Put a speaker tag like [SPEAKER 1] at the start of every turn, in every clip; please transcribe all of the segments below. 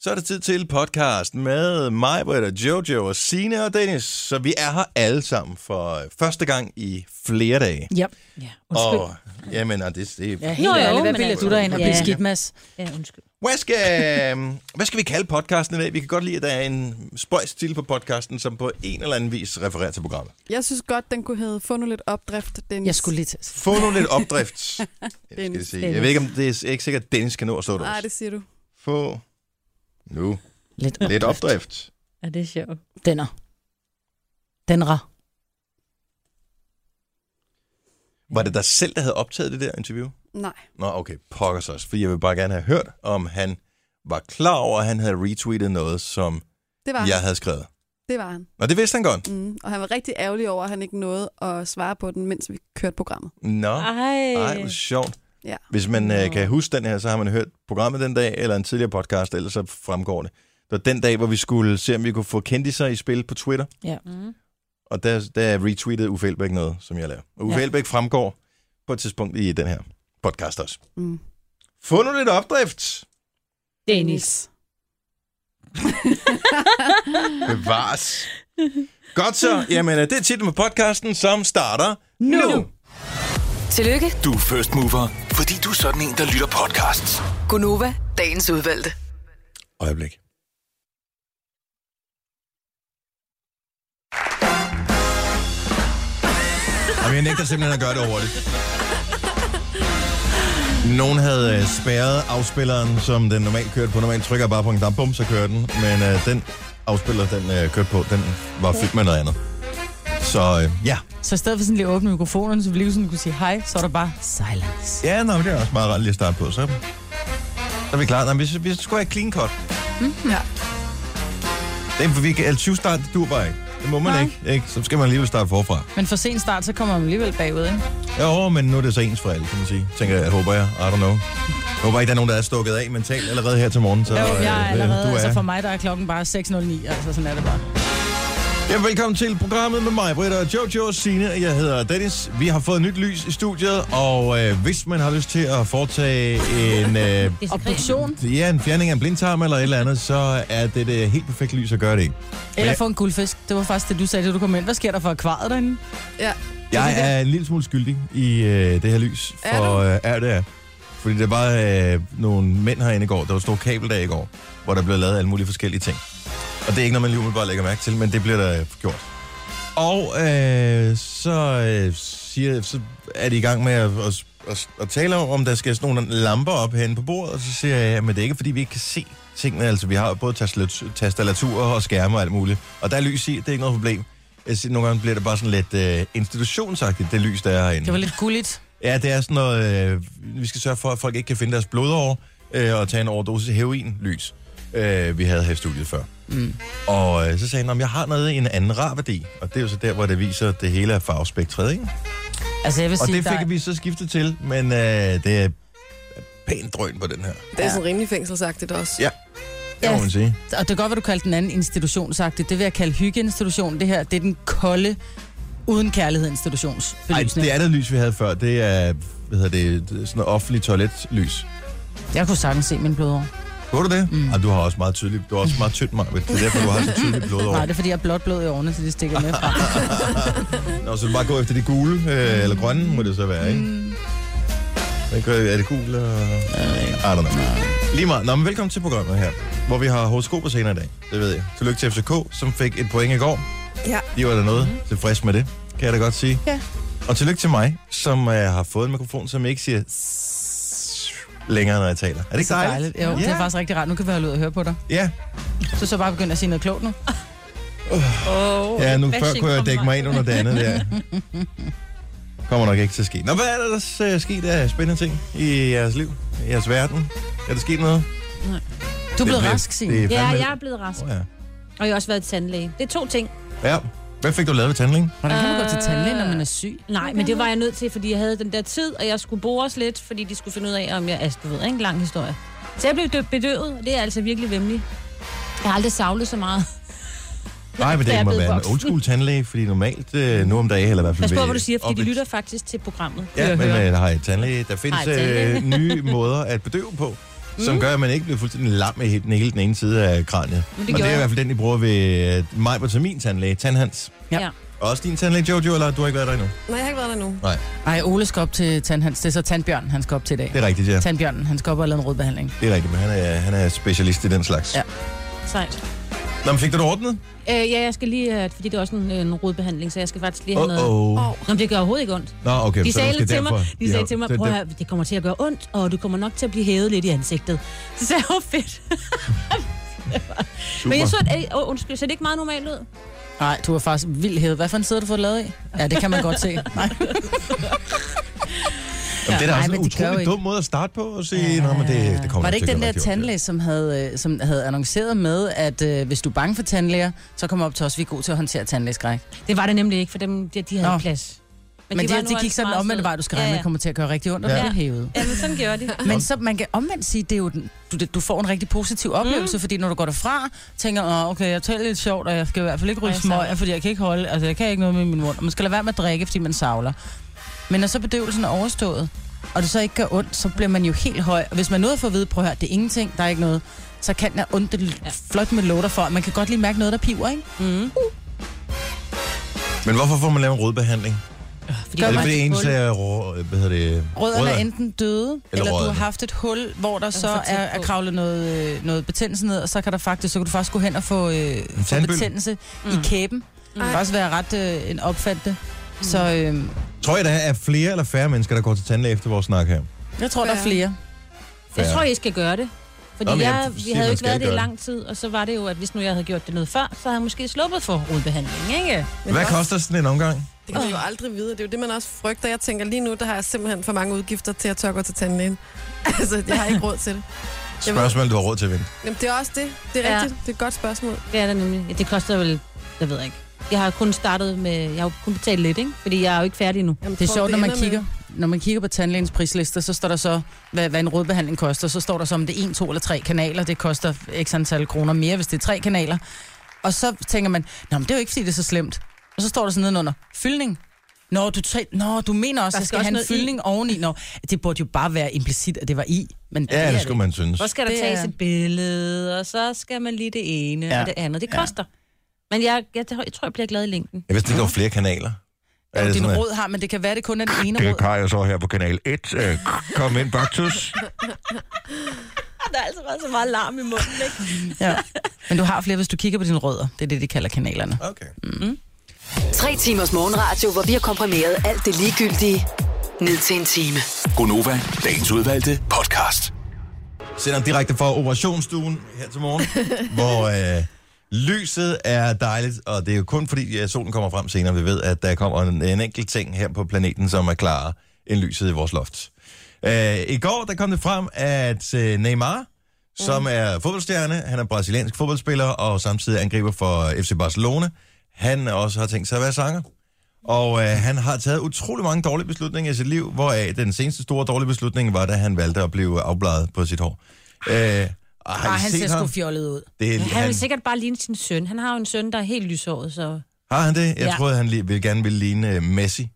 [SPEAKER 1] Så er det tid til podcasten med mig, Britta, Jojo og Sine og Dennis. Så vi er her alle sammen for første gang i flere dage.
[SPEAKER 2] Ja.
[SPEAKER 3] Ja,
[SPEAKER 2] Undskyld.
[SPEAKER 1] Og, jamen, og det, det
[SPEAKER 3] Ja,
[SPEAKER 1] er...
[SPEAKER 3] helt
[SPEAKER 2] Nå, jo,
[SPEAKER 3] ærligt, hvad
[SPEAKER 2] men
[SPEAKER 3] bilder
[SPEAKER 2] altså-
[SPEAKER 3] du dig ind og
[SPEAKER 2] Ja.
[SPEAKER 3] blive skidt, Mads?
[SPEAKER 2] Ja, undskyld.
[SPEAKER 1] Hvad skal, hvad skal vi kalde podcasten i dag? Vi kan godt lide, at der er en spøjs til på podcasten, som på en eller anden vis refererer til programmet.
[SPEAKER 4] Jeg synes godt, den kunne hedde Få nu lidt opdrift, den
[SPEAKER 3] Jeg skulle lige til at sige.
[SPEAKER 1] Få nu lidt opdrift, skal det sige. Jeg ved ikke, om det er ikke sikkert, at Dennis kan nå at slå det.
[SPEAKER 4] Nej,
[SPEAKER 1] også.
[SPEAKER 4] det siger du.
[SPEAKER 1] Få nu
[SPEAKER 3] Lidt opdrift.
[SPEAKER 1] lidt opdrift.
[SPEAKER 2] Ja, det er sjovt.
[SPEAKER 3] Denner. Denra.
[SPEAKER 1] Var det dig selv, der havde optaget det der interview?
[SPEAKER 4] Nej.
[SPEAKER 1] Nå, okay, pokker sig også, for jeg vil bare gerne have hørt, om han var klar over, at han havde retweetet noget, som
[SPEAKER 4] Det var
[SPEAKER 1] jeg
[SPEAKER 4] han.
[SPEAKER 1] havde skrevet.
[SPEAKER 4] Det var han.
[SPEAKER 1] Nå, det vidste han godt.
[SPEAKER 4] Mm. Og han var rigtig ærgerlig over, at han ikke nåede at svare på den, mens vi kørte programmet.
[SPEAKER 1] Nå,
[SPEAKER 2] Ej.
[SPEAKER 1] ej, hvor sjovt.
[SPEAKER 4] Ja.
[SPEAKER 1] Hvis man øh,
[SPEAKER 2] Nå.
[SPEAKER 1] kan huske den her, så har man hørt programmet den dag, eller en tidligere podcast, ellers så fremgår det. Det var den dag, hvor vi skulle se, om vi kunne få kendiser i spil på Twitter,
[SPEAKER 2] Mm.
[SPEAKER 1] og der, der retweetede Uffe Elbæk noget, som jeg lavede. Og Uffe ja.
[SPEAKER 3] Ja.
[SPEAKER 1] Elbæk fremgår på et tidspunkt i den her podcast også.
[SPEAKER 4] Mm.
[SPEAKER 1] Få nu lidt opdrift!
[SPEAKER 2] Dennis.
[SPEAKER 1] Bevares. Godt så. Jamen, øh, det er titlen på podcasten, som starter nu. nu.
[SPEAKER 5] Tillykke,
[SPEAKER 6] Du er first mover, fordi du er sådan en, der lytter podcasts.
[SPEAKER 5] Gunova, dagens udvalgte.
[SPEAKER 1] Øjeblik. Jamen, jeg nægter simpelthen at gøre det hurtigt. Nogen havde øh, spærret afspilleren, som den normalt kørte på. Normalt trykker jeg bare på en knap, bum, så kører den. Men øh, den afspiller, den øh, kørte på, den var fyldt med noget andet. Så øh, ja.
[SPEAKER 3] Så i stedet for sådan lige at åbne mikrofonerne, så vi lige sådan kunne sige hej, så er der bare silence.
[SPEAKER 1] Ja, nå, men det er også meget rart lige at starte på. Så, så er vi klar. Nej, vi, vi skulle have clean cut.
[SPEAKER 3] Mm-hmm.
[SPEAKER 4] Ja.
[SPEAKER 1] Det er, for vi kan, 20 start, det dur bare ikke. Det må man
[SPEAKER 3] Nej.
[SPEAKER 1] ikke, ikke. Så skal man alligevel starte forfra.
[SPEAKER 3] Men for sen start, så kommer man alligevel bagud, ikke?
[SPEAKER 1] Jo, men nu er det så ens for alle, kan man sige. Tænker jeg, håber jeg. I don't know. Jeg håber ikke, der er nogen, der er stukket af mentalt allerede her til morgen. Så,
[SPEAKER 3] Jo,
[SPEAKER 1] øh,
[SPEAKER 3] jeg er
[SPEAKER 1] øh,
[SPEAKER 3] allerede,
[SPEAKER 1] du er.
[SPEAKER 3] altså for mig, der er klokken bare 6.09, altså sådan er det bare.
[SPEAKER 1] Ja, velkommen til programmet med mig, Britta og Jojo og Signe. Jeg hedder Dennis. Vi har fået nyt lys i studiet, og øh, hvis man har lyst til at foretage en, øh,
[SPEAKER 3] Obduktion,
[SPEAKER 1] ja, en fjerning af en blindtarm eller et eller andet, så er det det helt perfekte lys at gøre det i.
[SPEAKER 3] eller
[SPEAKER 1] Ja.
[SPEAKER 3] få en guldfisk. Det var faktisk det, du sagde, da du kom ind. Hvad sker der for akvariet derinde?
[SPEAKER 4] ja.
[SPEAKER 1] Jeg er en lille smule skyldig i øh, det her lys. For,
[SPEAKER 4] Er du?
[SPEAKER 1] Øh, er det er. Fordi der var øh, nogle mænd herinde i går, der var stor kabeldag i går, hvor der blev lavet alle mulige forskellige ting. Og det er ikke noget, man lige umiddelbart lægger mærke til, men det bliver der øh, gjort. Og øh, så, øh, siger, så er de i gang med at, at, at, at tale om, om der skal sådan nogle lamper op herinde på bordet, og så siger jeg, at det er ikke, fordi vi ikke kan se tingene. Altså, vi har både tastat- tastaturer og skærme og alt muligt. Og der er lys i, det er ikke noget problem. Jeg siger, nogle gange bliver det bare sådan lidt øh, institutionsagtigt, det lys, der er herinde.
[SPEAKER 3] Det var lidt gulligt.
[SPEAKER 1] Ja, det er sådan noget, øh, vi skal sørge for, at folk ikke kan finde deres blodår øh, og tage en overdosis heroin-lys, øh, vi havde her i studiet før. Mm. Og øh, så sagde han, at jeg har noget i en anden rar værdi, og det er jo så der, hvor det viser det hele af farvespektret, ikke?
[SPEAKER 3] Altså, jeg vil
[SPEAKER 1] Og
[SPEAKER 3] sige,
[SPEAKER 1] det
[SPEAKER 3] der...
[SPEAKER 1] fik vi så skiftet til, men øh, det er pænt drøn på den her,
[SPEAKER 4] Det er sådan rimelig fængselsagtigt også.
[SPEAKER 1] Ja. det må man sige.
[SPEAKER 3] Og det kan godt være, du kalder den anden institutionsagtigt. Det vil jeg kalde hyggeinstitution. Det her, det er den kolde, uden kærlighed
[SPEAKER 1] Ej,
[SPEAKER 3] institutionsbelysning.
[SPEAKER 1] det andet lys, vi havde før, det er, hvad hedder det, sådan noget offentligt toiletlys.
[SPEAKER 3] Jeg kunne sagtens se min blodår.
[SPEAKER 1] Kunne du det? Mm.
[SPEAKER 3] Mm.
[SPEAKER 1] Ah, du har også meget tydeligt, du har også meget tyndt, Marvitt. Det er derfor, du har så tydeligt blodår.
[SPEAKER 3] Nej, det er fordi, jeg er blot blod i årene, så de stikker med fra.
[SPEAKER 1] Nå, så du bare går efter de gule, øh, eller grønne må det så være, ikke?
[SPEAKER 3] Mm.
[SPEAKER 1] Hvad gør, er det gul og... I don't know. Lige meget. Nå, men velkommen til programmet her, hvor vi har horoskoper senere i dag. Det ved jeg. Tillykke til FCK, som fik et point i går.
[SPEAKER 4] Ja. Mhm.
[SPEAKER 1] De var da noget tilfreds med det, kan jeg da godt sige.
[SPEAKER 4] Ja.
[SPEAKER 1] Og tillykke til mig, som øh, har fået en mikrofon, som ikke siger "Sss" længere, når jeg taler. Er det ikke
[SPEAKER 3] Så
[SPEAKER 1] dejligt?
[SPEAKER 3] dejligt. Jo, det
[SPEAKER 1] Ja.
[SPEAKER 3] er faktisk rigtig rart. Nu kan vi holde ud og høre på dig.
[SPEAKER 1] Ja.
[SPEAKER 3] Så så bare begynde at sige noget klogt nu.
[SPEAKER 2] Oh,
[SPEAKER 1] Ja, nu før kunne jeg dække mig ind under det andet der. Kommer nok ikke til at ske. Nå, hvad er der ellers uh, sket af spændende ting i jeres liv? I jeres verden? Er der sket noget?
[SPEAKER 3] Du er blevet
[SPEAKER 1] Det
[SPEAKER 3] rask, Signe.
[SPEAKER 1] det er
[SPEAKER 2] Ja,
[SPEAKER 1] fandme-
[SPEAKER 2] jeg er blevet rask,
[SPEAKER 1] Åh, ja.
[SPEAKER 2] og jeg har også været til tandlæge. Det er to ting.
[SPEAKER 1] ja. Hvad fik du lavet ved tandlægen?
[SPEAKER 3] Hvordan kan man gå til
[SPEAKER 2] Øh,
[SPEAKER 3] tandlægen, når man er syg?
[SPEAKER 2] Nej, men det var jeg nødt til, fordi jeg havde den der tid, og jeg skulle bores lidt, fordi de skulle finde ud af, om jeg... Altså, du ved, ikke? Lang historie. Så jeg blev dø- bedøvet, og det er altså virkelig vemmelig. Jeg har aldrig savlet så meget.
[SPEAKER 1] Nej, men
[SPEAKER 2] Da
[SPEAKER 1] det
[SPEAKER 2] jeg
[SPEAKER 1] må
[SPEAKER 2] blev
[SPEAKER 1] være en
[SPEAKER 2] voksen.
[SPEAKER 1] old school tandlæge, fordi normalt øh, nu om dagen, eller i hvert fald...
[SPEAKER 2] Pas på,
[SPEAKER 1] ved-
[SPEAKER 2] hvad du siger, fordi de
[SPEAKER 1] op-
[SPEAKER 2] lytter faktisk til programmet.
[SPEAKER 1] Ja,
[SPEAKER 2] kan jeg
[SPEAKER 1] men
[SPEAKER 2] høre.
[SPEAKER 1] øh, der har et tandlæge. Der findes
[SPEAKER 2] Hej, tandlæge.
[SPEAKER 1] øh, nye måder at bedøve på. mm. som gør, at man ikke bliver fuldstændig lam i helt- den hele den ene side af kraniet.
[SPEAKER 2] Men det
[SPEAKER 1] og det
[SPEAKER 2] gjorde
[SPEAKER 1] er i
[SPEAKER 2] jeg.
[SPEAKER 1] hvert fald den, de bruger ved øh, mig på min tandlæge, Tandhans.
[SPEAKER 3] Ja.
[SPEAKER 2] ja.
[SPEAKER 1] Og Også din tandlæge, Jojo, eller du har ikke været der endnu?
[SPEAKER 7] Nej, jeg har ikke været der nu.
[SPEAKER 1] Nej,
[SPEAKER 3] Ej, Ole skal op til Tandhans. Det er så Tandbjørn, han skal op til i dag.
[SPEAKER 1] det er rigtigt, ja.
[SPEAKER 3] Tandbjørnen, han skal op og lave en rødbehandling.
[SPEAKER 1] Det er rigtigt, men han er, han er specialist i den slags. Ja.
[SPEAKER 3] Ja.
[SPEAKER 2] Sejt.
[SPEAKER 1] Nå, men fik du det ordnet?
[SPEAKER 2] Øh, ja, jeg skal lige, øh, fordi det er også en, øh, en rodbehandling, så jeg skal faktisk lige have
[SPEAKER 1] Åh,
[SPEAKER 2] noget.
[SPEAKER 1] oh, oh.
[SPEAKER 2] Nå, men det gør overhovedet ikke ondt.
[SPEAKER 1] Nå, okay.
[SPEAKER 2] De
[SPEAKER 1] så det
[SPEAKER 2] sagde,
[SPEAKER 1] måske
[SPEAKER 2] til mig,
[SPEAKER 1] derfor.
[SPEAKER 2] de sagde til mig,
[SPEAKER 1] det-
[SPEAKER 2] prøv at
[SPEAKER 1] det-
[SPEAKER 2] høre, det kommer til at gøre ondt, og du kommer nok til at blive hævet lidt i ansigtet. Så sagde jeg, åh, fedt. Men jeg så, at, øh, undskyld, så det ikke meget normalt ud?
[SPEAKER 3] Nej, du er faktisk vildt hævet. Hvad for en side har du fået lavet i? Ja, det kan man godt se. Nej.
[SPEAKER 1] Jamen, det er da
[SPEAKER 3] Nej,
[SPEAKER 1] også
[SPEAKER 3] men
[SPEAKER 1] en
[SPEAKER 3] de gør jo
[SPEAKER 1] utrolig
[SPEAKER 3] ikke.
[SPEAKER 1] dum måde at starte på og sige, ja. men det, det kommer
[SPEAKER 3] Var det
[SPEAKER 1] nok til
[SPEAKER 3] ikke
[SPEAKER 1] at gøre
[SPEAKER 3] den der
[SPEAKER 1] rigtig ondt."
[SPEAKER 3] tandlæge, som havde, øh, som havde annonceret med, at øh, hvis du er bange for tandlæger, så kom op til os, vi er gode til at håndtere tandlægeskræk.
[SPEAKER 2] Det var det nemlig ikke, for dem, de, de havde
[SPEAKER 3] Nå.
[SPEAKER 2] Nå. plads.
[SPEAKER 3] Men, Men
[SPEAKER 2] var
[SPEAKER 3] det,
[SPEAKER 2] nu
[SPEAKER 3] det gik
[SPEAKER 2] altså
[SPEAKER 3] sådan
[SPEAKER 2] meget
[SPEAKER 3] om, at
[SPEAKER 2] søde.
[SPEAKER 3] vej, du skal regne,
[SPEAKER 2] Ja,
[SPEAKER 3] med,
[SPEAKER 2] ja.
[SPEAKER 3] det kommer til at gøre rigtig ondt, og
[SPEAKER 1] Ja.
[SPEAKER 3] ja. hævet.
[SPEAKER 2] Ja, men sådan gjorde de.
[SPEAKER 3] Men så man kan omvendt sige, det er jo den, du, du får en rigtig positiv oplevelse, mm. fordi når du går derfra, tænker, Åh, okay, jeg taler lidt sjovt, og jeg skal i hvert fald ikke ryge
[SPEAKER 2] Ja, savler.
[SPEAKER 3] smøger, fordi jeg kan ikke holde, altså jeg kan ikke noget med min mund, og man skal lade være med at drikke, fordi man savler. Men når så bedøvelsen er overstået, og det så ikke gør ondt, så bliver man jo helt høj. Og hvis man nåede for at vide, prøv at høre, det er ingenting, der er ikke noget, så kan jeg ondt det
[SPEAKER 2] Ja.
[SPEAKER 3] ja. flot med låter for, man kan godt lige mærke noget, der piver, ikke?
[SPEAKER 2] Mm.
[SPEAKER 1] Men hvorfor får man lavet en rødbehandling?
[SPEAKER 2] Fordi
[SPEAKER 1] Er
[SPEAKER 2] det
[SPEAKER 1] det
[SPEAKER 2] var
[SPEAKER 1] fordi
[SPEAKER 2] et
[SPEAKER 1] ens
[SPEAKER 2] hul.
[SPEAKER 1] er rå, hvad hedder det?
[SPEAKER 3] Rødderne er enten døde, eller, eller du har
[SPEAKER 1] rødderne.
[SPEAKER 3] haft et hul, hvor der så
[SPEAKER 2] for
[SPEAKER 3] er,
[SPEAKER 2] tæt
[SPEAKER 3] er
[SPEAKER 2] på.
[SPEAKER 3] kravlet noget, øh, noget betændelse ned, og så kan, der faktisk, så kan du faktisk gå hen og få, øh, få
[SPEAKER 1] tandbøl.
[SPEAKER 3] betændelse mm. i kæben. Det kan også være ret øh, en opfattende. Mm. Så øh,
[SPEAKER 1] Tror I, der er flere eller færre mennesker, der går til tandlæge efter vores snak her?
[SPEAKER 3] jeg tror, der er
[SPEAKER 4] Ja.
[SPEAKER 3] flere.
[SPEAKER 2] Jeg
[SPEAKER 1] Færre.
[SPEAKER 2] tror, I skal gøre det. Fordi
[SPEAKER 1] Nå,
[SPEAKER 2] Nå,
[SPEAKER 1] men jeg
[SPEAKER 2] jeg, vi
[SPEAKER 1] siger,
[SPEAKER 2] havde jo
[SPEAKER 1] man
[SPEAKER 2] ikke
[SPEAKER 1] skal
[SPEAKER 2] været
[SPEAKER 1] ikke
[SPEAKER 2] det
[SPEAKER 1] gøre
[SPEAKER 2] i lang tid, og så var det jo, at hvis nu jeg havde gjort det noget før, så havde jeg måske sluppet for rodbehandling, ikke?
[SPEAKER 1] Hvad koster sådan en omgang?
[SPEAKER 7] Det kan man jo aldrig vide, og det er jo det, man også frygter. Jeg tænker lige nu, der har jeg simpelthen for mange udgifter til at tør gå til tandlægen. Altså, jeg har ikke råd til det. Jeg ved-
[SPEAKER 1] Spørgsmål, du har råd til at vinde.
[SPEAKER 7] Jamen, det er også det. Det er
[SPEAKER 2] Ja.
[SPEAKER 7] rigtigt. Det er et godt spørgsmål.
[SPEAKER 2] Det er der nemlig. Ja, det koster vel, jeg ved ikke. Jeg har kun startet med, jeg har jo kun betalt lidt, ikke? Fordi jeg er jo ikke færdig endnu.
[SPEAKER 7] Jamen,
[SPEAKER 3] Det er
[SPEAKER 7] tror,
[SPEAKER 3] sjovt, når man
[SPEAKER 7] ender med-
[SPEAKER 3] kigger, når man kigger på tandlægens prislister, så står der så, hvad, hvad en rødbehandling koster. Så står der så, om det er en, to eller tre kanaler. Det koster x antal kroner mere, hvis det er tre kanaler. Og så tænker man, Nå, men det er jo ikke, fordi det er så slemt. Og så står der sådan nedenunder, fyldning. Nå, du, tæ- Nå, du mener også,
[SPEAKER 2] Der
[SPEAKER 3] at jeg
[SPEAKER 2] skal
[SPEAKER 3] skal
[SPEAKER 2] også
[SPEAKER 3] have en
[SPEAKER 2] noget i.
[SPEAKER 3] fyldning i. oveni. Nå, det burde jo bare være implicit, at det var i. Men det
[SPEAKER 1] Ja,
[SPEAKER 3] er
[SPEAKER 1] det
[SPEAKER 3] det
[SPEAKER 1] skulle man synes.
[SPEAKER 2] Så skal der
[SPEAKER 3] Det
[SPEAKER 2] tages
[SPEAKER 3] er-
[SPEAKER 2] et billede, og så skal man lige det ene ja.
[SPEAKER 3] Ja.
[SPEAKER 2] og det andet. Det
[SPEAKER 3] Ja.
[SPEAKER 2] koster. Men jeg, jeg, jeg tror, jeg bliver glad i længden.
[SPEAKER 1] Jeg vidste ikke, der var flere kanaler.
[SPEAKER 3] ikke. Jo, din
[SPEAKER 1] at-
[SPEAKER 3] råd har, men det kan være, det kun er den ene
[SPEAKER 1] Det
[SPEAKER 3] råd.
[SPEAKER 1] kan jeg så her på kanal 1. Øh, Kom ind, Baktus.
[SPEAKER 2] Der er altså været så meget larm i munden, ikke?
[SPEAKER 3] Ja. Men du har flere, hvis du kigger på dine rødder. Det er det, de kalder kanalerne.
[SPEAKER 1] Okay.
[SPEAKER 5] Tre timers morgenradio, hvor vi har komprimeret alt det ligegyldige ned til en time.
[SPEAKER 6] Gonova, dagens udvalgte podcast.
[SPEAKER 1] Sender den direkte fra operationsstuen her til morgen, hvor øh, lyset er dejligt, og det er jo kun fordi, at solen kommer frem senere. Vi ved, at der kommer en, en enkelt ting her på planeten, som er klarere end lyset i vores loft. Øh, I går der kom det frem, at øh, Neymar, som er fodboldstjerne, han er brasiliansk fodboldspiller og samtidig angriber for FC Barcelona, han også har tænkt sig at være sanger. Og øh, han har taget utrolig mange dårlige beslutninger i sit liv, hvoraf den seneste store dårlige beslutning var, da han valgte at blive afbladet på sit hår. Øh, og har
[SPEAKER 3] Ej,
[SPEAKER 1] I
[SPEAKER 3] han ser
[SPEAKER 1] set
[SPEAKER 3] sgu
[SPEAKER 1] ham?
[SPEAKER 3] fjollet ud.
[SPEAKER 1] Det, er-
[SPEAKER 2] Han
[SPEAKER 1] han,
[SPEAKER 2] vil sikkert bare ligne sin søn. Han har jo en søn, der er helt lyshåret, så...
[SPEAKER 1] har han det? Jeg
[SPEAKER 2] Ja.
[SPEAKER 1] troede, han li- ville gerne ville ligne øh, Messi,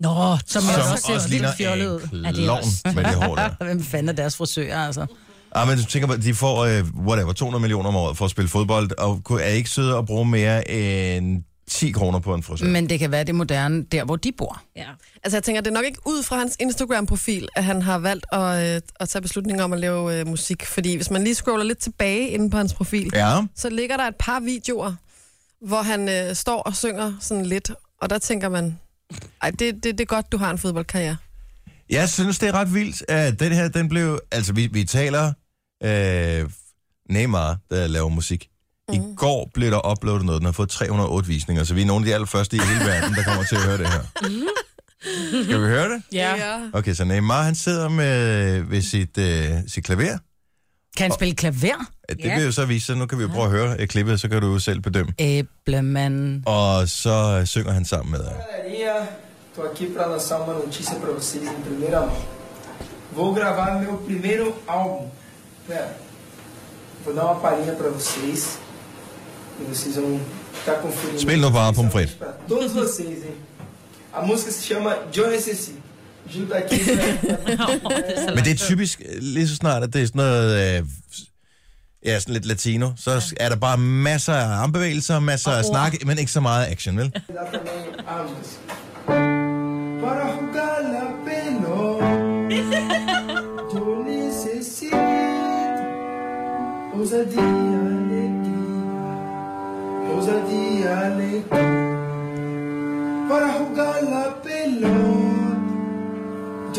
[SPEAKER 3] Nå, som,
[SPEAKER 1] som
[SPEAKER 3] jeg
[SPEAKER 1] også, også
[SPEAKER 3] vildt
[SPEAKER 1] ligner
[SPEAKER 3] fjollet ud.
[SPEAKER 1] en
[SPEAKER 2] Ja, det er
[SPEAKER 1] klovn
[SPEAKER 2] også-
[SPEAKER 1] med det hår der.
[SPEAKER 3] Hvem fanden er deres frisører, altså?
[SPEAKER 1] Ah, men du tænker på, at de får øh, whatever, 200 millioner om året for at spille fodbold, og ku- er ikke søde at bruge mere end 10 kroner på en frisør.
[SPEAKER 3] Men det kan være det er moderne, der hvor de bor.
[SPEAKER 2] Ja.
[SPEAKER 7] Altså, jeg tænker, det er nok ikke ud fra hans Instagram-profil, at han har valgt at, øh, at tage beslutninger om at lave øh, musik. Fordi hvis man lige scroller lidt tilbage inde på hans profil, ja.
[SPEAKER 1] Ja,
[SPEAKER 7] så ligger der et par videoer, hvor han øh, står og synger sådan lidt. Og der tænker man, ej, det, det, det er godt, du har en fodboldkarriere.
[SPEAKER 1] jeg synes, det er ret vildt, at den her, den blev... Altså, vi, vi taler øh, Neymar, der laver musik. I går blev der uploadet noget, den har fået 308 visninger, så vi er nogle af de allerførste i hele verden, der kommer til at høre det her. Skal vi høre det?
[SPEAKER 7] ja.
[SPEAKER 1] Okay, så Neymar, han sidder med, ved sit, øh, sit klaver.
[SPEAKER 3] Kan han spille klaver?
[SPEAKER 1] Det
[SPEAKER 2] Ja.
[SPEAKER 1] vil jo så vise, så nu kan vi jo prøve at høre øh, klippet, så kan du jo selv bedømme.
[SPEAKER 3] Æblemand.
[SPEAKER 1] Og så øh, synger han sammen med dig.
[SPEAKER 8] Galerinha, tô aqui para lançar uma notícia para vocês em primeira mão. Vou gravar meu primeiro álbum. Pera, vou dar uma palhinha para vocês. E vocês vão estar conferindo.
[SPEAKER 1] Spil nu bare pommes frites.
[SPEAKER 8] Pra todos vocês, hein? A música se chama John Necessi. Gil daqui, né?
[SPEAKER 1] Men det er typisk, øh, lige så snart, at det er sådan noget... Øh, ja, sådan lidt latino. Så er der bare masser af armbevægelser, masser af snak, men ikke så meget action, vel?
[SPEAKER 8] Dá também ambas. Para jugar la pelo, eu necessito ousadia, alegria, ousadia, alegria. Para jugar la pelo,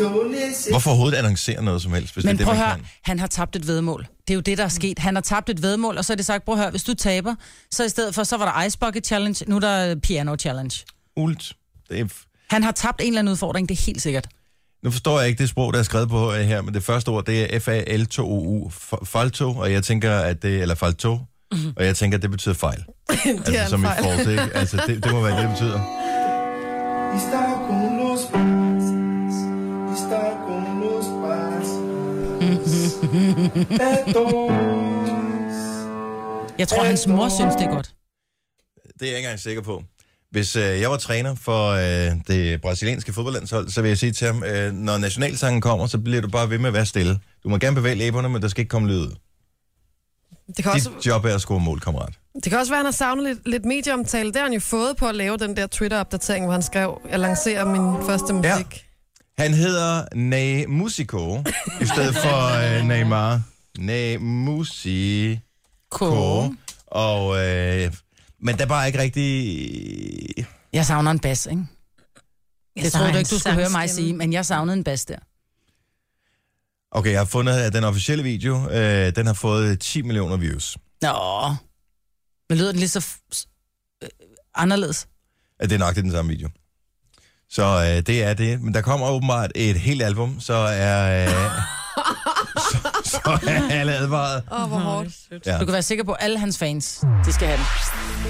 [SPEAKER 8] eu necessito.
[SPEAKER 1] Hvorfor overhovedet annoncere noget som helst, hvis
[SPEAKER 3] Men
[SPEAKER 1] det er
[SPEAKER 3] prøv
[SPEAKER 1] det,
[SPEAKER 3] at
[SPEAKER 1] man
[SPEAKER 3] høre,
[SPEAKER 1] kan?
[SPEAKER 3] han har tabt et vedmål. Det er jo det, der er sket. Han har tabt et vedmål, og så er det sagt, prøv at høre, hvis du taber, så i stedet for, så var der Ice Bucket Challenge, nu er der øh, Piano Challenge.
[SPEAKER 1] Ult. Det er, f-
[SPEAKER 3] Han har tabt en eller anden udfordring, det er helt sikkert.
[SPEAKER 1] nu forstår jeg ikke det sprog, der er skrevet på øh, her, men det første ord, det er F-A-L-T-O-U, f- falto, og jeg tænker, at det, eller falto, og jeg tænker, at det betyder fejl.
[SPEAKER 7] Mhm. det
[SPEAKER 1] Altså,
[SPEAKER 7] er en
[SPEAKER 1] som i
[SPEAKER 7] fejl.
[SPEAKER 1] force, ikke? Altså, det, det må være det, det betyder.
[SPEAKER 8] Está con los pases, está con los pases. É todos.
[SPEAKER 3] Jeg tror, hans mor synes, det er godt.
[SPEAKER 1] Det er jeg ikke engang sikker på. Hvis øh, jeg var træner for øh, det brasilianske fodboldlandshold, så vil jeg sige til ham, øh, når nationalsangen kommer, så bliver du bare ved med at være stille. Du må gerne bevæge læberne, men der skal ikke komme lyd. ud.
[SPEAKER 7] Det kan, også,
[SPEAKER 1] Dit job er at score mål, kammerat.
[SPEAKER 7] det kan også være, at han har savnet lidt, lidt medieomtale. Det har han jo fået på at lave den der Twitter-opdatering, hvor han skrev, jeg lancerer min første musik.
[SPEAKER 1] Han hedder Nay Musico, i stedet for øh, Neymar. Nay Musico.
[SPEAKER 3] Cool.
[SPEAKER 1] Og, øh, men der er bare ikke rigtig...
[SPEAKER 3] Jeg savner en bas, ikke? Det troede du ikke, du skulle høre mig sige, men jeg savnede en bas der.
[SPEAKER 1] Okay, jeg har fundet, at den officielle video, øh, den har fået 10 millioner views.
[SPEAKER 3] Nå. Men lyder den lige så f- s- øh, anderledes?
[SPEAKER 1] at det er nok det er den samme video. Så øh, det er det. Men der kommer åbenbart et helt album, så er, øh, så, så er alle advaret.
[SPEAKER 7] Åh, oh, hvor hårdt.
[SPEAKER 1] Ja.
[SPEAKER 3] Du kan være sikker på, at alle hans fans, de skal have den.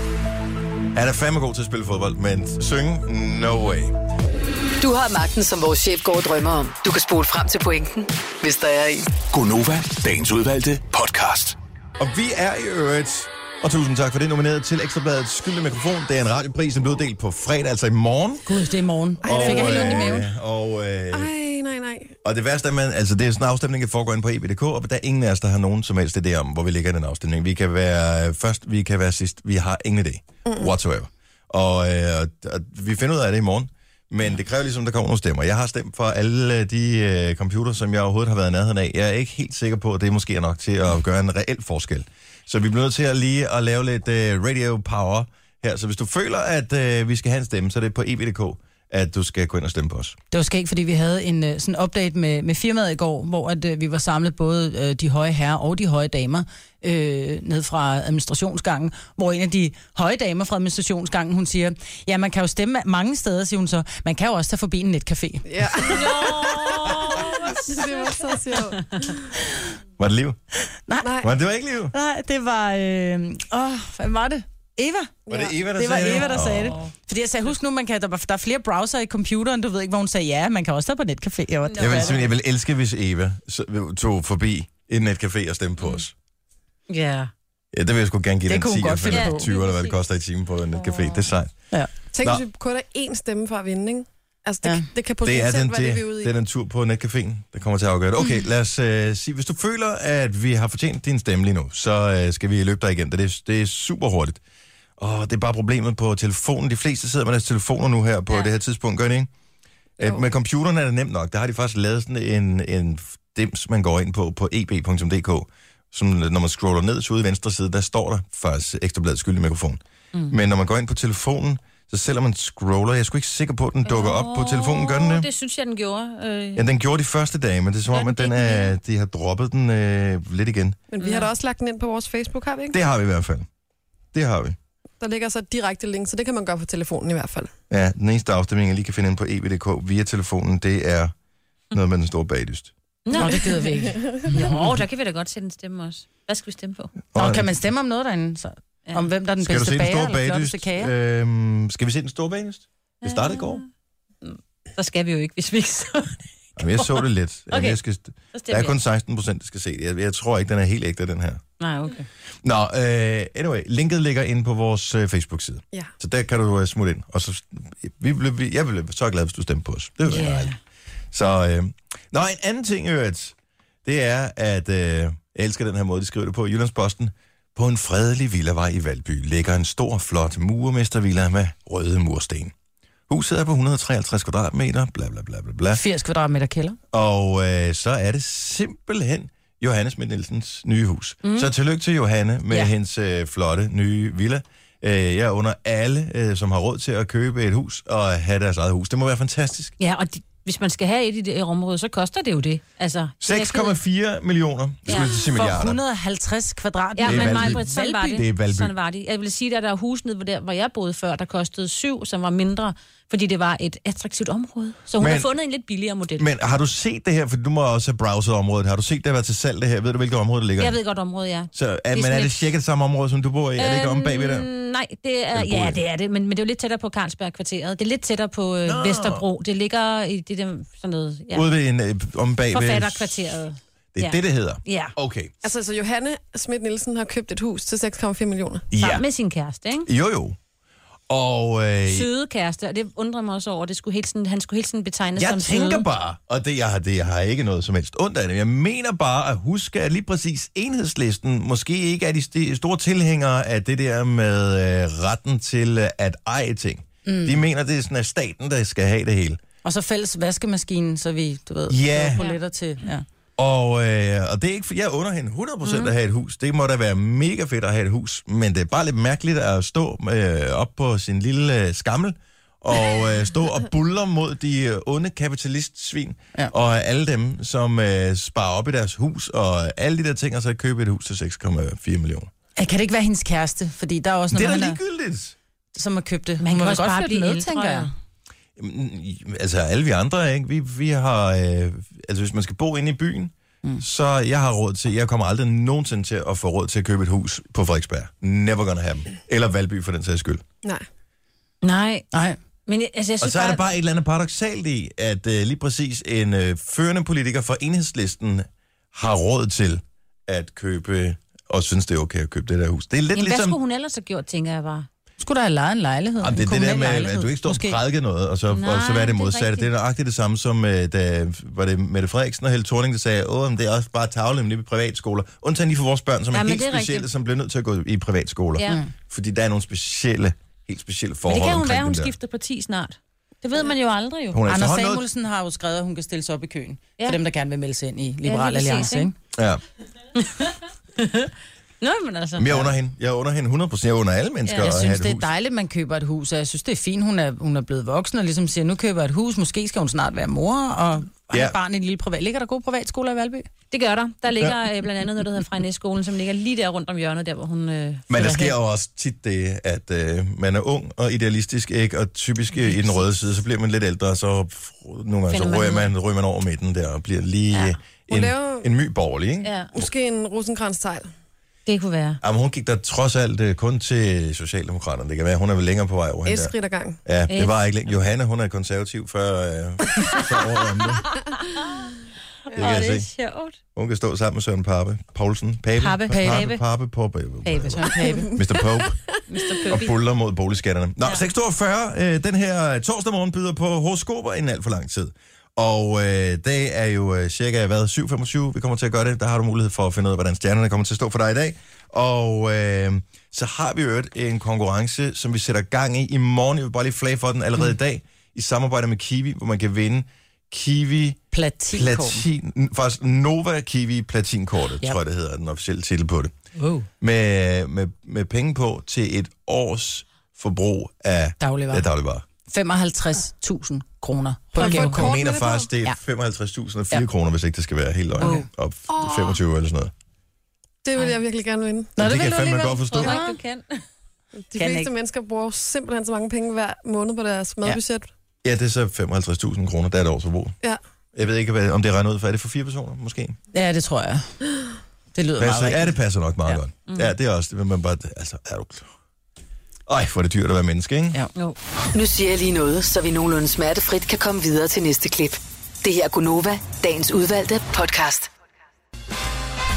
[SPEAKER 1] Han er fandme god til at spille fodbold, men synge? No way.
[SPEAKER 5] Du har magten, som vores chef går og drømmer om. Du kan spole frem til pointen, hvis der er en.
[SPEAKER 6] Gonova, dagens udvalgte podcast.
[SPEAKER 1] Og vi er i øvrigt, og tusind tak for det, nomineret til Ekstrabladets skyldende mikrofon. Det er en radiopris, som blev uddelt på fredag, altså i morgen.
[SPEAKER 3] Gud, det er i morgen. Ej, fik jeg helt ondt i maven.
[SPEAKER 1] øh, og, øh,
[SPEAKER 7] Nej, nej, nej.
[SPEAKER 1] og det værste er, man, altså det er sådan en afstemning, der foregår inde på E EBDK, og der er ingen af os, der har nogen som helst idé om, hvor vi ligger i den afstemning. Vi kan være øh, først, vi kan være sidst, vi har ingen idé. Mm. Whatsoever. Og, øh, og, og vi finder ud af det i morgen, men det kræver ligesom, der kommer nogle stemmer. Jeg har stemt for alle de øh, computer, som jeg overhovedet har været i nærheden af. Jeg er ikke helt sikker på, at det måske er nok til at gøre en reel forskel. Så vi bliver nødt til at lige at lave lidt øh, radio power her. Så hvis du føler, at øh, vi skal have en stemme, så er det på EBDK, at du skal gå ind og stemme på os.
[SPEAKER 3] Det var skægt, fordi vi havde en øh, sådan update med, med firmaet i går, hvor at, øh, vi var samlet både øh, de høje herrer og de høje damer øh, ned fra administrationsgangen, hvor en af de høje damer fra administrationsgangen, hun siger, ja, man kan jo stemme mange steder, siger hun så, man kan jo også tage forbi en netcafé.
[SPEAKER 7] Ja. det var så sjovt.
[SPEAKER 1] Var det liv?
[SPEAKER 7] Nej.
[SPEAKER 1] Var det var ikke liv?
[SPEAKER 3] Nej, det var, øh, åh, hvad var det? Eva.
[SPEAKER 1] Var det Eva, der
[SPEAKER 3] Det var
[SPEAKER 1] sagde det?
[SPEAKER 3] Eva, der sagde det.
[SPEAKER 1] Åh.
[SPEAKER 3] Fordi jeg sagde, husk nu, man kan, der, der er flere browser i computeren, du ved ikke, hvor hun sagde, ja, man kan også tage på netcafé. Jeg var,
[SPEAKER 1] Jeg vil, simpelthen, jeg vil elske, hvis Eva så- tog forbi en netcafé og stemte på os.
[SPEAKER 2] Ja.
[SPEAKER 1] Ja, det vil jeg sgu gerne give den
[SPEAKER 3] Mm. Det kunne hun
[SPEAKER 1] 10
[SPEAKER 3] godt finde
[SPEAKER 1] eller
[SPEAKER 2] på.
[SPEAKER 1] 20, eller hvad det koster i timen på en netcafé. Det er sejt.
[SPEAKER 7] Tænk,
[SPEAKER 1] Nå.
[SPEAKER 7] hvis vi kun er én stemme fra at vinde, ikke? Altså, det,
[SPEAKER 3] Ja.
[SPEAKER 7] ja. det kan
[SPEAKER 1] Det er
[SPEAKER 7] potentielt
[SPEAKER 1] den,
[SPEAKER 7] være det, vi er
[SPEAKER 1] det,
[SPEAKER 7] ude i.
[SPEAKER 1] det er den tur på netcaféen, der kommer til at afgøre det. Okay,
[SPEAKER 3] Mm.
[SPEAKER 1] lad os øh, sige, hvis du føler, at vi har fortjent din stemme lige nu, så øh, skal vi løbe dig igennem det. Det er, det er super hurtigt. Og det er bare problemet på telefonen. De fleste sidder med deres telefoner nu her på ja. det her tidspunkt, gør det ikke? Øh, med computeren er det nemt nok. Der har de faktisk lavet sådan en, en dims, man går ind på, på eb.dk. Som, når man scroller ned til ude i venstre side, der står der faktisk ekstrabladet skyldig mikrofon. Mm. Men når man går ind på telefonen, så selvom man scroller, jeg er sgu ikke sikker på, at den dukker op på telefonen, gør den
[SPEAKER 2] Åh,
[SPEAKER 1] det?
[SPEAKER 2] Det synes jeg, den gjorde. Øh,
[SPEAKER 1] Ja, den gjorde de første dage, men det er som om,
[SPEAKER 2] Gør
[SPEAKER 1] at
[SPEAKER 2] den
[SPEAKER 1] den
[SPEAKER 2] ikke
[SPEAKER 1] er, de har droppet den øh, lidt igen.
[SPEAKER 7] Men vi har da også lagt den ind på vores Facebook, har vi ikke?
[SPEAKER 1] Det har vi i hvert fald. Det har vi.
[SPEAKER 7] Der ligger så et direkte link, så det kan man gøre på telefonen i hvert fald.
[SPEAKER 1] Ja, den eneste afstemning, jeg lige kan finde ind på eb.dk via telefonen, det er noget med den store baglyst.
[SPEAKER 2] Nå,
[SPEAKER 3] Nå, det gider vi ikke.
[SPEAKER 2] jo, der kan vi da godt sætte en stemme også. Hvad skal vi stemme på?
[SPEAKER 3] Nå, kan man stemme om noget derinde? Så? Om hvem der er den
[SPEAKER 1] Skal du
[SPEAKER 3] bedste
[SPEAKER 1] se den
[SPEAKER 3] bager
[SPEAKER 1] store
[SPEAKER 3] eller flotteste
[SPEAKER 1] baglyst?
[SPEAKER 3] kage?
[SPEAKER 1] Øhm, skal vi se den store baglyst? Det startede i går.
[SPEAKER 2] Så skal vi jo ikke, hvis vi ikke så.
[SPEAKER 1] Jamen, jeg så det lidt. Jamen,
[SPEAKER 2] Okay.
[SPEAKER 1] Jeg skal,
[SPEAKER 2] så
[SPEAKER 1] der
[SPEAKER 2] stemmer
[SPEAKER 1] er
[SPEAKER 2] jeg.
[SPEAKER 1] kun 16 procent, der skal se det. Jeg, jeg tror ikke, den er helt ægte, den her.
[SPEAKER 2] Nej, okay.
[SPEAKER 1] Nå, øh, anyway, linket ligger inde på vores øh, Facebook-side.
[SPEAKER 7] Ja.
[SPEAKER 1] Så der kan du øh, smutte ind. Og så, vi blev, vi, jeg blev så glad, hvis du stemte på os. Det var yeah.
[SPEAKER 2] Ja.
[SPEAKER 1] dejligt. Så, øh, nå, en anden ting, Øret, det er, at øh, jeg elsker den her måde, de skriver det på i Jyllandsposten. På en fredelig villavej i Valby ligger en stor, flot murmestervilla med røde mursten. Huset er på 153 kvadratmeter, bla bla bla bla bla.
[SPEAKER 3] 80 kvadratmeter kælder.
[SPEAKER 1] Og øh, så er det simpelthen Johannes Schmidt Nielsens nye hus. Mm. Så tillykke til Johanne med ja.
[SPEAKER 3] Ja.
[SPEAKER 1] hendes øh, flotte nye villa. Øh, jeg under alle, øh, som har råd til at købe et hus og have deres eget hus. Det må være fantastisk.
[SPEAKER 2] Ja, og de, hvis man skal have et i det her område, så koster det jo det. Altså, det er ikke-
[SPEAKER 1] 6,4 millioner, ja. skulle jeg til at sige
[SPEAKER 3] For
[SPEAKER 1] milliarder.
[SPEAKER 3] 150 kvadratmeter.
[SPEAKER 2] Ja,
[SPEAKER 1] Det er
[SPEAKER 2] men
[SPEAKER 1] Valby.
[SPEAKER 2] mig, Britt, sådan var det.
[SPEAKER 1] Det er Valby.
[SPEAKER 2] Sådan var det. Jeg vil sige, at der er huse nede, hvor der, hvor jeg boede før, der kostede syv, som var mindre, fordi det var et attraktivt område. Så hun
[SPEAKER 1] Men-
[SPEAKER 2] men, har fundet en lidt billigere model. Men,
[SPEAKER 1] Men har du set det her? For du må også have browset området. Har du set det har været til salg det her? Ved du, hvilket område det ligger? i?
[SPEAKER 2] jeg ved godt, området er.
[SPEAKER 1] Så, er,
[SPEAKER 2] Det er
[SPEAKER 1] men
[SPEAKER 2] sådan
[SPEAKER 1] er det
[SPEAKER 2] lidt-
[SPEAKER 1] cirka det samme område, som du bor i? Er det ikke om bagved der?
[SPEAKER 2] Øhm, Nej, det er,
[SPEAKER 1] Eller
[SPEAKER 2] ja,
[SPEAKER 1] boet?
[SPEAKER 2] det er det, men, men det er jo lidt tættere på Carlsberg-kvarteret. Det er lidt tættere på øh,
[SPEAKER 1] Nå.
[SPEAKER 2] Vesterbro. Det ligger i det der, sådan noget, ja,
[SPEAKER 1] Ude ved en, øh, om bagved...
[SPEAKER 2] forfatterkvarteret.
[SPEAKER 1] Det er
[SPEAKER 2] Ja.
[SPEAKER 1] det, det hedder.
[SPEAKER 2] Ja,
[SPEAKER 1] Okay.
[SPEAKER 7] Altså, så Johanne Schmidt Nielsen har købt et hus til 6,4 millioner.
[SPEAKER 2] sammen
[SPEAKER 1] Ja.
[SPEAKER 2] med sin kæreste, ikke?
[SPEAKER 1] Jo, jo. Og øh,
[SPEAKER 2] Søde kæreste, og det undrer mig også over, det skulle helt sådan, han skulle helt sådan betegnes
[SPEAKER 1] jeg
[SPEAKER 2] som
[SPEAKER 1] tænker
[SPEAKER 2] søde.
[SPEAKER 1] bare, og det jeg, har, det jeg har ikke noget som helst ondt af det, men jeg mener bare at huske, at lige præcis enhedslisten måske ikke er de st- store tilhængere af det der med øh, retten til øh, at eje ting. Mm. De mener, det er sådan, at staten, der skal have det hele.
[SPEAKER 3] Og så fælles vaskemaskinen, så vi, du ved,
[SPEAKER 1] Ja.
[SPEAKER 3] på letter til. Ja.
[SPEAKER 1] Og, øh, og det er ikke, for jeg under hende 100% mm. at have et hus. Det må da være mega fedt at have et hus, men det er bare lidt mærkeligt at stå øh, op på sin lille øh, skammel, og øh, stå og buller mod de øh, onde kapitalistsvin, ja.
[SPEAKER 3] Ja.
[SPEAKER 1] og alle dem, som øh, sparer op i deres hus, og alle de der ting, og så købe et hus til 6,4 millioner.
[SPEAKER 3] Ej, Kan det ikke være hendes kæreste? Fordi der er også
[SPEAKER 1] Det er da
[SPEAKER 3] noget, han
[SPEAKER 1] ligegyldigt.
[SPEAKER 3] er, som har købt det.
[SPEAKER 2] Man kan
[SPEAKER 3] må
[SPEAKER 2] også
[SPEAKER 3] godt
[SPEAKER 2] bare
[SPEAKER 3] flytte
[SPEAKER 2] blive
[SPEAKER 3] med,
[SPEAKER 2] ældre,
[SPEAKER 3] tænker
[SPEAKER 2] ja.
[SPEAKER 3] jeg.
[SPEAKER 1] Jamen, altså alle vi andre, ikke? Vi, vi har, øh, altså hvis man skal bo inde i byen, mm. så jeg har råd til, jeg kommer aldrig nogensinde til at få råd til at købe et hus på Frederiksberg. Never gonna have dem. Eller Valby for den sags skyld.
[SPEAKER 7] Nej.
[SPEAKER 2] Nej,
[SPEAKER 3] Nej,
[SPEAKER 2] men jeg- altså, jeg synes
[SPEAKER 1] Og så er der bare et eller andet paradoxalt i, at øh, lige præcis en øh, førende politiker fra enhedslisten har råd til at købe, og synes det er okay at købe det der hus. Det er lidt
[SPEAKER 2] Jamen, hvad
[SPEAKER 1] ligesom...
[SPEAKER 2] skulle hun ellers have gjort, tænker jeg bare.
[SPEAKER 3] skulle der have lejet en lejlighed?
[SPEAKER 1] Jamen, det
[SPEAKER 3] en
[SPEAKER 1] er det der med,
[SPEAKER 3] kommunal lejlighed,
[SPEAKER 1] at du ikke står og
[SPEAKER 3] måske.
[SPEAKER 1] prædike noget, og så, Nej,
[SPEAKER 2] Nej,
[SPEAKER 1] og så hvad er det
[SPEAKER 2] det er
[SPEAKER 1] modsatte. Det er,
[SPEAKER 2] rigtigt.
[SPEAKER 1] nøjagtigt det samme som, øh, da var det Mette Frederiksen og Helle Thorning, der sagde, åh, men det er også bare tavle med privatskoler. Undtagen lige for vores børn, som ja,
[SPEAKER 2] Ja,
[SPEAKER 1] er
[SPEAKER 2] men
[SPEAKER 1] helt
[SPEAKER 2] det er
[SPEAKER 1] specielle,
[SPEAKER 2] rigtigt.
[SPEAKER 1] rigtigt. som bliver nødt til at gå i privatskoler.
[SPEAKER 2] Ja.
[SPEAKER 1] Mm. Fordi der er nogle specielle, helt specielle
[SPEAKER 2] Men
[SPEAKER 1] forhold
[SPEAKER 2] det kan hun
[SPEAKER 1] omkring
[SPEAKER 2] være, hun
[SPEAKER 1] dem der.
[SPEAKER 2] skifter parti snart. Det ved man jo aldrig jo.
[SPEAKER 1] Hun er
[SPEAKER 3] Anders
[SPEAKER 1] efterhånden noget...
[SPEAKER 3] Samuelsen har jo skrevet, at hun kan stille sig op i køen. Ja.
[SPEAKER 2] Ja.
[SPEAKER 3] For dem, der gerne vil melde sig ind i Liberal
[SPEAKER 2] lige
[SPEAKER 3] ja,
[SPEAKER 2] præcis,
[SPEAKER 3] Alliance.
[SPEAKER 2] ikke?
[SPEAKER 3] Ikke?
[SPEAKER 1] Ja.
[SPEAKER 2] Nå, men altså.
[SPEAKER 1] Men jeg under hende. Jeg under hende 100%. Jeg under alle mennesker ja,
[SPEAKER 3] Jeg
[SPEAKER 1] at have
[SPEAKER 3] synes,
[SPEAKER 1] et
[SPEAKER 3] det er
[SPEAKER 1] hus.
[SPEAKER 3] dejligt, man køber et hus, og jeg synes, det er fint, hun er, hun er blevet voksen og ligesom siger, nu køber jeg et hus, måske skal hun snart være mor, og
[SPEAKER 1] Ja.
[SPEAKER 3] ja. har barn i en lille privat. Ligger der gode privatskoler i Valby?
[SPEAKER 2] Det gør der. Der ligger ja. blandt andet noget, der hedder Frejnæsskolen, som ligger lige der rundt om hjørnet, der hvor hun... Øh,
[SPEAKER 1] Men der
[SPEAKER 2] flytter
[SPEAKER 1] sker
[SPEAKER 2] hen.
[SPEAKER 1] jo også tit det, at øh, man er ung og idealistisk, ikke? og typisk øh, i den røde side, så bliver man lidt ældre, og så f- nogle gange
[SPEAKER 2] Finder
[SPEAKER 1] så
[SPEAKER 2] man
[SPEAKER 1] ryger
[SPEAKER 2] ud af-
[SPEAKER 1] man, ryger man over midten der, og bliver lige ja. en,
[SPEAKER 7] laver-
[SPEAKER 1] en my borgerlig. Ikke? Ja.
[SPEAKER 2] Ja,
[SPEAKER 7] Måske en rosenkrans-tegl.
[SPEAKER 2] det kunne være.
[SPEAKER 1] Jamen, hun gik der trods alt øh, kun til Socialdemokraterne. Det kan være, hun er vel længere på vej over hende
[SPEAKER 7] Et
[SPEAKER 1] der.
[SPEAKER 7] skridt ad gang.
[SPEAKER 1] Ja, det var ikke længe. Johanna, hun er konservativ før, øh, før året om det. Det kan jeg se.
[SPEAKER 2] sjovt.
[SPEAKER 1] Hun kan stå sammen med Søren Pape. Poulsen. Pape.
[SPEAKER 2] Pape.
[SPEAKER 1] Pape.
[SPEAKER 2] Pape.
[SPEAKER 1] Pape. Pape. Pape.
[SPEAKER 2] Pape,
[SPEAKER 3] Søren Pape.
[SPEAKER 1] Mr. Pope.
[SPEAKER 2] Mr.
[SPEAKER 1] og
[SPEAKER 2] Puppy.
[SPEAKER 1] buller mod boligskatterne. Nå, ja. 6.42, øh, den her torsdag morgen byder på horoskoper inden alt for lang tid. Og øh, det er jo øh, cirka, hvad, 7.25, vi kommer til at gøre det. Der har du mulighed for at finde ud af, hvordan stjernerne kommer til at stå for dig i dag. Og øh, så har vi jo en konkurrence, som vi sætter gang i i morgen. Jeg vil bare lige flage for den allerede mm. i dag, i samarbejde med Kiwi, hvor man kan vinde Kiwi
[SPEAKER 3] Platin.
[SPEAKER 1] Platin, n- faktisk Nova Kiwi Platinkortet,
[SPEAKER 3] Ja.
[SPEAKER 1] tror jeg det hedder, den officielle titel på det
[SPEAKER 3] Wow.
[SPEAKER 1] med, med, med penge på til et års forbrug af
[SPEAKER 3] Dagligvarer.
[SPEAKER 1] af dagligvarer.
[SPEAKER 3] 55.000 kroner på
[SPEAKER 7] For
[SPEAKER 3] et
[SPEAKER 7] at få et
[SPEAKER 3] gavekort.
[SPEAKER 7] kort.
[SPEAKER 1] Jeg mener
[SPEAKER 7] med
[SPEAKER 1] faktisk, det er
[SPEAKER 3] Ja.
[SPEAKER 1] 55.004 ja.
[SPEAKER 3] Ja.
[SPEAKER 1] kroner, hvis ikke det skal være helt løgn. Okay. Og 25 eller sådan noget.
[SPEAKER 7] Det vil jeg virkelig gerne vinde.
[SPEAKER 1] Nå, det, det
[SPEAKER 3] det
[SPEAKER 1] kan
[SPEAKER 3] vil
[SPEAKER 1] jeg
[SPEAKER 3] du
[SPEAKER 1] fandme
[SPEAKER 3] alligevel.
[SPEAKER 1] godt forstå.
[SPEAKER 2] Tror du ikke, du kan?
[SPEAKER 7] De
[SPEAKER 3] Kan
[SPEAKER 7] fleste
[SPEAKER 3] ikke.
[SPEAKER 7] mennesker bruger simpelthen så mange penge hver måned på deres madbudget.
[SPEAKER 1] Ja, det er så 55.000 kroner, der er et års forbrug.
[SPEAKER 7] Ja.
[SPEAKER 1] Jeg ved ikke, hvad- om det er regnet ud for. Er det for fire personer, måske?
[SPEAKER 3] Ja, det tror jeg. Det lyder
[SPEAKER 1] Passer,
[SPEAKER 3] meget
[SPEAKER 1] ja,
[SPEAKER 3] rigtigt.
[SPEAKER 1] det passer nok meget ja.
[SPEAKER 3] Ja.
[SPEAKER 1] godt. Mm. Ja, det er også det, men man bare... Altså, er du klar? Ej, hvor er det dyrt at være menneske, ikke?
[SPEAKER 3] Ja.
[SPEAKER 2] Jo.
[SPEAKER 5] Nu siger jeg lige noget, så vi nogenlunde smertefrit kan komme videre til næste klip. Det her er Gunova, dagens udvalgte podcast.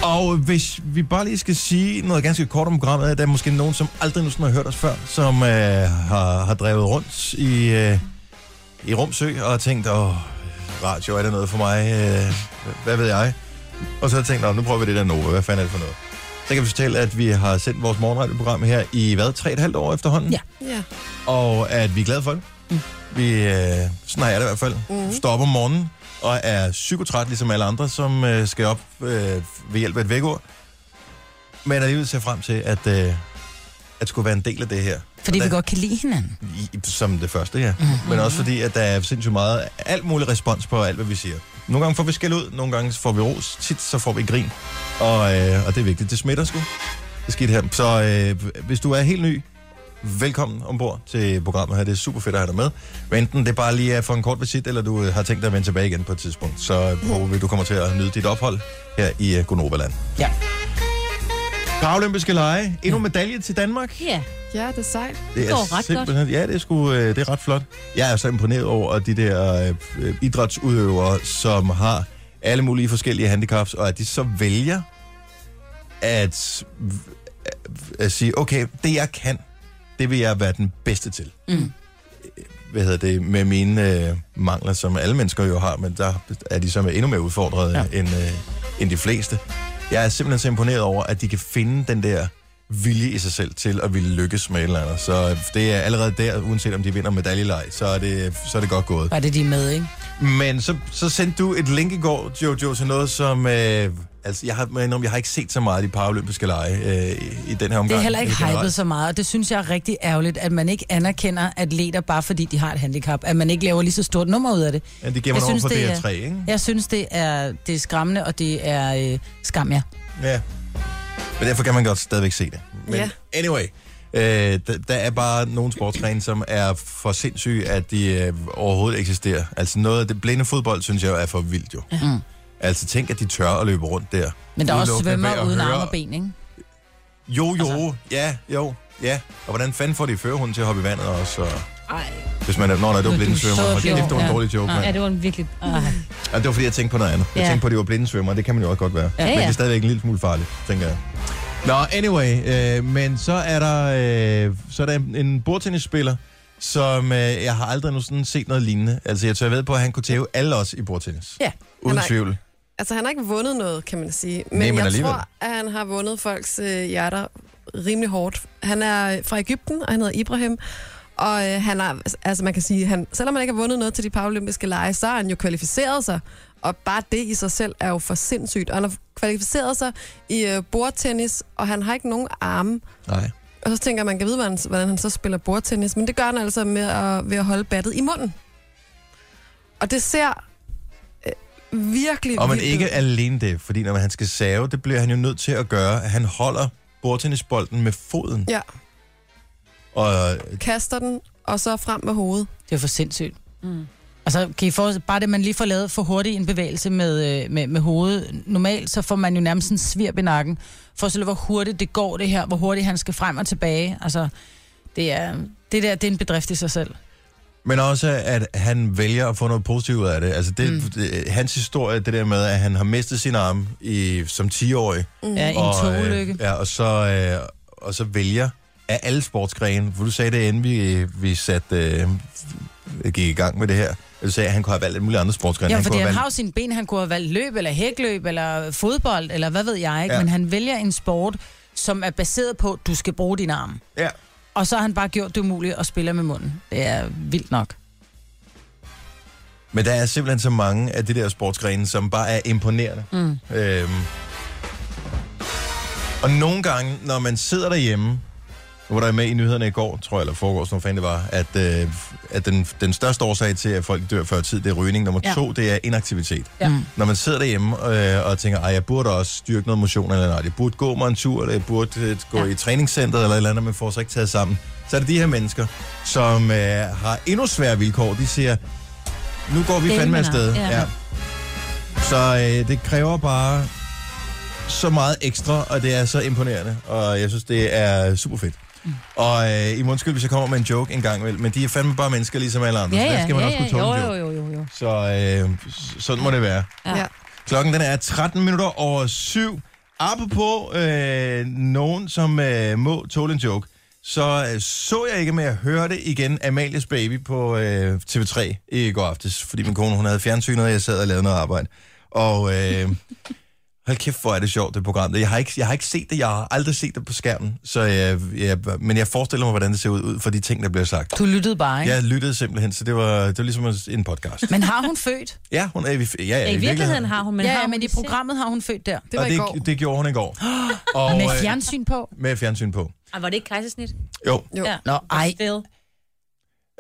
[SPEAKER 1] Og hvis vi bare lige skal sige noget ganske kort om programmet, der er måske nogen, som aldrig nogensinde har hørt os før, som øh, har, har drevet rundt i, øh, i Rumsø og har tænkt, åh, radio, er det noget for mig? Øh, hvad ved jeg? Og så har jeg tænkt, "Nå, nu prøver vi det der Nova, hvad fanden er det for noget? Så kan vi fortælle, at vi har sendt vores morgenradioprogram her i, hvad, tre et halvt år efterhånden?
[SPEAKER 2] Ja.
[SPEAKER 7] Ja.
[SPEAKER 1] Og at vi er glade for det. Mm. Vi, øh, sådan har jeg det i hvert fald, mm. stopper om morgenen og er psykotræt, ligesom alle andre, som øh, skal op øh, ved hjælp af et vækord. Men alligevel ser frem til, at, øh, at skulle være en del af det her.
[SPEAKER 3] Fordi
[SPEAKER 1] Og
[SPEAKER 3] vi
[SPEAKER 1] der-
[SPEAKER 3] godt kan lide hinanden.
[SPEAKER 1] i, som det første, ja. Mm-hmm. Men også fordi, at der er sindssygt meget, alt mulig respons på alt, hvad vi siger. Nogle gange får vi skæld ud, nogle gange får vi ros, tit så får vi grin. Og, øh, og det er vigtigt, det smitter sgu. Det skidt her. Så øh, hvis du er helt ny, velkommen ombord til programmet her. Det er super fedt at have dig med. Hvad enten det bare lige er for en kort visit, eller du øh, har tænkt dig at vende tilbage igen på et tidspunkt, så håber vi, du kommer til at nyde dit ophold her i øh, Gonoverland.
[SPEAKER 3] Ja.
[SPEAKER 1] Paralympiske lege. Endnu medalje til Danmark.
[SPEAKER 2] Ja,
[SPEAKER 4] Ja, det er sejt.
[SPEAKER 1] Det
[SPEAKER 2] går ret godt.
[SPEAKER 1] simpelthen, Ja, det er, sgu, øh, det er ret flot. Jeg er så imponeret over de der øh, øh, idrætsudøvere, som har alle mulige forskellige handicaps, og at de så vælger at, at, at sige, okay, det jeg kan, det vil jeg være den bedste til. Øh,
[SPEAKER 3] Mm.
[SPEAKER 1] Hvad hedder det? Med mine øh, mangler, som alle mennesker jo har, men der er de som er endnu mere udfordrede ja.
[SPEAKER 3] Ja.
[SPEAKER 1] end, øh, end de fleste. Jeg er simpelthen så imponeret over, at de kan finde den der vilje i sig selv til at ville lykkes med et eller andet. Så øh, det er allerede der, uanset om de vinder medaljelej, så er det, øh, så er det godt gået.
[SPEAKER 3] Var det de er med, ikke?
[SPEAKER 1] Men så, så sendte du et link i går, Jojo, til noget, som... Øh, altså, jeg har, må jeg indrømme, jeg har ikke set så meget af de paralympiske lege øh, i, i den her omgang.
[SPEAKER 3] Det er heller ikke
[SPEAKER 1] Eller
[SPEAKER 3] hypet så meget, og det synes jeg er rigtig ærgerligt, at man ikke anerkender atleter bare fordi de har et handicap, at man ikke laver lige så stort nummer ud af det.
[SPEAKER 1] generelt. Ja, det giver man
[SPEAKER 3] Jeg
[SPEAKER 1] over
[SPEAKER 3] synes,
[SPEAKER 1] på
[SPEAKER 3] det er-
[SPEAKER 1] DR3, ikke?
[SPEAKER 3] Jeg synes, det er, det er skræmmende, og det er øh, skam, ja.
[SPEAKER 1] Ja. Men derfor kan man godt stadigvæk se det. Men
[SPEAKER 7] Ja.
[SPEAKER 1] anyway, øh, der, der er bare nogle sportsgrene, som er for sindssyge, at de øh, overhovedet eksisterer. Altså noget af det blinde fodbold, synes jeg, er for vildt jo.
[SPEAKER 3] Mm.
[SPEAKER 1] Altså tænk, at de tør at løbe rundt der.
[SPEAKER 3] Men der er også
[SPEAKER 1] Udelukkende ved
[SPEAKER 3] svømmer
[SPEAKER 1] at
[SPEAKER 3] uden
[SPEAKER 1] høre-
[SPEAKER 3] arme og ben, ikke?
[SPEAKER 1] Jo, jo, altså. ja, jo, ja. Og hvordan fanden får de førehunden til at hoppe i vandet også? Og... Hvis man er, nå, nej, det var
[SPEAKER 3] Du- du
[SPEAKER 1] blindesvømmer.
[SPEAKER 3] så
[SPEAKER 1] Hold kæft,
[SPEAKER 3] fjol.
[SPEAKER 1] det var en
[SPEAKER 3] Ja.
[SPEAKER 1] dårlig joke,
[SPEAKER 3] Nej.
[SPEAKER 1] mand.
[SPEAKER 2] ja det var en virkelig... Ah.
[SPEAKER 1] Ja, det var fordi, jeg tænkte på noget andet. Jeg
[SPEAKER 2] Ja.
[SPEAKER 1] tænkte på, at det var blindesvømmer. Det kan man jo også godt være.
[SPEAKER 2] Ja,
[SPEAKER 1] Men det
[SPEAKER 2] ja.
[SPEAKER 1] er stadigvæk en lille smule farligt, tænker jeg. Nå, anyway. Øh, men så er der, øh, så er der en, en bordtennisspiller, som øh, jeg har aldrig nu sådan set noget lignende. Altså, jeg tør ved på, at han kunne tæve alle os i bordtennis.
[SPEAKER 3] Ja.
[SPEAKER 1] Uden
[SPEAKER 7] Nej.
[SPEAKER 1] tvivl.
[SPEAKER 7] Altså, han har ikke vundet noget, kan man sige. Men,
[SPEAKER 1] Nej, men
[SPEAKER 7] jeg
[SPEAKER 1] alligevel.
[SPEAKER 7] tror, at han har vundet folks øh, hjerter rimelig hårdt. Han er fra Ægypten, og han hedder Ibrahim. Og øh, han har, altså man kan sige, han, selvom han ikke har vundet noget til de paralympiske lege, så har han jo kvalificeret sig. Og bare det i sig selv er jo for sindssygt. Og han har kvalificeret sig i øh, bordtennis, og han har ikke nogen arme.
[SPEAKER 1] Nej.
[SPEAKER 7] Og så tænker man, kan vide, hvordan, hvordan han så spiller bordtennis. Men det gør han altså med at, ved at holde battet i munden. Og det ser øh, virkelig
[SPEAKER 1] Og man
[SPEAKER 7] vildt
[SPEAKER 1] ikke
[SPEAKER 7] ud.
[SPEAKER 1] alene det, fordi når han skal save, det bliver han jo nødt til at gøre. Han holder bordtennisbolden med foden.
[SPEAKER 7] Ja.
[SPEAKER 1] Og
[SPEAKER 7] kaster den, og så frem med hovedet.
[SPEAKER 3] Det er for sindssygt. Mm. Altså, kan I for, bare det, man lige får lavet for hurtigt en bevægelse med, øh, med, med hovedet. Normalt, så får man jo nærmest en svirp i nakken. For at hvor hurtigt det går det her, hvor hurtigt han skal frem og tilbage. Altså, det er, det der, det er en bedrift i sig selv.
[SPEAKER 1] Men også, at han vælger at få noget positivt ud af det. Altså, det, mm.
[SPEAKER 3] Mm.
[SPEAKER 1] det hans historie, det der med, at han har mistet sin arm i, som 10-årig.
[SPEAKER 3] Mm. Ja, en togulykke.
[SPEAKER 1] øh, ja, og, så, øh, og så vælger af alle sportsgrene, for du sagde det, inden vi, vi satte, øh, gik i gang med det her, at du sagde, at han kunne have valgt alle mulige andre sportsgrene.
[SPEAKER 3] Ja,
[SPEAKER 1] han
[SPEAKER 3] fordi
[SPEAKER 1] kunne
[SPEAKER 3] han
[SPEAKER 1] have
[SPEAKER 3] har jo sine ben, han kunne have valgt løb, eller hækløb, eller fodbold, eller hvad ved jeg, ikke?
[SPEAKER 1] Ja.
[SPEAKER 3] Ja. Men han vælger en sport, som er baseret på, at du skal bruge din arm.
[SPEAKER 1] Ja.
[SPEAKER 3] Og så har han bare gjort det umuligt at spille med munden. Det er vildt nok.
[SPEAKER 1] Men der er simpelthen så mange af de der sportsgrene, som bare er imponerende. Mm. Øhm. Og nogle gange, når man sidder derhjemme, hvor der er med i nyhederne i går, tror jeg, eller foregår, sådan fanden det var, at, øh, at den, den største årsag til, at folk dør før tid, det er rygning. Nummer ja.
[SPEAKER 3] Ja.
[SPEAKER 1] to, det er inaktivitet.
[SPEAKER 3] Ja. Mm.
[SPEAKER 1] Når man sidder derhjemme øh, og tænker, ej, jeg burde også styrke noget motion, eller nej, jeg burde gå mig en tur, eller jeg burde øh, gå ja. i træningscenteret, eller et eller andet, man får sig ikke taget sammen. Så er det de her mennesker, som øh, har endnu sværere vilkår. De siger, nu går vi
[SPEAKER 2] Dem
[SPEAKER 1] fandme
[SPEAKER 2] er der.
[SPEAKER 1] afsted.
[SPEAKER 2] Ja.
[SPEAKER 1] Så øh, det kræver bare så meget ekstra, og det er så imponerende, og jeg synes, det er super fedt. Mm. Og øh, I må undskylde, hvis jeg kommer med en joke en gang imellem, men de er fandme bare mennesker, ligesom alle andre,
[SPEAKER 2] Ja,
[SPEAKER 1] så
[SPEAKER 2] ja,
[SPEAKER 1] der skal man
[SPEAKER 2] ja,
[SPEAKER 1] også kunne tåle
[SPEAKER 2] ja.
[SPEAKER 1] en joke.
[SPEAKER 2] Jo, jo, jo, jo, jo.
[SPEAKER 1] Så øh, s- sådan må det være.
[SPEAKER 2] Ja.
[SPEAKER 7] Ja.
[SPEAKER 1] Klokken den er 13 minutter over syv. Apropos øh, nogen, som øh, må tåle en joke, så øh, så jeg ikke, men jeg hørte igen Amalias Baby på øh, TV3 i går aftes, fordi min kone hun havde fjernsynet, og jeg sad og lavede noget arbejde. Og øh, hold kæft, hvor er det sjovt, det program. Jeg har, ikke, jeg har ikke set det, jeg har aldrig set det på skærmen, så jeg, jeg, men jeg forestiller mig, hvordan det ser ud, ud for de ting, der bliver sagt.
[SPEAKER 3] Du lyttede bare, ikke?
[SPEAKER 1] Jeg lyttede simpelthen, så det var, det var ligesom en podcast.
[SPEAKER 3] Men har hun født?
[SPEAKER 1] Ja, hun er, i- ja, ja,
[SPEAKER 2] Ja, i virkeligheden har hun, men
[SPEAKER 3] Men ja,
[SPEAKER 2] har
[SPEAKER 3] ja,
[SPEAKER 2] hun
[SPEAKER 3] men i
[SPEAKER 2] det selv?
[SPEAKER 3] programmet har hun født der.
[SPEAKER 7] Det var
[SPEAKER 1] og
[SPEAKER 7] i går.
[SPEAKER 1] det, det gjorde hun i går. Og,
[SPEAKER 3] Med
[SPEAKER 1] øh,
[SPEAKER 3] fjernsyn på.
[SPEAKER 1] med fjernsyn på.
[SPEAKER 2] Ej, var det ikke kejsersnit?
[SPEAKER 1] Jo.
[SPEAKER 7] Jo.
[SPEAKER 2] Ja.
[SPEAKER 3] Nå, ej.
[SPEAKER 2] Still.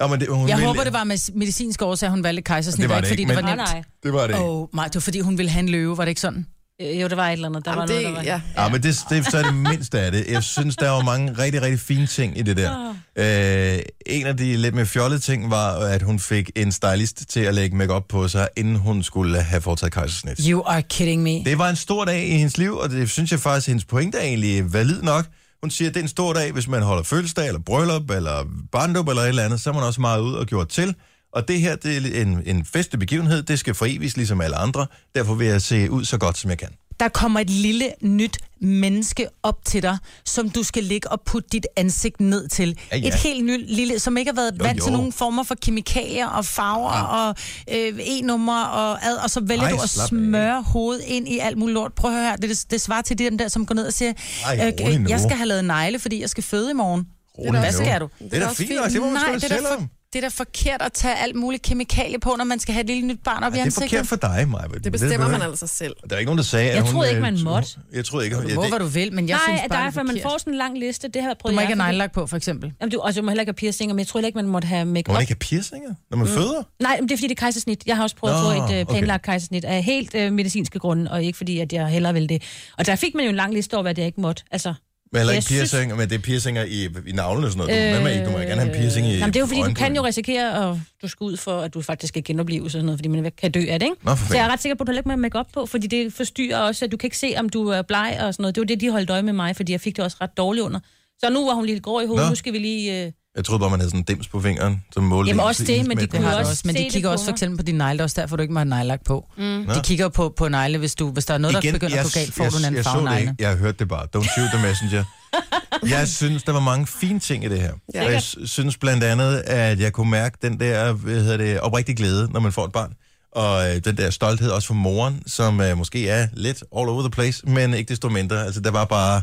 [SPEAKER 1] Ja, men det, hun
[SPEAKER 3] Jeg
[SPEAKER 1] ville-
[SPEAKER 3] håber, det var med medicinsk årsag, hun valgte kejsersnit,
[SPEAKER 1] Det var
[SPEAKER 3] og
[SPEAKER 1] det
[SPEAKER 3] ikke fordi
[SPEAKER 1] ikke,
[SPEAKER 3] det var
[SPEAKER 1] men-
[SPEAKER 2] Nej,
[SPEAKER 3] nemt.
[SPEAKER 2] nej.
[SPEAKER 1] Det var det ikke.
[SPEAKER 3] Åh, oh, nej, det var fordi, hun ville have en løve, var det ikke sådan?
[SPEAKER 2] Øh, Jo, der var et eller andet. Der
[SPEAKER 7] Jamen,
[SPEAKER 2] var
[SPEAKER 7] det,
[SPEAKER 2] noget, der var...
[SPEAKER 7] ja.
[SPEAKER 1] Ja, men det, det så er det mindste af det. Jeg synes, der var mange rigtig, rigtig fine ting i det der.
[SPEAKER 3] Ah.
[SPEAKER 1] Øh, en af de lidt mere fjollede ting var, at hun fik en stylist til at lægge makeup på sig, inden hun skulle have foretaget kejsersnit.
[SPEAKER 3] You are kidding me.
[SPEAKER 1] Det var en stor dag i hendes liv, og det synes jeg faktisk, at hendes pointe er egentlig valid nok. Hun siger, at det er en stor dag, hvis man holder fødselsdag, eller bryllup, eller barndåb, eller et eller andet, så er man også meget ud og gjort til. Og det her, det er en, en festlig begivenhed, det skal foreviges ligesom alle andre, derfor vil jeg se ud så godt, som jeg kan.
[SPEAKER 3] Der kommer et lille nyt menneske op til dig, som du skal ligge og putte dit ansigt ned til.
[SPEAKER 1] Ja, ja.
[SPEAKER 3] Et helt nyt lille, som ikke har været
[SPEAKER 1] Jo,
[SPEAKER 3] vant
[SPEAKER 1] jo.
[SPEAKER 3] til nogen former for kemikalier og farver ja. og øh, e-numre og ad, og så vælger
[SPEAKER 1] Ej,
[SPEAKER 3] Ej, du at
[SPEAKER 1] slap af.
[SPEAKER 3] smøre hovedet ind i alt muligt lort. Prøv at høre her, det, det, det svarer til den der, som går ned og siger,
[SPEAKER 1] Ej,
[SPEAKER 3] øh,
[SPEAKER 1] rolig nu.
[SPEAKER 3] jeg skal have lavet negle, fordi jeg skal føde i morgen.
[SPEAKER 1] Rolig
[SPEAKER 3] Hvad
[SPEAKER 1] nu.
[SPEAKER 3] skal du?
[SPEAKER 1] Det er da fint nok, det må man
[SPEAKER 3] Nej,
[SPEAKER 1] stå
[SPEAKER 3] det er,
[SPEAKER 1] selv
[SPEAKER 3] da for,
[SPEAKER 1] om.
[SPEAKER 3] det er da forkert at tage alt muligt kemikalie på, når man skal have et lille nyt barn op i
[SPEAKER 1] Ej, det er
[SPEAKER 3] ansigtet.
[SPEAKER 1] forkert for dig, Maja.
[SPEAKER 7] Det bestemmer man altså selv.
[SPEAKER 1] Der er ikke nogen, der sagde, at
[SPEAKER 2] Jeg
[SPEAKER 1] hun...
[SPEAKER 2] troede ikke,
[SPEAKER 1] øh,
[SPEAKER 2] man
[SPEAKER 1] hun-
[SPEAKER 2] måtte.
[SPEAKER 1] Jeg troede ikke, hun...
[SPEAKER 3] Du må, hvad du vil, men jeg
[SPEAKER 2] nej,
[SPEAKER 3] synes
[SPEAKER 2] at
[SPEAKER 3] bare,
[SPEAKER 2] der er,
[SPEAKER 3] det
[SPEAKER 2] for
[SPEAKER 3] er
[SPEAKER 2] man
[SPEAKER 3] forkert.
[SPEAKER 2] får sådan en lang liste. Det har jeg prøvet.
[SPEAKER 3] Du må
[SPEAKER 2] jeg.
[SPEAKER 3] ikke have nejlagt på, for eksempel.
[SPEAKER 2] Jamen, du, og du må heller ikke have piercinger, men jeg tror heller ikke, man måtte have
[SPEAKER 1] Må
[SPEAKER 2] make-up.
[SPEAKER 1] man ikke have piercinger, når man mm. føder?
[SPEAKER 2] Nej, men det er fordi, det er kejsersnit. Jeg har også prøvet
[SPEAKER 1] Nå,
[SPEAKER 2] at få et øh,
[SPEAKER 1] okay.
[SPEAKER 2] planlagt kejsersnit af helt øh, medicinske grunde, og ikke fordi, at jeg hellere ville det. Og der fik man jo en lang liste over, hvad det jeg ikke måtte. Altså,
[SPEAKER 1] Men heller
[SPEAKER 2] Jeg
[SPEAKER 1] ikke
[SPEAKER 2] synes-
[SPEAKER 1] piercinger, men det er piercinger i, i navlen og sådan noget. Øh... Hvad med ikke? Du må gerne have en piercing i
[SPEAKER 2] Øh, Jamen, det er jo fordi, du kan
[SPEAKER 1] øjenbrynet.
[SPEAKER 2] jo risikere, at du skal ud for, at du faktisk skal genopleve sådan noget, fordi man kan dø af det, ikke?
[SPEAKER 1] Nå, for
[SPEAKER 2] så jeg er
[SPEAKER 1] fanden.
[SPEAKER 2] ret sikker på, at du heller ikke må have make-up på, fordi det forstyrrer også, at du kan ikke se, om du er bleg og sådan noget. Det var det, de holdt øje med mig, fordi jeg fik det også ret dårligt under. Så nu var hun lidt grå i hovedet,
[SPEAKER 1] Nå.
[SPEAKER 2] Nå. nu skal vi lige... Øh...
[SPEAKER 1] Jeg troede bare, man havde sådan en dims på fingeren, som målte...
[SPEAKER 2] Jamen,
[SPEAKER 1] ens-
[SPEAKER 2] også det,
[SPEAKER 1] ens
[SPEAKER 2] men de
[SPEAKER 1] mæthed.
[SPEAKER 2] kunne
[SPEAKER 3] har
[SPEAKER 2] jo
[SPEAKER 3] det
[SPEAKER 2] også
[SPEAKER 3] også, men
[SPEAKER 2] se
[SPEAKER 3] de
[SPEAKER 2] det
[SPEAKER 3] kigger
[SPEAKER 2] på
[SPEAKER 3] også for
[SPEAKER 2] mig.
[SPEAKER 3] eksempel på din negle, det er også derfor du ikke må have nejlagt på. Mm.
[SPEAKER 1] Nå.
[SPEAKER 3] De kigger jo på, på negle, hvis, du, hvis der er noget, der begynder at gå galt, får du en anden
[SPEAKER 1] jeg, så
[SPEAKER 3] farve
[SPEAKER 1] det
[SPEAKER 3] negle.
[SPEAKER 1] ikke. Jeg hørte det bare. Don't shoot the messenger. jeg synes, der var mange fine ting i det her. Ja. Og jeg s- synes blandt andet, at jeg kunne mærke den der hvad hedder det, oprigtig glæde, når man får et barn. Og øh, den der stolthed også for moren, som øh, måske er lidt all over the place, men ikke desto mindre. Altså, der var bare...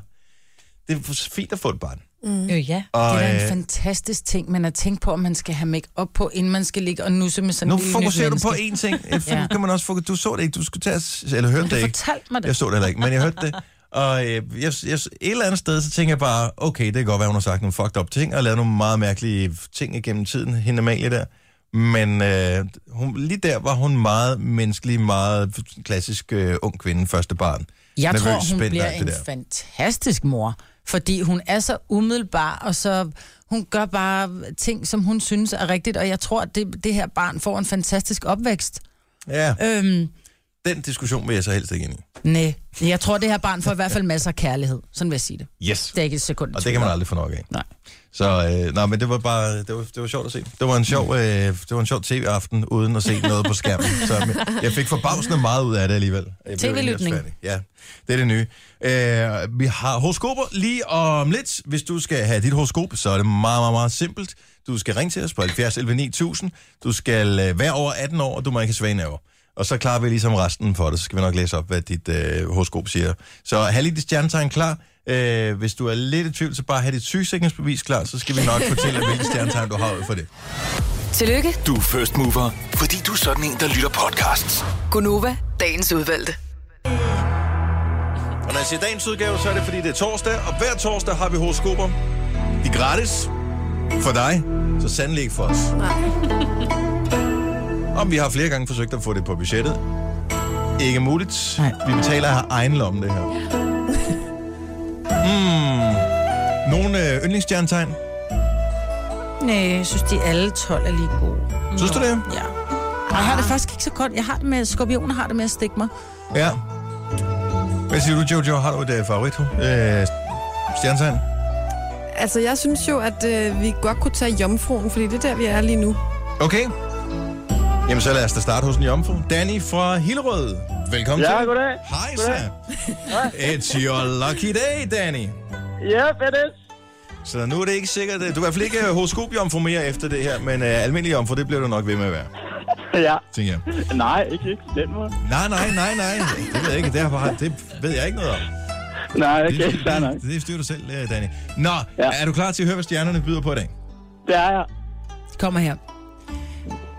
[SPEAKER 1] Det er f- fint at få et barn.
[SPEAKER 2] Mm. Øh, ja.
[SPEAKER 1] Og,
[SPEAKER 3] Det er da
[SPEAKER 1] øh,
[SPEAKER 3] en fantastisk ting, men at tænke på, om man skal have make op på, inden man skal ligge og nusse med sådan
[SPEAKER 1] nu
[SPEAKER 3] en lille nyt
[SPEAKER 1] fokuserer du på
[SPEAKER 3] menneske.
[SPEAKER 1] én ting. ja.
[SPEAKER 3] Ja.
[SPEAKER 1] kan man også fokus... Du så det ikke. Du skulle tage... at s- Eller hørte det
[SPEAKER 3] Du
[SPEAKER 1] ikke.
[SPEAKER 3] fortalte mig
[SPEAKER 1] Jeg
[SPEAKER 3] det.
[SPEAKER 1] så det heller ikke, men jeg hørte det. Og øh, jeg, jeg, et eller andet sted, så tænker jeg bare, okay, det kan godt være, hun har sagt nogle fucked up ting, og lavet nogle meget mærkelige ting igennem tiden, hende Amalie der. Men øh, hun, lige der var hun meget menneskelig, meget klassisk øh, ung kvinde, første barn.
[SPEAKER 3] Jeg
[SPEAKER 1] Nervøs,
[SPEAKER 3] tror, hun
[SPEAKER 1] spændt,
[SPEAKER 3] bliver
[SPEAKER 1] alt det
[SPEAKER 3] en
[SPEAKER 1] der.
[SPEAKER 3] fantastisk mor, fordi hun er så umiddelbar, og så hun gør bare ting, som hun synes er rigtigt, og jeg tror, at det, det her barn får en fantastisk opvækst.
[SPEAKER 1] Ja,
[SPEAKER 3] Øhm,
[SPEAKER 1] den diskussion vil jeg så helst ikke ind i.
[SPEAKER 3] Nej, jeg tror, det her barn får i hvert fald masser af kærlighed. Sådan vil jeg sige det.
[SPEAKER 1] Yes.
[SPEAKER 3] Det er ikke et sekund. i
[SPEAKER 1] Og det
[SPEAKER 3] tvivl
[SPEAKER 1] kan man
[SPEAKER 3] om.
[SPEAKER 1] aldrig få nok af.
[SPEAKER 3] Nej.
[SPEAKER 1] Så øh, nej, men det var bare det var, det var sjovt at se. Det var en sjov, øh, det var en sjov tv-aften uden at se noget på skærmen. Så men jeg fik forbavsende meget ud af det alligevel. Jeg blev ikke helt
[SPEAKER 3] TV-lytning.
[SPEAKER 1] færdig. Ja, det er det nye. Øh, vi har horoskoper lige om lidt. Hvis du skal have dit horoskop, så er det meget, meget, meget simpelt. Du skal ringe til os på 70 11 9000. Du skal øh, være over 18 år, og du må ikke have svage nerver. Og så klarer vi ligesom resten for det. Så skal vi nok læse op, hvad dit øh, horoskop siger. Så have lige dit stjernetegn klar. Øh, hvis du er lidt i tvivl, så bare have dit sygesikringsbevis klar, så skal vi nok fortælle, hvilket stjernetegn du har ud for det.
[SPEAKER 5] Tillykke,
[SPEAKER 6] Du er first mover, fordi du er sådan en, der lytter podcasts.
[SPEAKER 5] Gunova, dagens udvalgte.
[SPEAKER 1] Og når jeg siger dagens udgave, så er det fordi, det er torsdag, og hver torsdag har vi horoskoper. De er gratis for dig, så sandelig ikke for os. Om vi har flere gange forsøgt at få det på budgettet. Ikke muligt.
[SPEAKER 3] Nej.
[SPEAKER 1] Vi betaler af egen lomme, det her. Hmm. Nogle øh, yndlingsstjernetegn?
[SPEAKER 3] Nej, jeg synes, de alle 12 er lige gode.
[SPEAKER 1] Synes du det?
[SPEAKER 3] Ja. Og jeg har
[SPEAKER 1] Ah.
[SPEAKER 3] det faktisk ikke så godt. Jeg har det med, skorpioner har det med at stikke mig.
[SPEAKER 1] Ja. Hvad siger du, Jojo? Har du et øh, favorit øh, stjernetegn?
[SPEAKER 7] Altså, jeg synes jo, at øh, vi godt kunne tage jomfruen, fordi det er der, vi er lige nu.
[SPEAKER 1] Okay. Jamen, så lad os da starte hos en jomfru. Danny fra Hillerød. Velkommen
[SPEAKER 9] Ja,
[SPEAKER 1] til.
[SPEAKER 9] goddag.
[SPEAKER 1] Hej, så. It's your lucky day, Danny.
[SPEAKER 9] Yep, it is.
[SPEAKER 1] Så nu er det ikke sikkert. øh, Du er i hvert fald ikke øh, horoskopjomfru mere efter det her, men øh, almindelig jomfru, det bliver du nok ved med at være,
[SPEAKER 9] Ja.
[SPEAKER 1] tænker jeg.
[SPEAKER 9] Nej, ikke, ikke på den måde.
[SPEAKER 1] Nej, nej, nej, nej. Det ved jeg ikke. Det, har bare, det ved jeg ikke noget om.
[SPEAKER 9] Nej,
[SPEAKER 1] Det,
[SPEAKER 9] okay,
[SPEAKER 1] det,
[SPEAKER 9] fair nok.
[SPEAKER 1] det, det styrer du selv, øh, Danny. Nå, ja.
[SPEAKER 9] Ja.
[SPEAKER 1] er du klar til at høre, hvad stjernerne byder på i dag?
[SPEAKER 9] Det er jeg.
[SPEAKER 3] kommer her.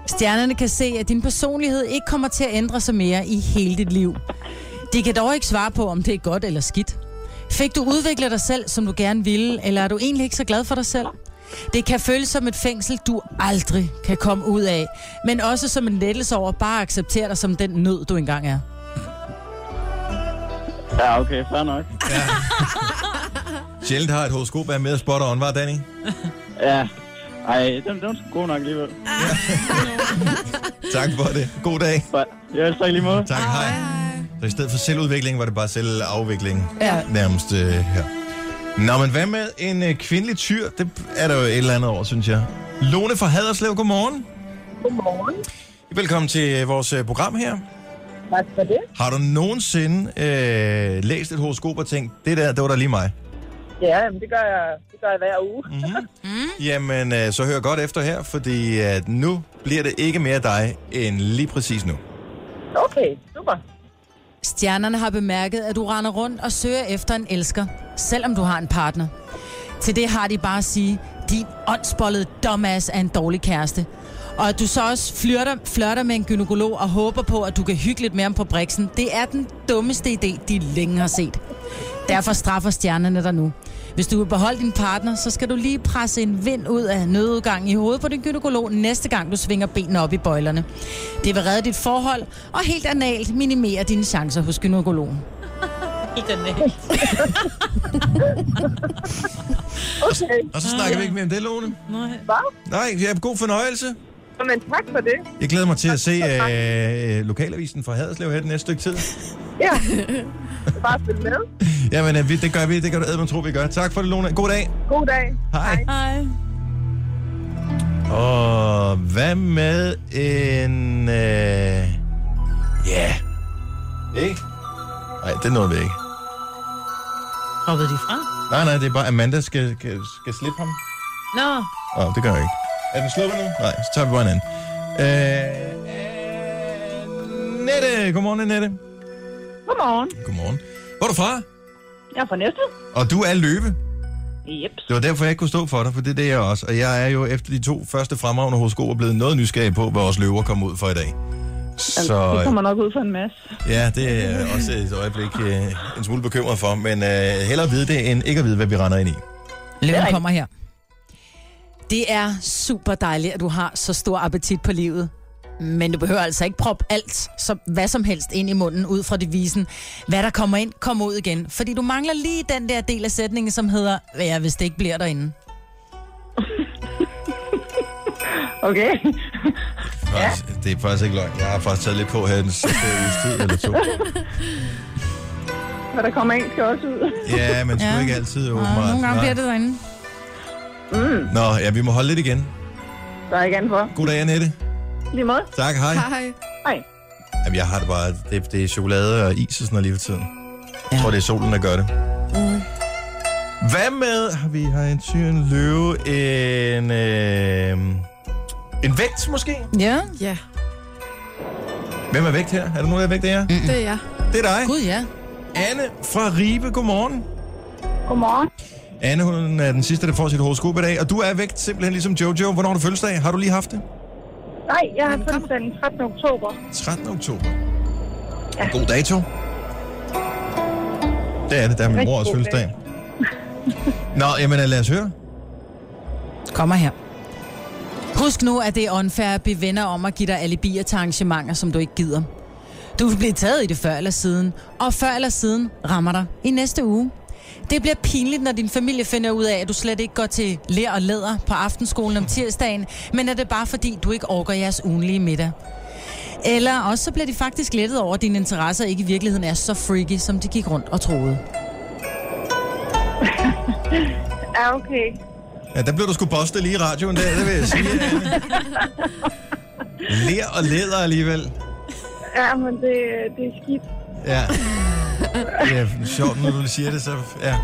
[SPEAKER 3] Stjernerne kan se, at din personlighed ikke kommer til at ændre sig mere i hele dit liv. De kan dog ikke svare på, om det er godt eller skidt. Fik du udviklet dig selv, som du gerne ville, eller er du egentlig ikke så glad for dig selv? Det kan føles som et fængsel, du aldrig kan komme ud af, men også som en lettelse over bare at acceptere dig som den nød, du engang er.
[SPEAKER 9] Ja, okay, fair nok.
[SPEAKER 1] Sjældent har et horoskop været med at spotte on, var Danny?
[SPEAKER 9] Ja. Ej, den, den er god nok alligevel.
[SPEAKER 1] Tak for det. God dag.
[SPEAKER 9] Jeg elsker ikke lige måde.
[SPEAKER 1] Tak, hej. Så i stedet for selvudvikling, var det bare selvafvikling
[SPEAKER 3] Ja.
[SPEAKER 1] nærmest øh, her. Nå, men hvad med en øh, kvindelig tyr? Det er der jo et eller andet over, synes jeg. Lone fra Haderslev, godmorgen.
[SPEAKER 10] Godmorgen.
[SPEAKER 1] Velkommen til øh, vores øh, program her.
[SPEAKER 10] Tak for det.
[SPEAKER 1] Har du nogensinde øh, læst et horoskop og tænkt, det der, det var da lige mig?
[SPEAKER 10] Ja, jamen, det gør jeg, det gør jeg hver uge. Mm.
[SPEAKER 1] Jamen, øh, så hør godt efter her, fordi at nu bliver det ikke mere dig end lige præcis nu.
[SPEAKER 10] Okay, super.
[SPEAKER 3] Stjernerne har bemærket, at du render rundt og søger efter en elsker, selvom du har en partner. Til det har de bare at sige, din åndsbollede dumbass er en dårlig kæreste. Og at du så også flirter, flirter med en gynekolog og håber på, at du kan hygge lidt med ham på briksen, det er den dummeste idé, de længe har set. Derfor straffer stjernerne dig nu. Hvis du vil beholde din partner, så skal du lige presse en vind ud af nødudgangen i hovedet på din gynekolog næste gang, du svinger benene op i bøjlerne. Det vil redde dit forhold og helt analt minimere dine chancer hos gynekologen.
[SPEAKER 10] Okay,
[SPEAKER 1] Og så snakker vi ikke mere om det, Lone.
[SPEAKER 10] hva?
[SPEAKER 1] Nej, ja, god fornøjelse.
[SPEAKER 10] Jamen, tak for det.
[SPEAKER 1] Jeg glæder mig til at se øh, øh, lokalavisen fra Haderslev her det næste stykke tid.
[SPEAKER 10] Ja, bare følg med.
[SPEAKER 1] Jamen, øh, vi- det gør vi. Det kan du æde, tro, vi gør. Tak for det, Lone. God dag.
[SPEAKER 10] God dag.
[SPEAKER 1] Hej. Og hvad med en... Øh... Ja. Ikke? Nej, det nåede vi ikke.
[SPEAKER 2] Hoppede de fra?
[SPEAKER 1] Nej, nej, det er bare, Amanda skal, skal, skal slippe ham.
[SPEAKER 2] Nå,
[SPEAKER 1] Åh, oh, det gør jeg ikke. Er den sluppet nu? Nej, så tager vi bare en anden. Øh, Nette. Godmorgen, Nette.
[SPEAKER 10] Godmorgen.
[SPEAKER 1] Godmorgen. Hvor er du fra?
[SPEAKER 10] Jeg er fra næste.
[SPEAKER 1] Og du er løbe.
[SPEAKER 10] Yep.
[SPEAKER 1] Det var derfor, jeg ikke kunne stå for dig, for det er det, jeg også. Og jeg er jo efter de to første fremragende horoskoper blevet noget nysgerrig på, hvad vores løver kom ud for i dag. Så
[SPEAKER 10] Altså, Det
[SPEAKER 1] øh,
[SPEAKER 10] kommer nok ud for en masse.
[SPEAKER 1] ja, det er jeg også et øjeblik øh, en smule bekymret for, men øh, hellere vide det, end ikke at vide, hvad vi render ind i.
[SPEAKER 3] Løven kommer her. Det er super dejligt, at du har så stor appetit på livet. Men du behøver altså ikke proppe alt, som, hvad som helst, ind i munden ud fra devisen. Hvad der kommer ind, kommer ud igen. Fordi du mangler lige den der del af sætningen, som hedder, hvad ja, hvis det ikke bliver derinde.
[SPEAKER 10] Okay.
[SPEAKER 1] Faktisk, Det er faktisk ikke løgn. Jeg har faktisk taget lidt på her den sidste uges tid eller to.
[SPEAKER 10] Hvad der kommer ind, skal også ud.
[SPEAKER 1] Ja, men sgu
[SPEAKER 3] Ja.
[SPEAKER 1] ikke altid
[SPEAKER 3] Og
[SPEAKER 1] åbenbart.
[SPEAKER 3] nogle gange
[SPEAKER 1] Nej.
[SPEAKER 3] bliver det derinde.
[SPEAKER 1] Nå, ja, vi må holde lidt igen.
[SPEAKER 10] Der er ikke andet for.
[SPEAKER 1] God dag, Annette.
[SPEAKER 10] Lige måde.
[SPEAKER 1] Tak, hej.
[SPEAKER 7] Hej.
[SPEAKER 10] Hej.
[SPEAKER 1] Jamen, jeg har det bare, det, det er chokolade og is og sådan noget lige for tiden. Jeg tror, det er solen, der gør det.
[SPEAKER 3] Mm.
[SPEAKER 1] Hvad med, vi har en tyr, en løve, en, øh, en vægt måske?
[SPEAKER 3] Ja.
[SPEAKER 7] Ja,
[SPEAKER 1] Hvem er vægt her? Er der nogen, der er vægt her? Mm.
[SPEAKER 7] det er jeg.
[SPEAKER 1] Det er dig.
[SPEAKER 3] Gud ja.
[SPEAKER 1] Anne fra Ribe, godmorgen.
[SPEAKER 10] Godmorgen.
[SPEAKER 1] Anne, hun er den sidste, der får sit horoskop i dag, og du er vægt simpelthen ligesom Jojo. Hvornår har du fødselsdag? Har du lige haft det?
[SPEAKER 10] Nej, jeg har fødselsdag den 13. oktober.
[SPEAKER 1] 13. oktober. En god dato. Det er det, der er min
[SPEAKER 10] Rigtig
[SPEAKER 1] mor også
[SPEAKER 10] god
[SPEAKER 1] fødselsdag. Nå, jamen lad os høre.
[SPEAKER 3] Kommer her. Husk nu, at det er unfair at blive venner om at give dig alibier til arrangementer, som du ikke gider. Du vil blive taget i det før eller siden, og før eller siden rammer dig i næste uge. Det bliver pinligt, når din familie finder ud af, at du slet ikke går til lær og læder på aftenskolen om tirsdagen, men at det er bare fordi, du ikke orker jeres ugenlige middag. Eller også så bliver de faktisk lettet over, at dine interesser ikke i virkeligheden er så freaky, som de gik rundt og troede.
[SPEAKER 10] Ja, okay.
[SPEAKER 1] Ja, der blev du sgu bostet lige i radioen der, det vil jeg sige. Anne. Ler og leder alligevel.
[SPEAKER 10] Ja, men det, det er skidt.
[SPEAKER 1] Ja. Ja, sjovt, når du siger det, så... Ja.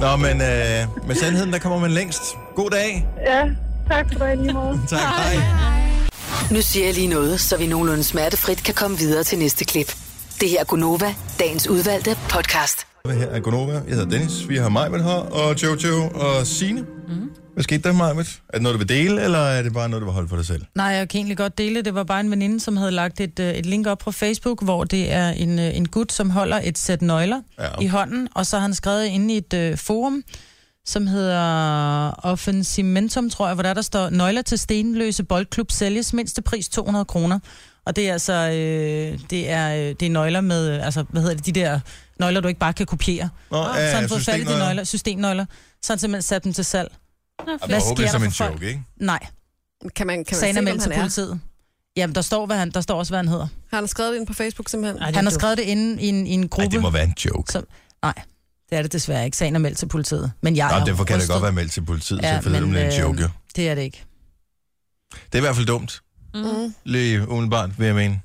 [SPEAKER 1] Nå, men øh, med sandheden, der kommer man længst. God dag.
[SPEAKER 10] Ja, tak for det lige måde.
[SPEAKER 1] Tak, hej.
[SPEAKER 5] Nu siger jeg lige noget, så vi nogenlunde smertefrit kan komme videre til næste klip. Det her er Gunova, dagens udvalgte podcast.
[SPEAKER 1] Her er Gunova. Jeg hedder Dennis. Vi har Majbet her, og Jojo og Sine.
[SPEAKER 3] Mhm.
[SPEAKER 1] Mm. Hvad skete der, Majbet? Er det noget, du vil dele, eller er det bare noget, du vil holde for dig selv?
[SPEAKER 3] Nej, jeg kan egentlig godt dele. det. Det var bare en veninde, som havde lagt et, øh, et link op på Facebook, hvor det er en, øh, en gut, som holder et sæt nøgler
[SPEAKER 1] ja.
[SPEAKER 3] i hånden, og så har han skrevet inde i et øh, forum, som hedder Offensimentum, tror jeg, hvor der, er, der står, nøgler til stenløse boldklub sælges mindste pris 200 kroner. Og det er altså, øh, det er, øh, det er nøgler med, øh, altså, hvad hedder det, de der nøgler, du ikke bare kan kopiere.
[SPEAKER 1] Nå, ja,
[SPEAKER 3] så har
[SPEAKER 1] ja,
[SPEAKER 3] han Ah, fået fat i de
[SPEAKER 1] systemnøgler.
[SPEAKER 3] nøgler, systemnøgler, så har han simpelthen sat dem til salg.
[SPEAKER 1] Jeg håber, det er som en
[SPEAKER 3] folk?
[SPEAKER 1] joke, ikke?
[SPEAKER 3] Nej.
[SPEAKER 7] Kan man, kan man
[SPEAKER 3] Sagen
[SPEAKER 7] se,
[SPEAKER 3] er
[SPEAKER 7] om
[SPEAKER 3] meldt til
[SPEAKER 7] han er?
[SPEAKER 3] politiet. Jamen, der står, hvad han, der står også, hvad han hedder.
[SPEAKER 7] Har han skrevet det ind på Facebook simpelthen?
[SPEAKER 3] Ej, han har skrevet det inde i en, i en gruppe.
[SPEAKER 1] Ej, det må være en joke.
[SPEAKER 3] som, nej, det er det desværre ikke. Sagen er meldt til politiet. Men jeg
[SPEAKER 1] Nå,
[SPEAKER 3] er
[SPEAKER 1] derfor kan det
[SPEAKER 3] rystet.
[SPEAKER 1] godt være meldt til politiet, ja, så men, det er en joke. jo.
[SPEAKER 3] Det er det ikke.
[SPEAKER 1] Det er i hvert fald dumt.
[SPEAKER 7] Mm.
[SPEAKER 1] Lige umiddelbart, vil jeg mene.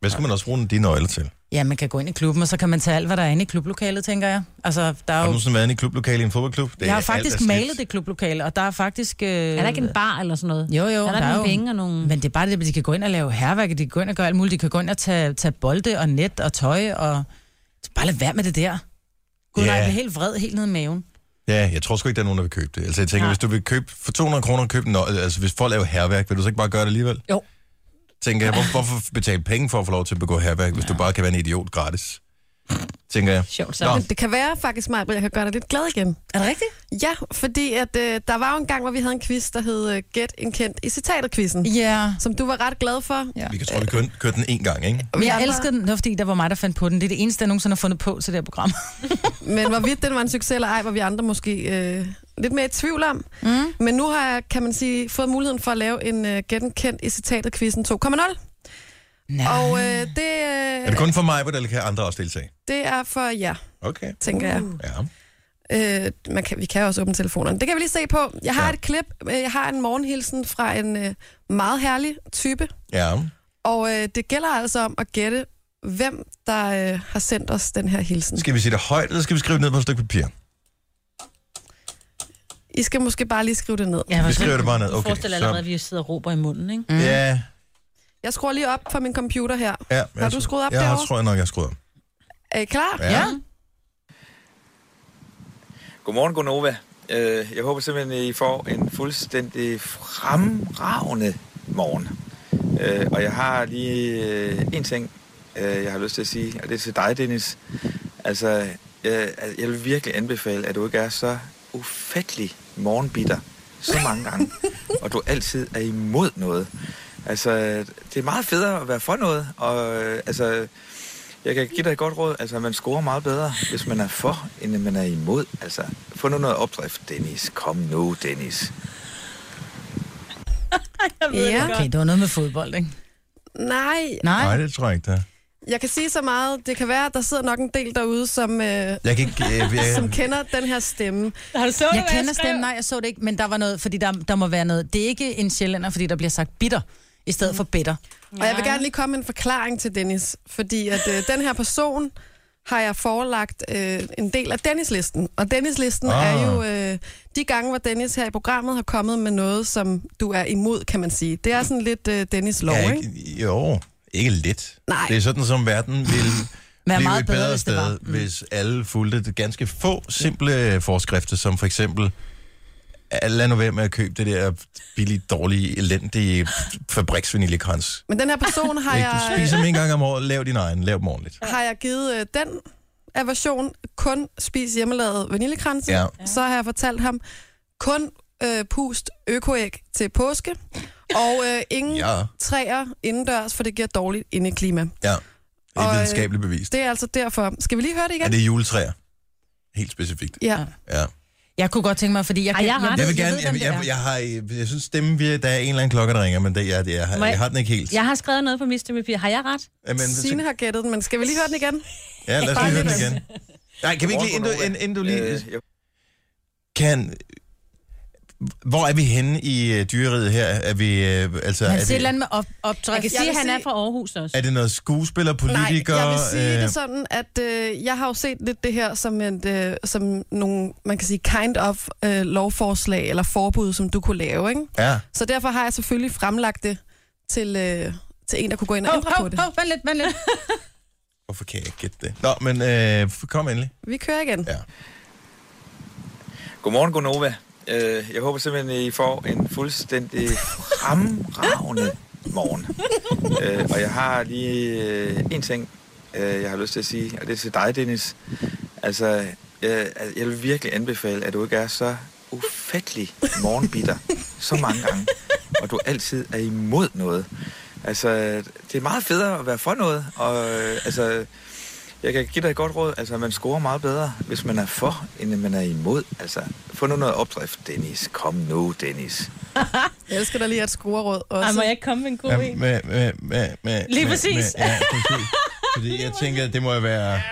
[SPEAKER 1] Hvad skal man også bruge de nøgler til?
[SPEAKER 3] Ja, man kan gå ind i klubben, og så kan man tage alt, hvad der er inde i klublokalet, tænker jeg. Altså, der er
[SPEAKER 1] Har du
[SPEAKER 3] jo...
[SPEAKER 1] nogensinde været inde i et klublokale i en fodboldklub? Det
[SPEAKER 3] jeg har
[SPEAKER 1] er alt er
[SPEAKER 3] faktisk
[SPEAKER 1] skidt.
[SPEAKER 3] malet det klublokale, og der er faktisk... Øh...
[SPEAKER 2] Er der ikke en bar eller sådan noget?
[SPEAKER 3] Jo, jo.
[SPEAKER 2] Er der, ikke
[SPEAKER 3] er
[SPEAKER 2] nogle
[SPEAKER 3] jo-
[SPEAKER 2] penge og nogle...
[SPEAKER 3] Men det er bare det, at de kan gå ind og lave herværk, de kan gå ind og gøre alt muligt. De kan gå ind og tage, tage bolde og net og tøj og... Så Bare lad være med det der. Gud,
[SPEAKER 1] Ja.
[SPEAKER 3] nej, jeg bliver helt vred, helt ned i maven.
[SPEAKER 1] Ja, jeg tror sgu ikke, der er nogen, der vil købe det. Altså, jeg tænker, hvis du vil købe for 200 kroner, købe nø- altså, hvis folk laver herværk, vil du så ikke bare gøre det alligevel?
[SPEAKER 3] Jo.
[SPEAKER 1] Tænker jeg, hvor, hvorfor betale penge for at få lov til at begå herværk, hvis du bare kan være en idiot gratis? Tænker jeg.
[SPEAKER 2] Sjovt
[SPEAKER 1] Nå,
[SPEAKER 7] Men det kan være faktisk mig, at jeg kan gøre dig lidt glad igen.
[SPEAKER 3] Er det rigtigt?
[SPEAKER 7] Ja, fordi at, øh, der var jo en gang, hvor vi havde en quiz, der hed øh, Gæt en kendt i citatet-quizzen,
[SPEAKER 3] Ja.
[SPEAKER 7] som du var ret glad for.
[SPEAKER 3] Ja.
[SPEAKER 1] vi kan tro, vi kørte, kørte den en gang, ikke?
[SPEAKER 3] Men
[SPEAKER 7] Vi
[SPEAKER 3] jeg
[SPEAKER 7] andre-
[SPEAKER 3] elskede den, det var fordi, der var mig, der fandt på den. Det er det eneste, jeg nogensinde har fundet på til det her program.
[SPEAKER 7] Men hvorvidt den var en succes eller ej, var vi andre måske øh, lidt mere i tvivl om.
[SPEAKER 3] Mm.
[SPEAKER 7] Men nu har jeg, kan man sige, fået muligheden for at lave en øh, Gæt en kendt i citatet-quizzen 2.0.
[SPEAKER 3] Nej.
[SPEAKER 7] Og øh, det,
[SPEAKER 1] Er
[SPEAKER 7] øh,
[SPEAKER 1] det kun for mig, eller kan andre også deltage?
[SPEAKER 7] det er for jer,
[SPEAKER 1] Okay.
[SPEAKER 7] tænker jeg.
[SPEAKER 1] Ja.
[SPEAKER 7] Øh, man kan, vi kan også åbne telefonerne. Det kan vi lige se på. Jeg har
[SPEAKER 1] Ja.
[SPEAKER 7] ja. et klip. Øh, Jeg har en morgenhilsen fra en øh, meget herlig type.
[SPEAKER 1] Ja.
[SPEAKER 7] Og øh, det gælder altså om at gætte, hvem der øh, har sendt os den her hilsen.
[SPEAKER 1] Skal vi sige det højt, eller skal vi skrive det ned på et stykke papir?
[SPEAKER 7] I skal måske bare lige skrive det ned.
[SPEAKER 3] Ja,
[SPEAKER 1] Vi skriver det bare ned.
[SPEAKER 2] Okay,
[SPEAKER 1] Okay,
[SPEAKER 2] Forestil dig allerede, at vi sidder og råber i munden, ikke?
[SPEAKER 3] Mm.
[SPEAKER 1] Ja,
[SPEAKER 7] Jeg skruer lige op for min computer her.
[SPEAKER 1] ja.
[SPEAKER 7] Har du skruet op
[SPEAKER 1] jeg, Jeg
[SPEAKER 7] derovre?
[SPEAKER 1] tror jeg nok, jeg har skruet op.
[SPEAKER 7] Er I klar?
[SPEAKER 1] Ja.
[SPEAKER 11] Godmorgen, Gonova. Øh, Jeg håber simpelthen, at I får en fuldstændig fremragende morgen. Øh, Og jeg har lige øh, en ting, øh, jeg har lyst til at sige, og det er til dig, Dennis. Altså, jeg jeg vil virkelig anbefale, at du ikke er så ufattelig morgenbitter så mange gange, og du altid er imod noget. Altså, det er meget federe at være for noget, og øh, altså, jeg kan give dig et godt råd. Altså, man scorer meget bedre, hvis man er for, end man er imod. Altså, få nu noget opdrift, Dennis. Kom nu, Dennis.
[SPEAKER 7] Ja.
[SPEAKER 3] Mm. Okay, det var noget med fodbold, ikke?
[SPEAKER 7] Nej,
[SPEAKER 3] Nej.
[SPEAKER 1] Nej, det tror jeg ikke, det er.
[SPEAKER 7] jeg kan sige så meget. Det kan være, at der sidder nok en del derude, som, øh,
[SPEAKER 1] Jeg kan ikke... Jeg, jeg,
[SPEAKER 7] som kender den her stemme.
[SPEAKER 2] Har du så
[SPEAKER 3] Jeg kender stemmen, nej, jeg så det ikke, men der var noget, fordi der, der må være noget. Det er ikke en sjællænder, fordi der bliver sagt bitter, i
[SPEAKER 2] Mm.
[SPEAKER 3] stedet for bitter.
[SPEAKER 7] Og jeg vil gerne lige komme med en forklaring til Dennis, fordi at øh, den her person har jeg forelagt øh, en del af Dennis-listen. Og Dennis-listen
[SPEAKER 1] Ah.
[SPEAKER 7] ah. er jo øh, de gange, hvor Dennis her i programmet har kommet med noget, som du er imod, kan man sige. Det er sådan lidt øh, Dennis-lov,
[SPEAKER 1] Ja,
[SPEAKER 7] ikke?
[SPEAKER 1] ikke, jo, ikke lidt.
[SPEAKER 7] Nej.
[SPEAKER 1] Det er sådan, som verden ville blive
[SPEAKER 3] meget
[SPEAKER 1] et
[SPEAKER 3] bedre,
[SPEAKER 1] bedre
[SPEAKER 3] hvis
[SPEAKER 1] sted,
[SPEAKER 3] det var.
[SPEAKER 1] mm. hvis alle fulgte det ganske få simple forskrifter, som for eksempel, "Ah, lad nu være med at købe det der billige, dårlige, elendige fabriksvaniljekrans.
[SPEAKER 7] Men den her person har
[SPEAKER 1] Ikke? Du
[SPEAKER 7] jeg,
[SPEAKER 1] spiser dem en gang om året, lav din egen, lav dem ordentligt.
[SPEAKER 7] har jeg givet øh, den af version, kun spis hjemmelavet vaniljekranse.
[SPEAKER 1] Ja.
[SPEAKER 7] Så har jeg fortalt ham, kun øh, pust økoæg til påske, og øh, ingen ja.
[SPEAKER 1] Ja,
[SPEAKER 7] træer indendørs, for det giver dårligt indeklima.
[SPEAKER 1] ja. Det er
[SPEAKER 7] Og, øh,
[SPEAKER 1] videnskabeligt bevist.
[SPEAKER 7] Det er altså derfor. Skal vi lige høre det igen?
[SPEAKER 1] Er det juletræer? Helt specifikt.
[SPEAKER 7] Ja.
[SPEAKER 1] Ja.
[SPEAKER 3] Jeg kunne godt tænke mig, fordi jeg,
[SPEAKER 2] Ej, jeg har det.
[SPEAKER 1] Jeg vil
[SPEAKER 3] ved,
[SPEAKER 1] gerne,
[SPEAKER 3] ved,
[SPEAKER 1] jeg,
[SPEAKER 3] hvem det
[SPEAKER 1] jeg,
[SPEAKER 3] er.
[SPEAKER 1] jeg, har, jeg synes stemmen, vi- der er en eller anden klokke, der ringer, men det er, det er,
[SPEAKER 2] Må
[SPEAKER 1] jeg,
[SPEAKER 2] jeg-
[SPEAKER 1] jeg har den ikke helt.
[SPEAKER 2] Jeg har skrevet noget på mit stemmepapir. Har jeg ret?
[SPEAKER 1] Ja, men-
[SPEAKER 7] Signe har gættet den, men skal vi lige høre den igen?
[SPEAKER 1] Ja, lad os lige høre den igen. Nej, kan vi ikke lige, inden du,
[SPEAKER 11] Godmorgen,
[SPEAKER 1] inden, inden du
[SPEAKER 11] Gonova.
[SPEAKER 1] lige...
[SPEAKER 11] Øh, jo.
[SPEAKER 1] Kan... Hvor er vi henne i øh, dyreriet her? Er vi, øh, altså, er
[SPEAKER 3] Han siger et
[SPEAKER 1] det,
[SPEAKER 3] eller andet med op, optræk.
[SPEAKER 2] Jeg kan sige, han er fra Aarhus også.
[SPEAKER 1] er det noget skuespiller, politiker?
[SPEAKER 7] Nej, jeg vil sige
[SPEAKER 1] øh,
[SPEAKER 7] det sådan, at øh, jeg har jo set lidt det her som, en, øh, som nogle, man kan sige, kind of øh, lovforslag eller forbud, som du kunne lave, ikke?
[SPEAKER 1] Ja.
[SPEAKER 7] Så derfor har jeg selvfølgelig fremlagt det til, øh, til en, der kunne gå ind og
[SPEAKER 3] Hov,
[SPEAKER 7] ændre på
[SPEAKER 3] hov,
[SPEAKER 7] det.
[SPEAKER 3] hov, vent lidt, vent lidt.
[SPEAKER 1] Hvorfor kan jeg ikke gætte det? Nå, men øh, kom endelig.
[SPEAKER 7] Vi kører igen.
[SPEAKER 1] Ja.
[SPEAKER 11] Godmorgen, Gunova. Øh, jeg håber simpelthen, I får en fuldstændig fremragende morgen. Øh, og jeg har lige øh, en ting, øh, jeg har lyst til at sige, og det er til dig, Dennis. Altså, øh, altså, jeg vil virkelig anbefale, at du ikke er så ufattelig morgenbitter så mange gange, og du altid er imod noget. Altså, det er meget federe at være for noget, og øh, altså, jeg kan give dig et godt råd. Altså, man scorer meget bedre, hvis man er for, end man er imod. Altså, få nu noget opdrift, Dennis. Kom nu, Dennis.
[SPEAKER 7] Jeg elsker dig lige at skrue råd også.
[SPEAKER 2] Ej, må jeg ikke komme med en god en?
[SPEAKER 1] med, med, med, med,
[SPEAKER 2] Lige
[SPEAKER 1] med,
[SPEAKER 2] præcis.
[SPEAKER 1] Med, ja, præcis. Fordi jeg tænker, at det må jo være...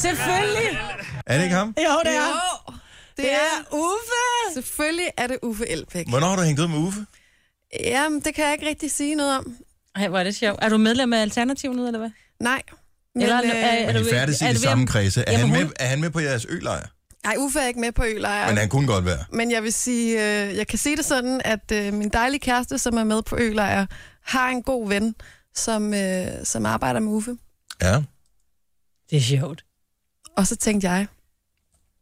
[SPEAKER 3] Selvfølgelig.
[SPEAKER 1] Er det ikke ham?
[SPEAKER 3] Jo, det er.
[SPEAKER 7] Jo, det er Uffe! Selvfølgelig er det Uffe Elbæk.
[SPEAKER 1] Hvornår har du hængt ud med Uffe?
[SPEAKER 7] Jamen, det kan jeg ikke rigtig sige noget om.
[SPEAKER 2] Ej, hvor er det sjovt. Er du medlem af Alternativet nu, eller hvad?
[SPEAKER 7] Nej. Men,
[SPEAKER 2] Eller,
[SPEAKER 7] øh,
[SPEAKER 2] er-
[SPEAKER 1] Men
[SPEAKER 2] du
[SPEAKER 1] I
[SPEAKER 2] ved-
[SPEAKER 1] færdes i
[SPEAKER 2] er
[SPEAKER 1] de
[SPEAKER 2] du ved-
[SPEAKER 1] samme kredse. Er,
[SPEAKER 2] Jamen,
[SPEAKER 1] han
[SPEAKER 2] hun-
[SPEAKER 1] med, er han med på jeres ølejr?
[SPEAKER 7] Ej, Uffe er ikke med på Ølejr.
[SPEAKER 1] Men han kunne godt være.
[SPEAKER 7] Men jeg vil sige, øh, jeg kan sige det sådan, at øh, min dejlige kæreste, som er med på Ølejr, har en god ven, som, øh, som arbejder med Uffe.
[SPEAKER 1] Ja.
[SPEAKER 2] Det er sjovt.
[SPEAKER 7] Og så tænkte jeg,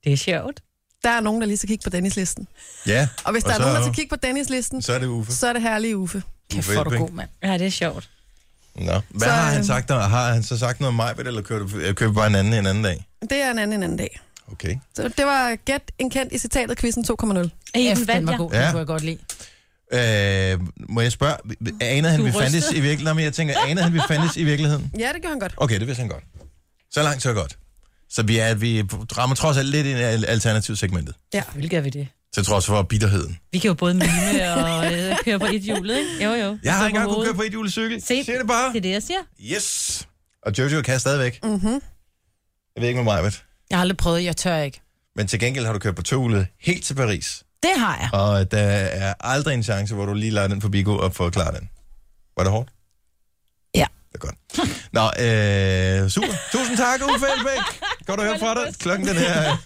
[SPEAKER 2] Det er sjovt.
[SPEAKER 7] der er nogen, der lige skal kigge på Dennis-listen.
[SPEAKER 1] Ja.
[SPEAKER 7] Og hvis og der er nogen, der skal kigge på Dennis-listen,
[SPEAKER 1] Så er det Uffe.
[SPEAKER 7] så er det herlige Uffe.
[SPEAKER 3] Kæft,
[SPEAKER 1] Uffe
[SPEAKER 3] hvor er du
[SPEAKER 1] Elbæk.
[SPEAKER 3] god, mand.
[SPEAKER 2] Ja, det er sjovt.
[SPEAKER 1] Nå. Hvad
[SPEAKER 7] Så,
[SPEAKER 1] har han
[SPEAKER 7] øh,
[SPEAKER 1] sagt? Der? Har han så sagt noget om mig, eller kører du, jeg køber bare en anden en anden dag?
[SPEAKER 7] Det er en anden en anden dag.
[SPEAKER 1] Okay.
[SPEAKER 7] Så det var gæt en kendt i citatet quizzen 2.0.
[SPEAKER 2] Ej,
[SPEAKER 3] Kæft,
[SPEAKER 2] den
[SPEAKER 3] den
[SPEAKER 2] vandt
[SPEAKER 3] var
[SPEAKER 2] jeg.
[SPEAKER 3] god.
[SPEAKER 1] Ja.
[SPEAKER 3] Den kunne jeg godt lide.
[SPEAKER 1] Øh, må jeg spørge, aner han,
[SPEAKER 2] Du
[SPEAKER 1] vi fandtes
[SPEAKER 2] ryster.
[SPEAKER 1] i virkeligheden? Nå, men jeg tænker, aner han, vi fandtes i virkeligheden?
[SPEAKER 7] Ja, det gjorde han godt.
[SPEAKER 1] Okay, det vidste han godt. Så langt, så godt. Så vi, er, vi rammer trods alt lidt ind i al- alternativsegmentet.
[SPEAKER 2] Hvilket er vi det?
[SPEAKER 1] Til trods for bitterheden.
[SPEAKER 2] Vi kan jo både mime og øh, køre på et hjulet, ikke? Jo, jo.
[SPEAKER 1] Jeg har
[SPEAKER 2] Så
[SPEAKER 1] ikke engang kunnet
[SPEAKER 2] hovedet.
[SPEAKER 1] køre på et julecykel.
[SPEAKER 2] Se,
[SPEAKER 1] Se det bare.
[SPEAKER 2] Det er det, jeg siger.
[SPEAKER 1] Yes. Og Jojo kan stadigvæk. Mm-hmm. Jeg ved ikke med mig,
[SPEAKER 3] Jeg har aldrig prøvet, jeg tør ikke.
[SPEAKER 1] men til gengæld har du kørt på toget helt til Paris.
[SPEAKER 3] Det har jeg.
[SPEAKER 1] Og der er aldrig en chance, hvor du lige lader den forbi gå op for at klare den. Var det hårdt?
[SPEAKER 3] Ja.
[SPEAKER 1] Det er godt. Nå, øh, super. Tusind tak, Uffe Elbæk. Godt at høre fra dig. Klokken den her...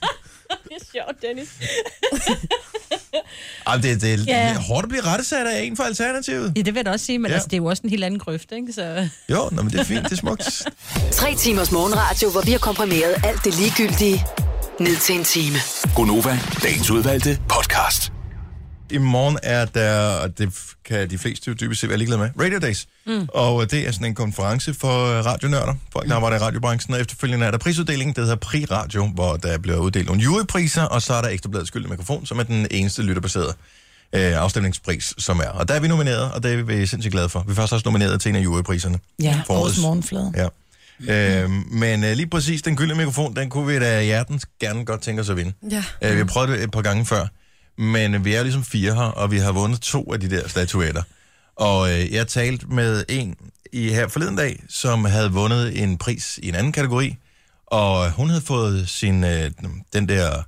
[SPEAKER 2] Det er sjovt, Dennis.
[SPEAKER 1] Ej, det, det er
[SPEAKER 2] Ja.
[SPEAKER 1] yeah. hårdt at blive rettesat af en for alternativet.
[SPEAKER 2] Ja, det vil jeg da også sige, men
[SPEAKER 1] Ja.
[SPEAKER 2] ja. altså, det er jo også en helt anden grøft, ikke? Så...
[SPEAKER 1] Jo, nå, men det er fint, det er smukt.
[SPEAKER 5] Tre timers morgenradio, hvor vi har komprimeret alt det ligegyldige ned til en time.
[SPEAKER 6] Gonova, dagens udvalgte podcast.
[SPEAKER 1] I morgen er der, og det f- kan de fleste jo dybest set være ligeglade med, Radio Days. Mm. Og øh, det er sådan en konference for øh, radionørder, folk der arbejder i radiobranchen, og efterfølgende er der prisuddelingen, det hedder Pri Radio, hvor der bliver uddelt nogle jurypriser, og så er der Ekstrabladets Gyldne Mikrofon, som er den eneste lytterbaserede øh, afstemningspris, som er. Og der er vi nomineret, og det er vi sindssygt glade for. Vi er faktisk også nomineret til en af jurypriserne.
[SPEAKER 3] Ja,
[SPEAKER 1] Forårets-
[SPEAKER 3] vores morgenflade.
[SPEAKER 1] Ja. Mm. Øh, men øh, lige præcis den gyldne mikrofon, den kunne vi da hjertens gerne godt tænke os at vinde.
[SPEAKER 7] Ja.
[SPEAKER 1] Øh, vi har prøvet det et par gange før, men vi er jo ligesom fire her, og vi har vundet to af de der statuetter. Og øh, jeg talte med en i her forleden dag, som havde vundet en pris i en anden kategori, og hun havde fået sin, øh, den der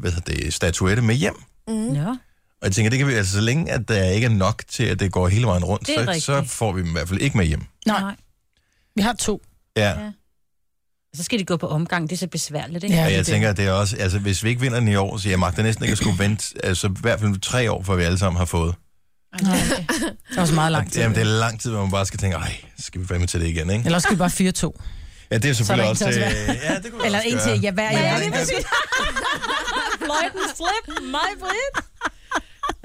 [SPEAKER 1] hvad hedder det, statuette med hjem.
[SPEAKER 2] Mm. Ja.
[SPEAKER 1] Og jeg tænker, det kan vi, altså, så længe at der ikke er nok til, at det går hele vejen rundt,
[SPEAKER 2] Det er
[SPEAKER 1] så, så
[SPEAKER 2] rigtigt.
[SPEAKER 1] får vi dem i hvert fald ikke med hjem.
[SPEAKER 3] Nej, vi har to.
[SPEAKER 1] Ja.
[SPEAKER 2] Ja. Så skal de gå på omgang, det er så besværligt, ikke?
[SPEAKER 3] Ja.
[SPEAKER 1] Og
[SPEAKER 3] det er
[SPEAKER 1] jeg
[SPEAKER 3] det.
[SPEAKER 1] tænker, at det er også, altså hvis vi ikke vinder den i år, så jeg magter næsten ikke at skulle vente, altså i hvert fald tre år, før vi alle sammen har fået.
[SPEAKER 3] Nej, det er også meget lang tid.
[SPEAKER 1] Jamen, det er lang tid, hvor man bare skal tænke, ej, skal vi fandme til det igen, ikke?
[SPEAKER 3] Eller også skal vi bare fire to.
[SPEAKER 1] Ja, det er selvfølgelig også...
[SPEAKER 3] Så er der en til
[SPEAKER 1] øh, ja, det kunne vi
[SPEAKER 3] Eller
[SPEAKER 1] også
[SPEAKER 3] en
[SPEAKER 1] gøre.
[SPEAKER 3] til, ja, hver ja.
[SPEAKER 2] det er præcis. Fløjten slip, mig Britt. Uh,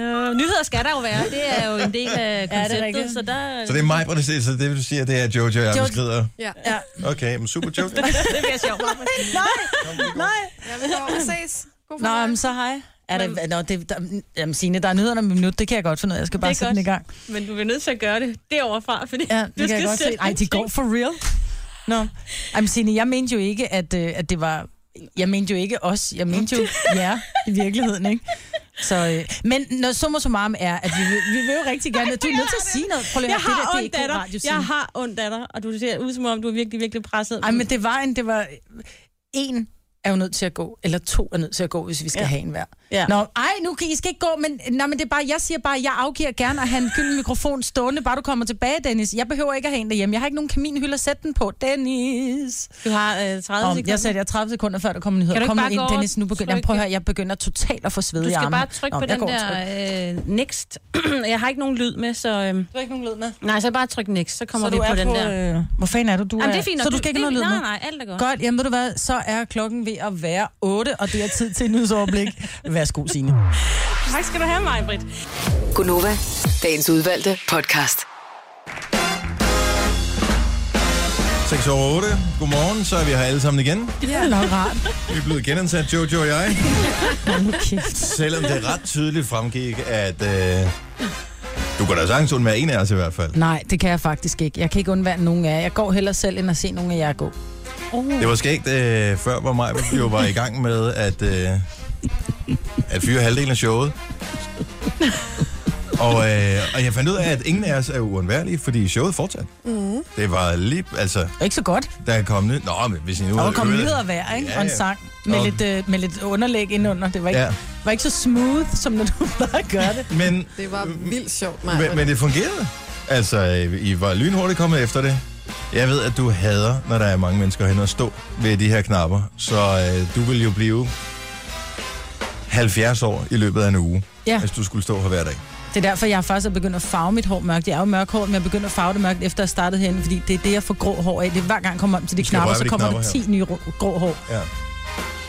[SPEAKER 3] Øh,
[SPEAKER 2] nyheder skal der jo være. Det er jo en del af konceptet, ja,
[SPEAKER 3] rigtigt.
[SPEAKER 2] så der...
[SPEAKER 1] Så det er mig, hvor det siger, så det du siger, det er at Jojo, jeg beskriver.
[SPEAKER 7] Ja.
[SPEAKER 3] Ja.
[SPEAKER 1] Okay, men super Jojo.
[SPEAKER 2] det bliver sjovt.
[SPEAKER 7] Ja, vi går og ses. God
[SPEAKER 3] Nå, men
[SPEAKER 7] fornøjelse.
[SPEAKER 3] så hej. Er der, nå, det, der, jamen, Signe, der er nyhederne om et minut, det kan jeg godt finde ud af. Jeg skal bare
[SPEAKER 2] Det er
[SPEAKER 3] sætte
[SPEAKER 2] godt.
[SPEAKER 3] den i gang.
[SPEAKER 2] Men du bliver nødt til at gøre det deroverfra, fordi
[SPEAKER 3] Ja, det
[SPEAKER 2] du
[SPEAKER 3] kan jeg godt se. Ej, de går for real. Nå. Ej, men Signe, jeg mente jo ikke, at, øh, at det var... Jeg mente jo ikke os, jeg mente jo jer i virkeligheden, ikke? Så, øh, men når summa summarum er, at vi vil, vi vil jo rigtig gerne... Du er nødt til at sige noget. Prøv lige
[SPEAKER 2] Jeg
[SPEAKER 3] at høre,
[SPEAKER 2] har
[SPEAKER 3] det
[SPEAKER 2] ondt
[SPEAKER 3] der, det er ikke god
[SPEAKER 2] af
[SPEAKER 3] radio,
[SPEAKER 2] dig.
[SPEAKER 3] Signe.
[SPEAKER 2] Jeg har ondt af dig, og du ser ud som om, du er virkelig, virkelig presset.
[SPEAKER 3] Ej, men det var en... Det var en er jo nødt til at gå, eller to er nødt til at gå, hvis vi skal ja. have en hver. Ja. Nå, ej, nu kan I skal ikke gå, men, nej, men det er bare, jeg siger bare, jeg afgiver gerne at have en gylden mikrofon stående, bare du kommer tilbage, Dennis. Jeg behøver ikke at have en derhjemme. Jeg har ikke nogen kaminhylde at sætte den på. Dennis!
[SPEAKER 2] Du har øh, 30
[SPEAKER 3] Nå,
[SPEAKER 2] sekunder.
[SPEAKER 3] Jeg sagde, jeg 30 sekunder, før der kommer nyheder.
[SPEAKER 2] Kan du ikke
[SPEAKER 3] Kom nu
[SPEAKER 2] bare
[SPEAKER 3] ind,
[SPEAKER 2] gå over
[SPEAKER 3] Dennis, nu
[SPEAKER 2] og
[SPEAKER 3] begynder jeg,
[SPEAKER 2] trykke?
[SPEAKER 3] prøv at høre, jeg begynder totalt at få sved
[SPEAKER 2] Du
[SPEAKER 3] i
[SPEAKER 2] skal
[SPEAKER 3] armene.
[SPEAKER 2] bare trykke
[SPEAKER 3] Nå,
[SPEAKER 2] på
[SPEAKER 3] jeg
[SPEAKER 2] den
[SPEAKER 3] går og trykker.
[SPEAKER 2] der øh, next. jeg har ikke nogen lyd med, så... Øh... Du
[SPEAKER 3] har ikke nogen lyd med?
[SPEAKER 2] Nej, så bare tryk next, så kommer
[SPEAKER 3] så
[SPEAKER 2] vi
[SPEAKER 3] du
[SPEAKER 2] på
[SPEAKER 3] er
[SPEAKER 2] den der.
[SPEAKER 3] Øh, hvor fanden er du? du
[SPEAKER 2] Jamen,
[SPEAKER 3] er,
[SPEAKER 2] det er fint,
[SPEAKER 3] så
[SPEAKER 2] og
[SPEAKER 3] du
[SPEAKER 2] du-
[SPEAKER 3] skal ikke
[SPEAKER 2] det-
[SPEAKER 3] have noget lyd
[SPEAKER 2] nej,
[SPEAKER 3] med?
[SPEAKER 2] nej, alt er godt.
[SPEAKER 3] Godt, jamen ved du hvad, så er klokken ved at være 8, og det er tid til et nyhedsoverblik. Værsgo, Signe.
[SPEAKER 2] Tak skal du have, mig, Britt.
[SPEAKER 5] Gunova, dagens udvalgte podcast.
[SPEAKER 1] 6 over 8. Godmorgen, så er vi her alle sammen igen.
[SPEAKER 3] Det er nok rart.
[SPEAKER 1] Vi er blevet genansat, Jojo og jeg.
[SPEAKER 3] Hold nu kæft.
[SPEAKER 1] Selvom det ret tydeligt fremgik, at... Øh, du kan da sagtens undvære en af os i hvert fald.
[SPEAKER 3] Nej, det kan jeg faktisk ikke. Jeg kan ikke undvære nogen af jer. Jeg går hellere selv, end at se nogen af jer gå. Oh.
[SPEAKER 1] Det var skægt, øh, før hvor mig jo var i gang med at, øh, at fyre halvdelen af showet. Og, øh, og jeg fandt ud af, at ingen af os er uundværlige, fordi showet fortsatte.
[SPEAKER 3] Mm.
[SPEAKER 1] Det var lige, altså,
[SPEAKER 3] Ikke så godt.
[SPEAKER 1] der er kommet nyt. Nå, men hvis I nu
[SPEAKER 3] Og der
[SPEAKER 1] havde
[SPEAKER 3] kom
[SPEAKER 1] øvet-
[SPEAKER 3] nyheder hver, ikke?
[SPEAKER 1] Ja,
[SPEAKER 3] Ja, Og en
[SPEAKER 1] ja.
[SPEAKER 3] sang med,
[SPEAKER 1] Og-
[SPEAKER 3] lidt, øh, med lidt underlæg indenunder. Det var ikke,
[SPEAKER 1] Ja.
[SPEAKER 3] ja. var ikke så smooth, som når du plejer at gøre det.
[SPEAKER 1] Men,
[SPEAKER 7] Det var vildt sjovt, mig.
[SPEAKER 1] Mm. men, men det fungerede. Altså, øh, I var lynhurtigt kommet efter det. Jeg ved, at du hader, når der er mange mennesker hen og stå ved de her knapper. Så øh, du vil jo blive 70 år i løbet af en uge,
[SPEAKER 3] Ja.
[SPEAKER 1] hvis du skulle stå her hver dag.
[SPEAKER 3] Det er derfor, jeg faktisk er begyndt at farve mit hår mørkt. Jeg er jo mørkhåret, men jeg begynder at farve det mørkt, efter jeg startede herinde, fordi det er det, jeg får grå hår af. Det er hver gang, jeg kommer om til de
[SPEAKER 1] skal
[SPEAKER 3] knapper,
[SPEAKER 1] røre
[SPEAKER 3] så
[SPEAKER 1] ved de
[SPEAKER 3] kommer der
[SPEAKER 1] knapper
[SPEAKER 3] 10 nye rå- grå hår.
[SPEAKER 1] Ja.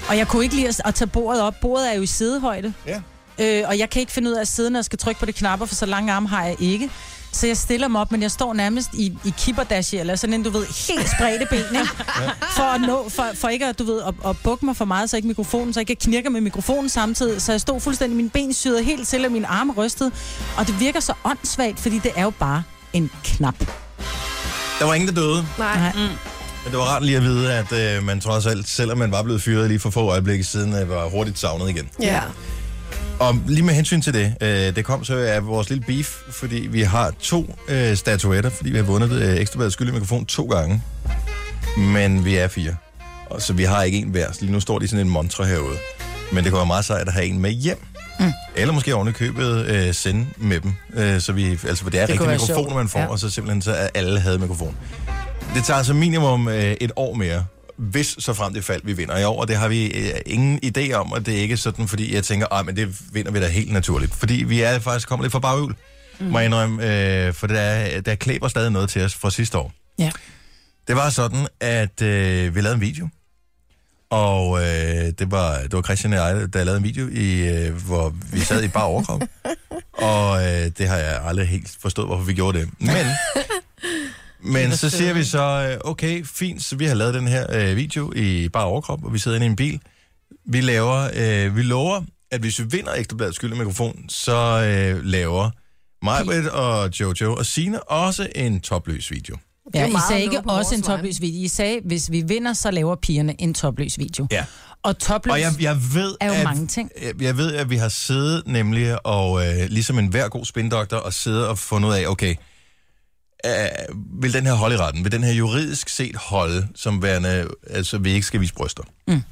[SPEAKER 3] Og jeg kunne ikke lide at, at tage bordet op. Bordet er jo i sidehøjde.
[SPEAKER 1] Ja.
[SPEAKER 3] Øh, og jeg kan ikke finde ud af at sidde, når jeg skal trykke på de knapper, for så lange arme har jeg ikke. Så jeg stiller mig op, men jeg står nærmest i, i kibberdashi, eller sådan en, du ved, helt spredte ben, ikke?
[SPEAKER 12] Ja.
[SPEAKER 3] For, at nå, for, for ikke at, du ved, at, at bukke mig for meget, så ikke mikrofonen, så ikke jeg knirker med mikrofonen samtidig. Så jeg stod fuldstændig, mine ben syrede helt til, og mine arme rystede. Og det virker så åndssvagt, fordi det er jo bare en knap.
[SPEAKER 1] Der var ingen, der døde.
[SPEAKER 3] Nej. Mm.
[SPEAKER 1] Men det var rart lige at vide, at øh, man trods alt, selvom man var blevet fyret lige for få øjeblikke siden, øh, var hurtigt savnet igen.
[SPEAKER 7] Ja.
[SPEAKER 1] Og lige med hensyn til det, øh, det kom så af vores lille beef, fordi vi har to øh, statuetter, fordi vi har vundet øh, Ekstrabladets skyldig mikrofon to gange. Men vi er fire. Og så vi har ikke en hver. Så Lige nu står de i sådan en montre herude. Men det kunne være meget sejt at have en med hjem. Mm. Eller måske oven i købet øh, sende med dem. Øh, så vi, altså, for det er
[SPEAKER 13] Det
[SPEAKER 1] det
[SPEAKER 13] kunne
[SPEAKER 1] rigtige
[SPEAKER 13] være
[SPEAKER 1] mikrofoner,
[SPEAKER 13] sjovt.
[SPEAKER 1] man får, ja.
[SPEAKER 13] Ja.
[SPEAKER 1] og så simpelthen så er alle havde mikrofon. Det tager altså minimum øh, et år mere, hvis så frem det fald, vi vinder i år. Og det har vi øh, ingen idé om, og det er ikke sådan, fordi jeg tænker, at det vinder vi da helt naturligt. Fordi vi er faktisk kommet lidt fra baghjul, mm. må jeg indrømme, øh, for der, der klæber stadig noget til os fra sidste år.
[SPEAKER 3] Ja.
[SPEAKER 1] Det var sådan, at øh, vi lavede en video, og øh, det, var, det var Christian og jeg, der lavede en video, i, øh, hvor vi sad i bare overkrop. og øh, det har jeg aldrig helt forstået, hvorfor vi gjorde det. Men men så siger vi så, øh, okay, fint, så vi har lavet den her øh, video i bare overkrop, og vi sidder inde i en bil. Vi laver, øh, vi lover, at hvis vi vinder Ekstrabladets skyld mikrofon, så øh, laver Majbrit og Jojo og Sine også en topløs video.
[SPEAKER 3] Ja, I sagde ikke også en topløs video. I sagde, hvis vi vinder, så laver pigerne en topløs video.
[SPEAKER 1] Ja.
[SPEAKER 3] Og topløs
[SPEAKER 1] Og jeg, jeg ved,
[SPEAKER 3] er jo
[SPEAKER 1] at,
[SPEAKER 3] mange ting.
[SPEAKER 1] Jeg- Jeg ved, at vi har siddet nemlig, og øh, ligesom en hver god spindoktor, og siddet og fundet ud af, okay, øh, vil den her holde i retten? Vil den her juridisk set holde, som værende, altså vi ikke skal vise bryster?
[SPEAKER 3] Mm.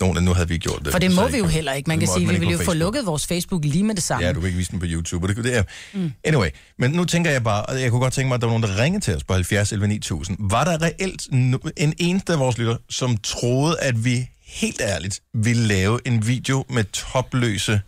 [SPEAKER 1] Nogen, nu havde vi gjort det.
[SPEAKER 3] For det
[SPEAKER 1] Altså, så
[SPEAKER 3] må vi jo heller ikke. Man
[SPEAKER 1] det
[SPEAKER 3] kan
[SPEAKER 1] måtte
[SPEAKER 3] sige, at vi
[SPEAKER 1] ikke
[SPEAKER 3] ville
[SPEAKER 1] på
[SPEAKER 3] jo få
[SPEAKER 1] Facebook.
[SPEAKER 3] lukket vores Facebook lige med det samme.
[SPEAKER 1] Ja, du kan ikke vise den på YouTube. Og det, det er. Mm.
[SPEAKER 3] Mm.
[SPEAKER 1] Anyway, men nu tænker jeg bare, og jeg kunne godt tænke mig, at der var nogen, der ringede til os på 70 11 9000. Var der reelt no- en eneste af vores lytter, som troede, at vi helt ærligt ville lave en video med topløse...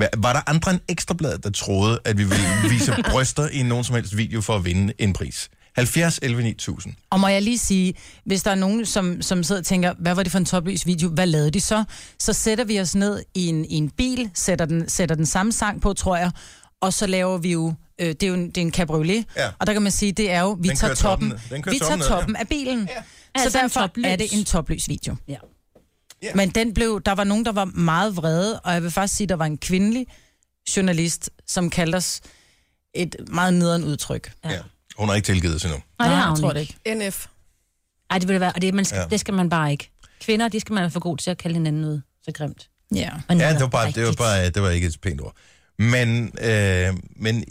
[SPEAKER 1] Hva- Var der andre end Ekstrabladet, der troede, at vi ville vise bryster i nogen som helst video for at vinde en pris? 70 11 9000.
[SPEAKER 3] Og må jeg lige sige, hvis der er nogen, som, som sidder og tænker, hvad var det for en topløs video, hvad lavede de så? Så sætter vi os ned i en, i en bil, sætter den, sætter den samme sang på, tror jeg, og så laver vi jo, øh, det er jo en, det er en cabriolet,
[SPEAKER 12] Ja.
[SPEAKER 3] og der kan man sige, det er jo, vi
[SPEAKER 12] Den
[SPEAKER 3] tager
[SPEAKER 12] kører
[SPEAKER 3] toppen,
[SPEAKER 12] toppen-
[SPEAKER 3] toppen
[SPEAKER 12] den kører
[SPEAKER 3] vi tager
[SPEAKER 12] toppen ned, ja.
[SPEAKER 3] toppen, toppen af bilen. Ja. Så
[SPEAKER 12] Altså
[SPEAKER 3] altså
[SPEAKER 12] en
[SPEAKER 3] derfor
[SPEAKER 12] topløs.
[SPEAKER 3] er det en topløs video.
[SPEAKER 2] Ja.
[SPEAKER 1] Yeah.
[SPEAKER 3] Men den blev, der var nogen, der var meget vrede, og jeg vil faktisk sige, der var en kvindelig journalist, som kaldte os et meget nederen udtryk.
[SPEAKER 1] Ja. ja. Hun har ikke tilgivet os endnu.
[SPEAKER 2] Nej, det
[SPEAKER 3] Nej,
[SPEAKER 2] har
[SPEAKER 3] jeg
[SPEAKER 2] hun
[SPEAKER 3] tror
[SPEAKER 2] ikke.
[SPEAKER 3] det
[SPEAKER 7] NF.
[SPEAKER 2] Ej, det vil det være, og det, man skal,
[SPEAKER 1] Ja.
[SPEAKER 2] ja. det skal man bare ikke. Kvinder, de skal man være for god til at kalde hinanden ud så grimt.
[SPEAKER 3] Ja.
[SPEAKER 2] Og
[SPEAKER 1] Ja,
[SPEAKER 2] netop
[SPEAKER 1] det var, bare, det var bare det var ikke et pænt ord. Men, øh, men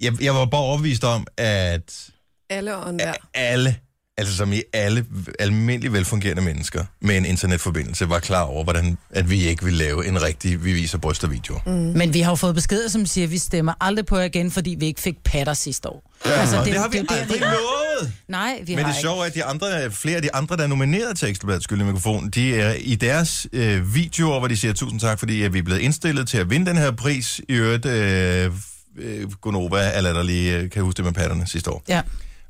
[SPEAKER 1] jeg, jeg var bare overbevist om, at
[SPEAKER 7] Alle og enhver.
[SPEAKER 1] alle altså som i alle almindelige velfungerende mennesker med en internetforbindelse, var klar over, hvordan at vi ikke ville lave en rigtig vi viser bryster video.
[SPEAKER 3] Mm. Men vi har jo fået beskeder, som siger, at vi stemmer aldrig på jer igen, fordi vi ikke fik patter sidste år.
[SPEAKER 1] Ja, altså, det, det har vi det, aldrig det, nået!
[SPEAKER 3] Nej, vi
[SPEAKER 1] Men
[SPEAKER 3] har
[SPEAKER 1] det
[SPEAKER 3] ikke.
[SPEAKER 1] sjove er, at de andre, flere af de andre, der er nomineret til Ekstrabladet Skyldig Mikrofon, de er i deres øh, videoer, hvor de siger tusind tak, fordi at vi er blevet indstillet til at vinde den her pris. I øvrigt, øh, øh, Gunova er latterlig, øh, kan jeg huske det med patterne sidste år.
[SPEAKER 3] Ja.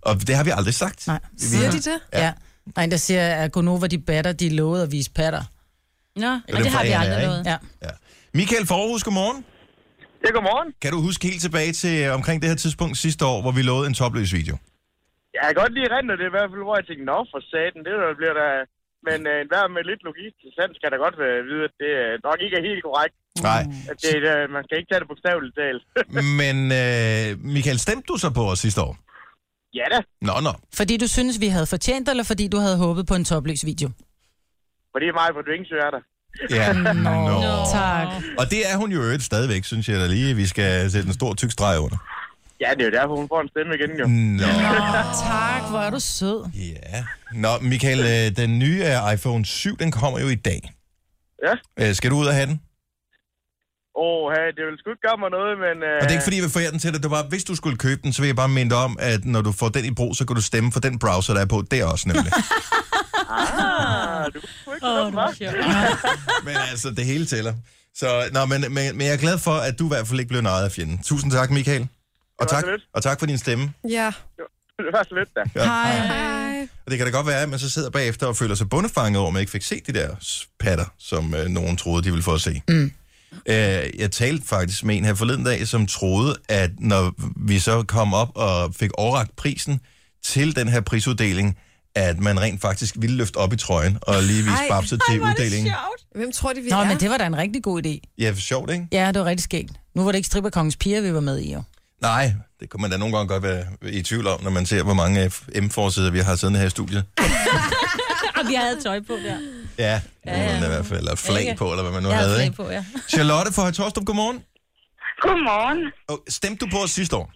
[SPEAKER 1] Og det har vi aldrig sagt.
[SPEAKER 3] Nej.
[SPEAKER 1] Vi-
[SPEAKER 3] Ja. ja. Der er en, der siger, at Gonova, de batter, de lovede at vise patter.
[SPEAKER 2] Nå, og
[SPEAKER 1] det er fra ANR, ikke?
[SPEAKER 3] Ja.
[SPEAKER 1] Michael Forhus, godmorgen.
[SPEAKER 12] Ja, godmorgen.
[SPEAKER 1] Kan du huske helt tilbage til øh, omkring det her tidspunkt sidste år, hvor vi lovede en topløs video?
[SPEAKER 12] Jeg kan godt lige rende det i hvert fald, hvor jeg tænkte, nå for satan, det der bliver da... Men øh, enhver med lidt logik til sans kan da godt øh, vide, at det øh, nok ikke er helt korrekt.
[SPEAKER 3] Uh.
[SPEAKER 1] Nej.
[SPEAKER 12] At det, øh, man skal ikke tage det bogstaveligt talt.
[SPEAKER 1] Men øh, Michael, stemte du så på os sidste år?
[SPEAKER 12] ja da,
[SPEAKER 1] Nå, nå.
[SPEAKER 3] Fordi du synes, vi havde fortjent, eller fordi du havde håbet på en topløs video?
[SPEAKER 12] fordi mig på Dvingsø er der.
[SPEAKER 1] Ja, nå.
[SPEAKER 3] Tak.
[SPEAKER 1] Og det er hun jo i øvrigt stadigvæk, synes jeg da lige. Vi skal sætte en stor tyk streg under.
[SPEAKER 12] Ja, det er jo derfor, hun får en stemme igen, jo.
[SPEAKER 1] Nå.
[SPEAKER 3] Tak, hvor er du sød.
[SPEAKER 1] Ja. Nå, Michael, øh, den nye øh, iPhone 7, den kommer jo i dag.
[SPEAKER 12] Ja.
[SPEAKER 1] Øh, Skal du ud og have den?
[SPEAKER 12] Åh, hey, det vil sgu ikke gøre mig noget, men... Øh,
[SPEAKER 1] Og det er ikke fordi, jeg vil forære den til dig. Det var, hvis du skulle købe den, så vil jeg bare minde dig om, at når du får den i brug, så kan du stemme for den browser, der er på. Det er også nemlig.
[SPEAKER 12] Ah, du kunne ikke oh,
[SPEAKER 1] men altså, det hele tæller. Så, nå, men, men, men jeg er glad for, at du i hvert fald ikke blev nøjet af fjenden. Tusind tak, Michael. Og tak, og tak for din stemme.
[SPEAKER 7] Ja.
[SPEAKER 12] Det var så lidt, da.
[SPEAKER 1] Ja. Hej.
[SPEAKER 7] Hej.
[SPEAKER 1] Og det kan da godt være, at man så sidder bagefter og føler sig bundefanget over, at man ikke fik set de der patter, som øh, nogen troede, de ville få at se.
[SPEAKER 3] Mm.
[SPEAKER 1] Øh, jeg talte faktisk med en her forleden dag, som troede, at når vi så kom op og fik overragt prisen til den her prisuddeling, at man rent faktisk ville løfte op i trøjen og lige vise babse til uddelingen.
[SPEAKER 7] Hvem tror det, vi
[SPEAKER 3] Nå,
[SPEAKER 7] er?
[SPEAKER 3] men det var da en rigtig god idé.
[SPEAKER 1] Ja, sjovt, ikke?
[SPEAKER 3] Ja, det var rigtig skægt. Nu var det ikke stripperkongens piger, vi var med i, jo.
[SPEAKER 1] Nej, det kunne man da nogle gange godt være i tvivl om, når man ser, hvor mange M-forsider vi har siddende her i studiet.
[SPEAKER 2] og vi havde tøj på der.
[SPEAKER 1] Ja, ja, ja. i hvert fald. Eller flag
[SPEAKER 2] Ikke?
[SPEAKER 1] på, eller hvad man nu
[SPEAKER 2] jeg havde
[SPEAKER 1] havde,
[SPEAKER 2] flag
[SPEAKER 1] ikke?
[SPEAKER 2] på, ja.
[SPEAKER 1] Charlotte fra Høje Torstrup, godmorgen.
[SPEAKER 13] Godmorgen.
[SPEAKER 1] Og stemte du på os sidste år?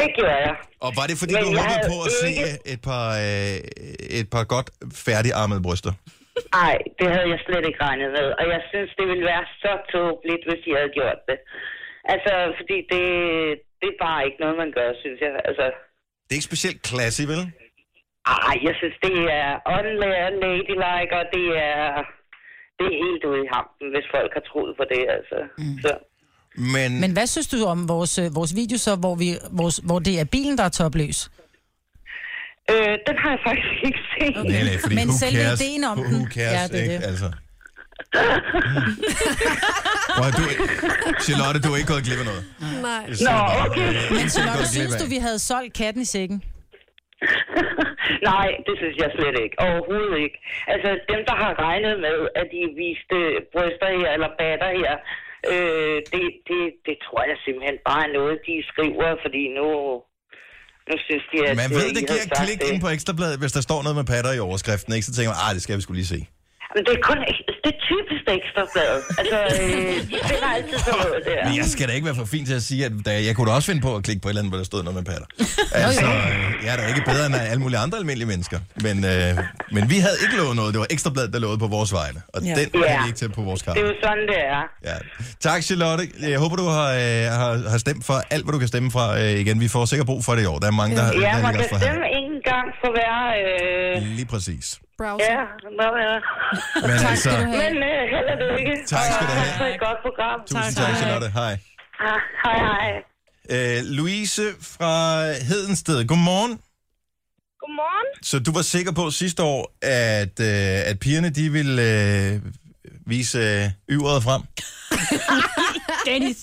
[SPEAKER 13] Det gjorde jeg.
[SPEAKER 1] Og var det fordi,
[SPEAKER 13] Men
[SPEAKER 1] du
[SPEAKER 13] jeg
[SPEAKER 1] håbede
[SPEAKER 13] havde
[SPEAKER 1] på at
[SPEAKER 13] ikke-
[SPEAKER 1] se et par, øh, et par godt færdigarmede bryster?
[SPEAKER 13] Ej, det havde jeg slet ikke regnet med. Og jeg synes, det ville være så tåbeligt, hvis I havde gjort det. Altså, fordi det, det er bare ikke noget, man gør, synes jeg. Altså,
[SPEAKER 1] Det er ikke specielt classy, vel?
[SPEAKER 13] ej, jeg synes, det er unladylike, og det er, det er helt ude i hampen, hvis folk har troet på det, altså. Mm. Så.
[SPEAKER 1] Men,
[SPEAKER 3] Men hvad synes du om vores, øh, vores video så, hvor, vi, vores, hvor det er bilen, der er topløs?
[SPEAKER 13] Øh, den har jeg faktisk ikke set.
[SPEAKER 1] Nej, nej, fordi
[SPEAKER 3] Men
[SPEAKER 1] who
[SPEAKER 3] selve
[SPEAKER 1] cares?
[SPEAKER 3] ideen om
[SPEAKER 1] Who-
[SPEAKER 3] den.
[SPEAKER 1] Who cares,
[SPEAKER 3] Ja, det er
[SPEAKER 1] ikke?
[SPEAKER 3] det.
[SPEAKER 1] Altså. Prøv at- du, Charlotte, du er ikke gået glip af noget.
[SPEAKER 7] Nej.
[SPEAKER 1] Jeg siger Nå, bare, okay. øh,
[SPEAKER 3] Men Charlotte,
[SPEAKER 1] gået glip
[SPEAKER 3] synes
[SPEAKER 1] af.
[SPEAKER 3] du, vi havde solgt katten i sækken?
[SPEAKER 13] Nej, det synes jeg slet ikke. Overhovedet ikke. Altså, dem, der har regnet med, at de viste bryster her, eller batter her, øh, det, det, det tror jeg simpelthen bare er noget, de skriver, fordi nu, nu synes de, at...
[SPEAKER 1] Man
[SPEAKER 13] øh,
[SPEAKER 1] ved,
[SPEAKER 13] I
[SPEAKER 1] det
[SPEAKER 13] har
[SPEAKER 1] giver et
[SPEAKER 13] sagt
[SPEAKER 1] klik
[SPEAKER 13] det.
[SPEAKER 1] ind på Ekstrabladet, hvis der står noget med patter i overskriften, ikke? Så tænker man, ah, det skal vi skulle lige se.
[SPEAKER 13] Men det er kun... Det er typisk ekstrabladet. Altså, øh, de finder altid sådan noget der.
[SPEAKER 1] Men jeg skal da ikke være for fin til at sige, at da, jeg kunne da også finde på at klikke på et eller andet, hvor der stod noget med patter. Altså, øh, jeg er da ikke bedre end alle mulige andre almindelige mennesker. Men, øh, men vi havde ikke lovet noget. Det var Ekstrabladet, der lovede på vores vegne. Og
[SPEAKER 13] Ja.
[SPEAKER 1] den kan
[SPEAKER 13] Ja.
[SPEAKER 1] vi ikke tage på vores kamp.
[SPEAKER 13] Det er jo sådan, det er.
[SPEAKER 1] Ja. Tak, Charlotte. Jeg håber, du har, øh, har, har stemt for alt, hvad du kan stemme fra øh, igen. Vi får sikkert brug for det i år. Der er mange, der,
[SPEAKER 13] Ja,
[SPEAKER 1] der
[SPEAKER 13] man
[SPEAKER 1] ligger
[SPEAKER 13] kan
[SPEAKER 1] for
[SPEAKER 13] stemme en gang for hver... Øh,
[SPEAKER 1] Lige præcis.
[SPEAKER 13] ja, nå ja.
[SPEAKER 1] Men Tak altså- skal du have.
[SPEAKER 13] Men øh, held og lykke.
[SPEAKER 1] Tak skal du
[SPEAKER 13] Og
[SPEAKER 1] have.
[SPEAKER 13] Tak for et godt program.
[SPEAKER 1] Tusind tak, Charlotte. Hej.
[SPEAKER 13] Ah, Hej, hej.
[SPEAKER 1] Øh, Louise fra Hedensted. Godmorgen.
[SPEAKER 10] Godmorgen.
[SPEAKER 1] Så du var sikker på sidste år, at, øh, at pigerne de ville øh, vise øh, yveret frem?
[SPEAKER 10] Dennis.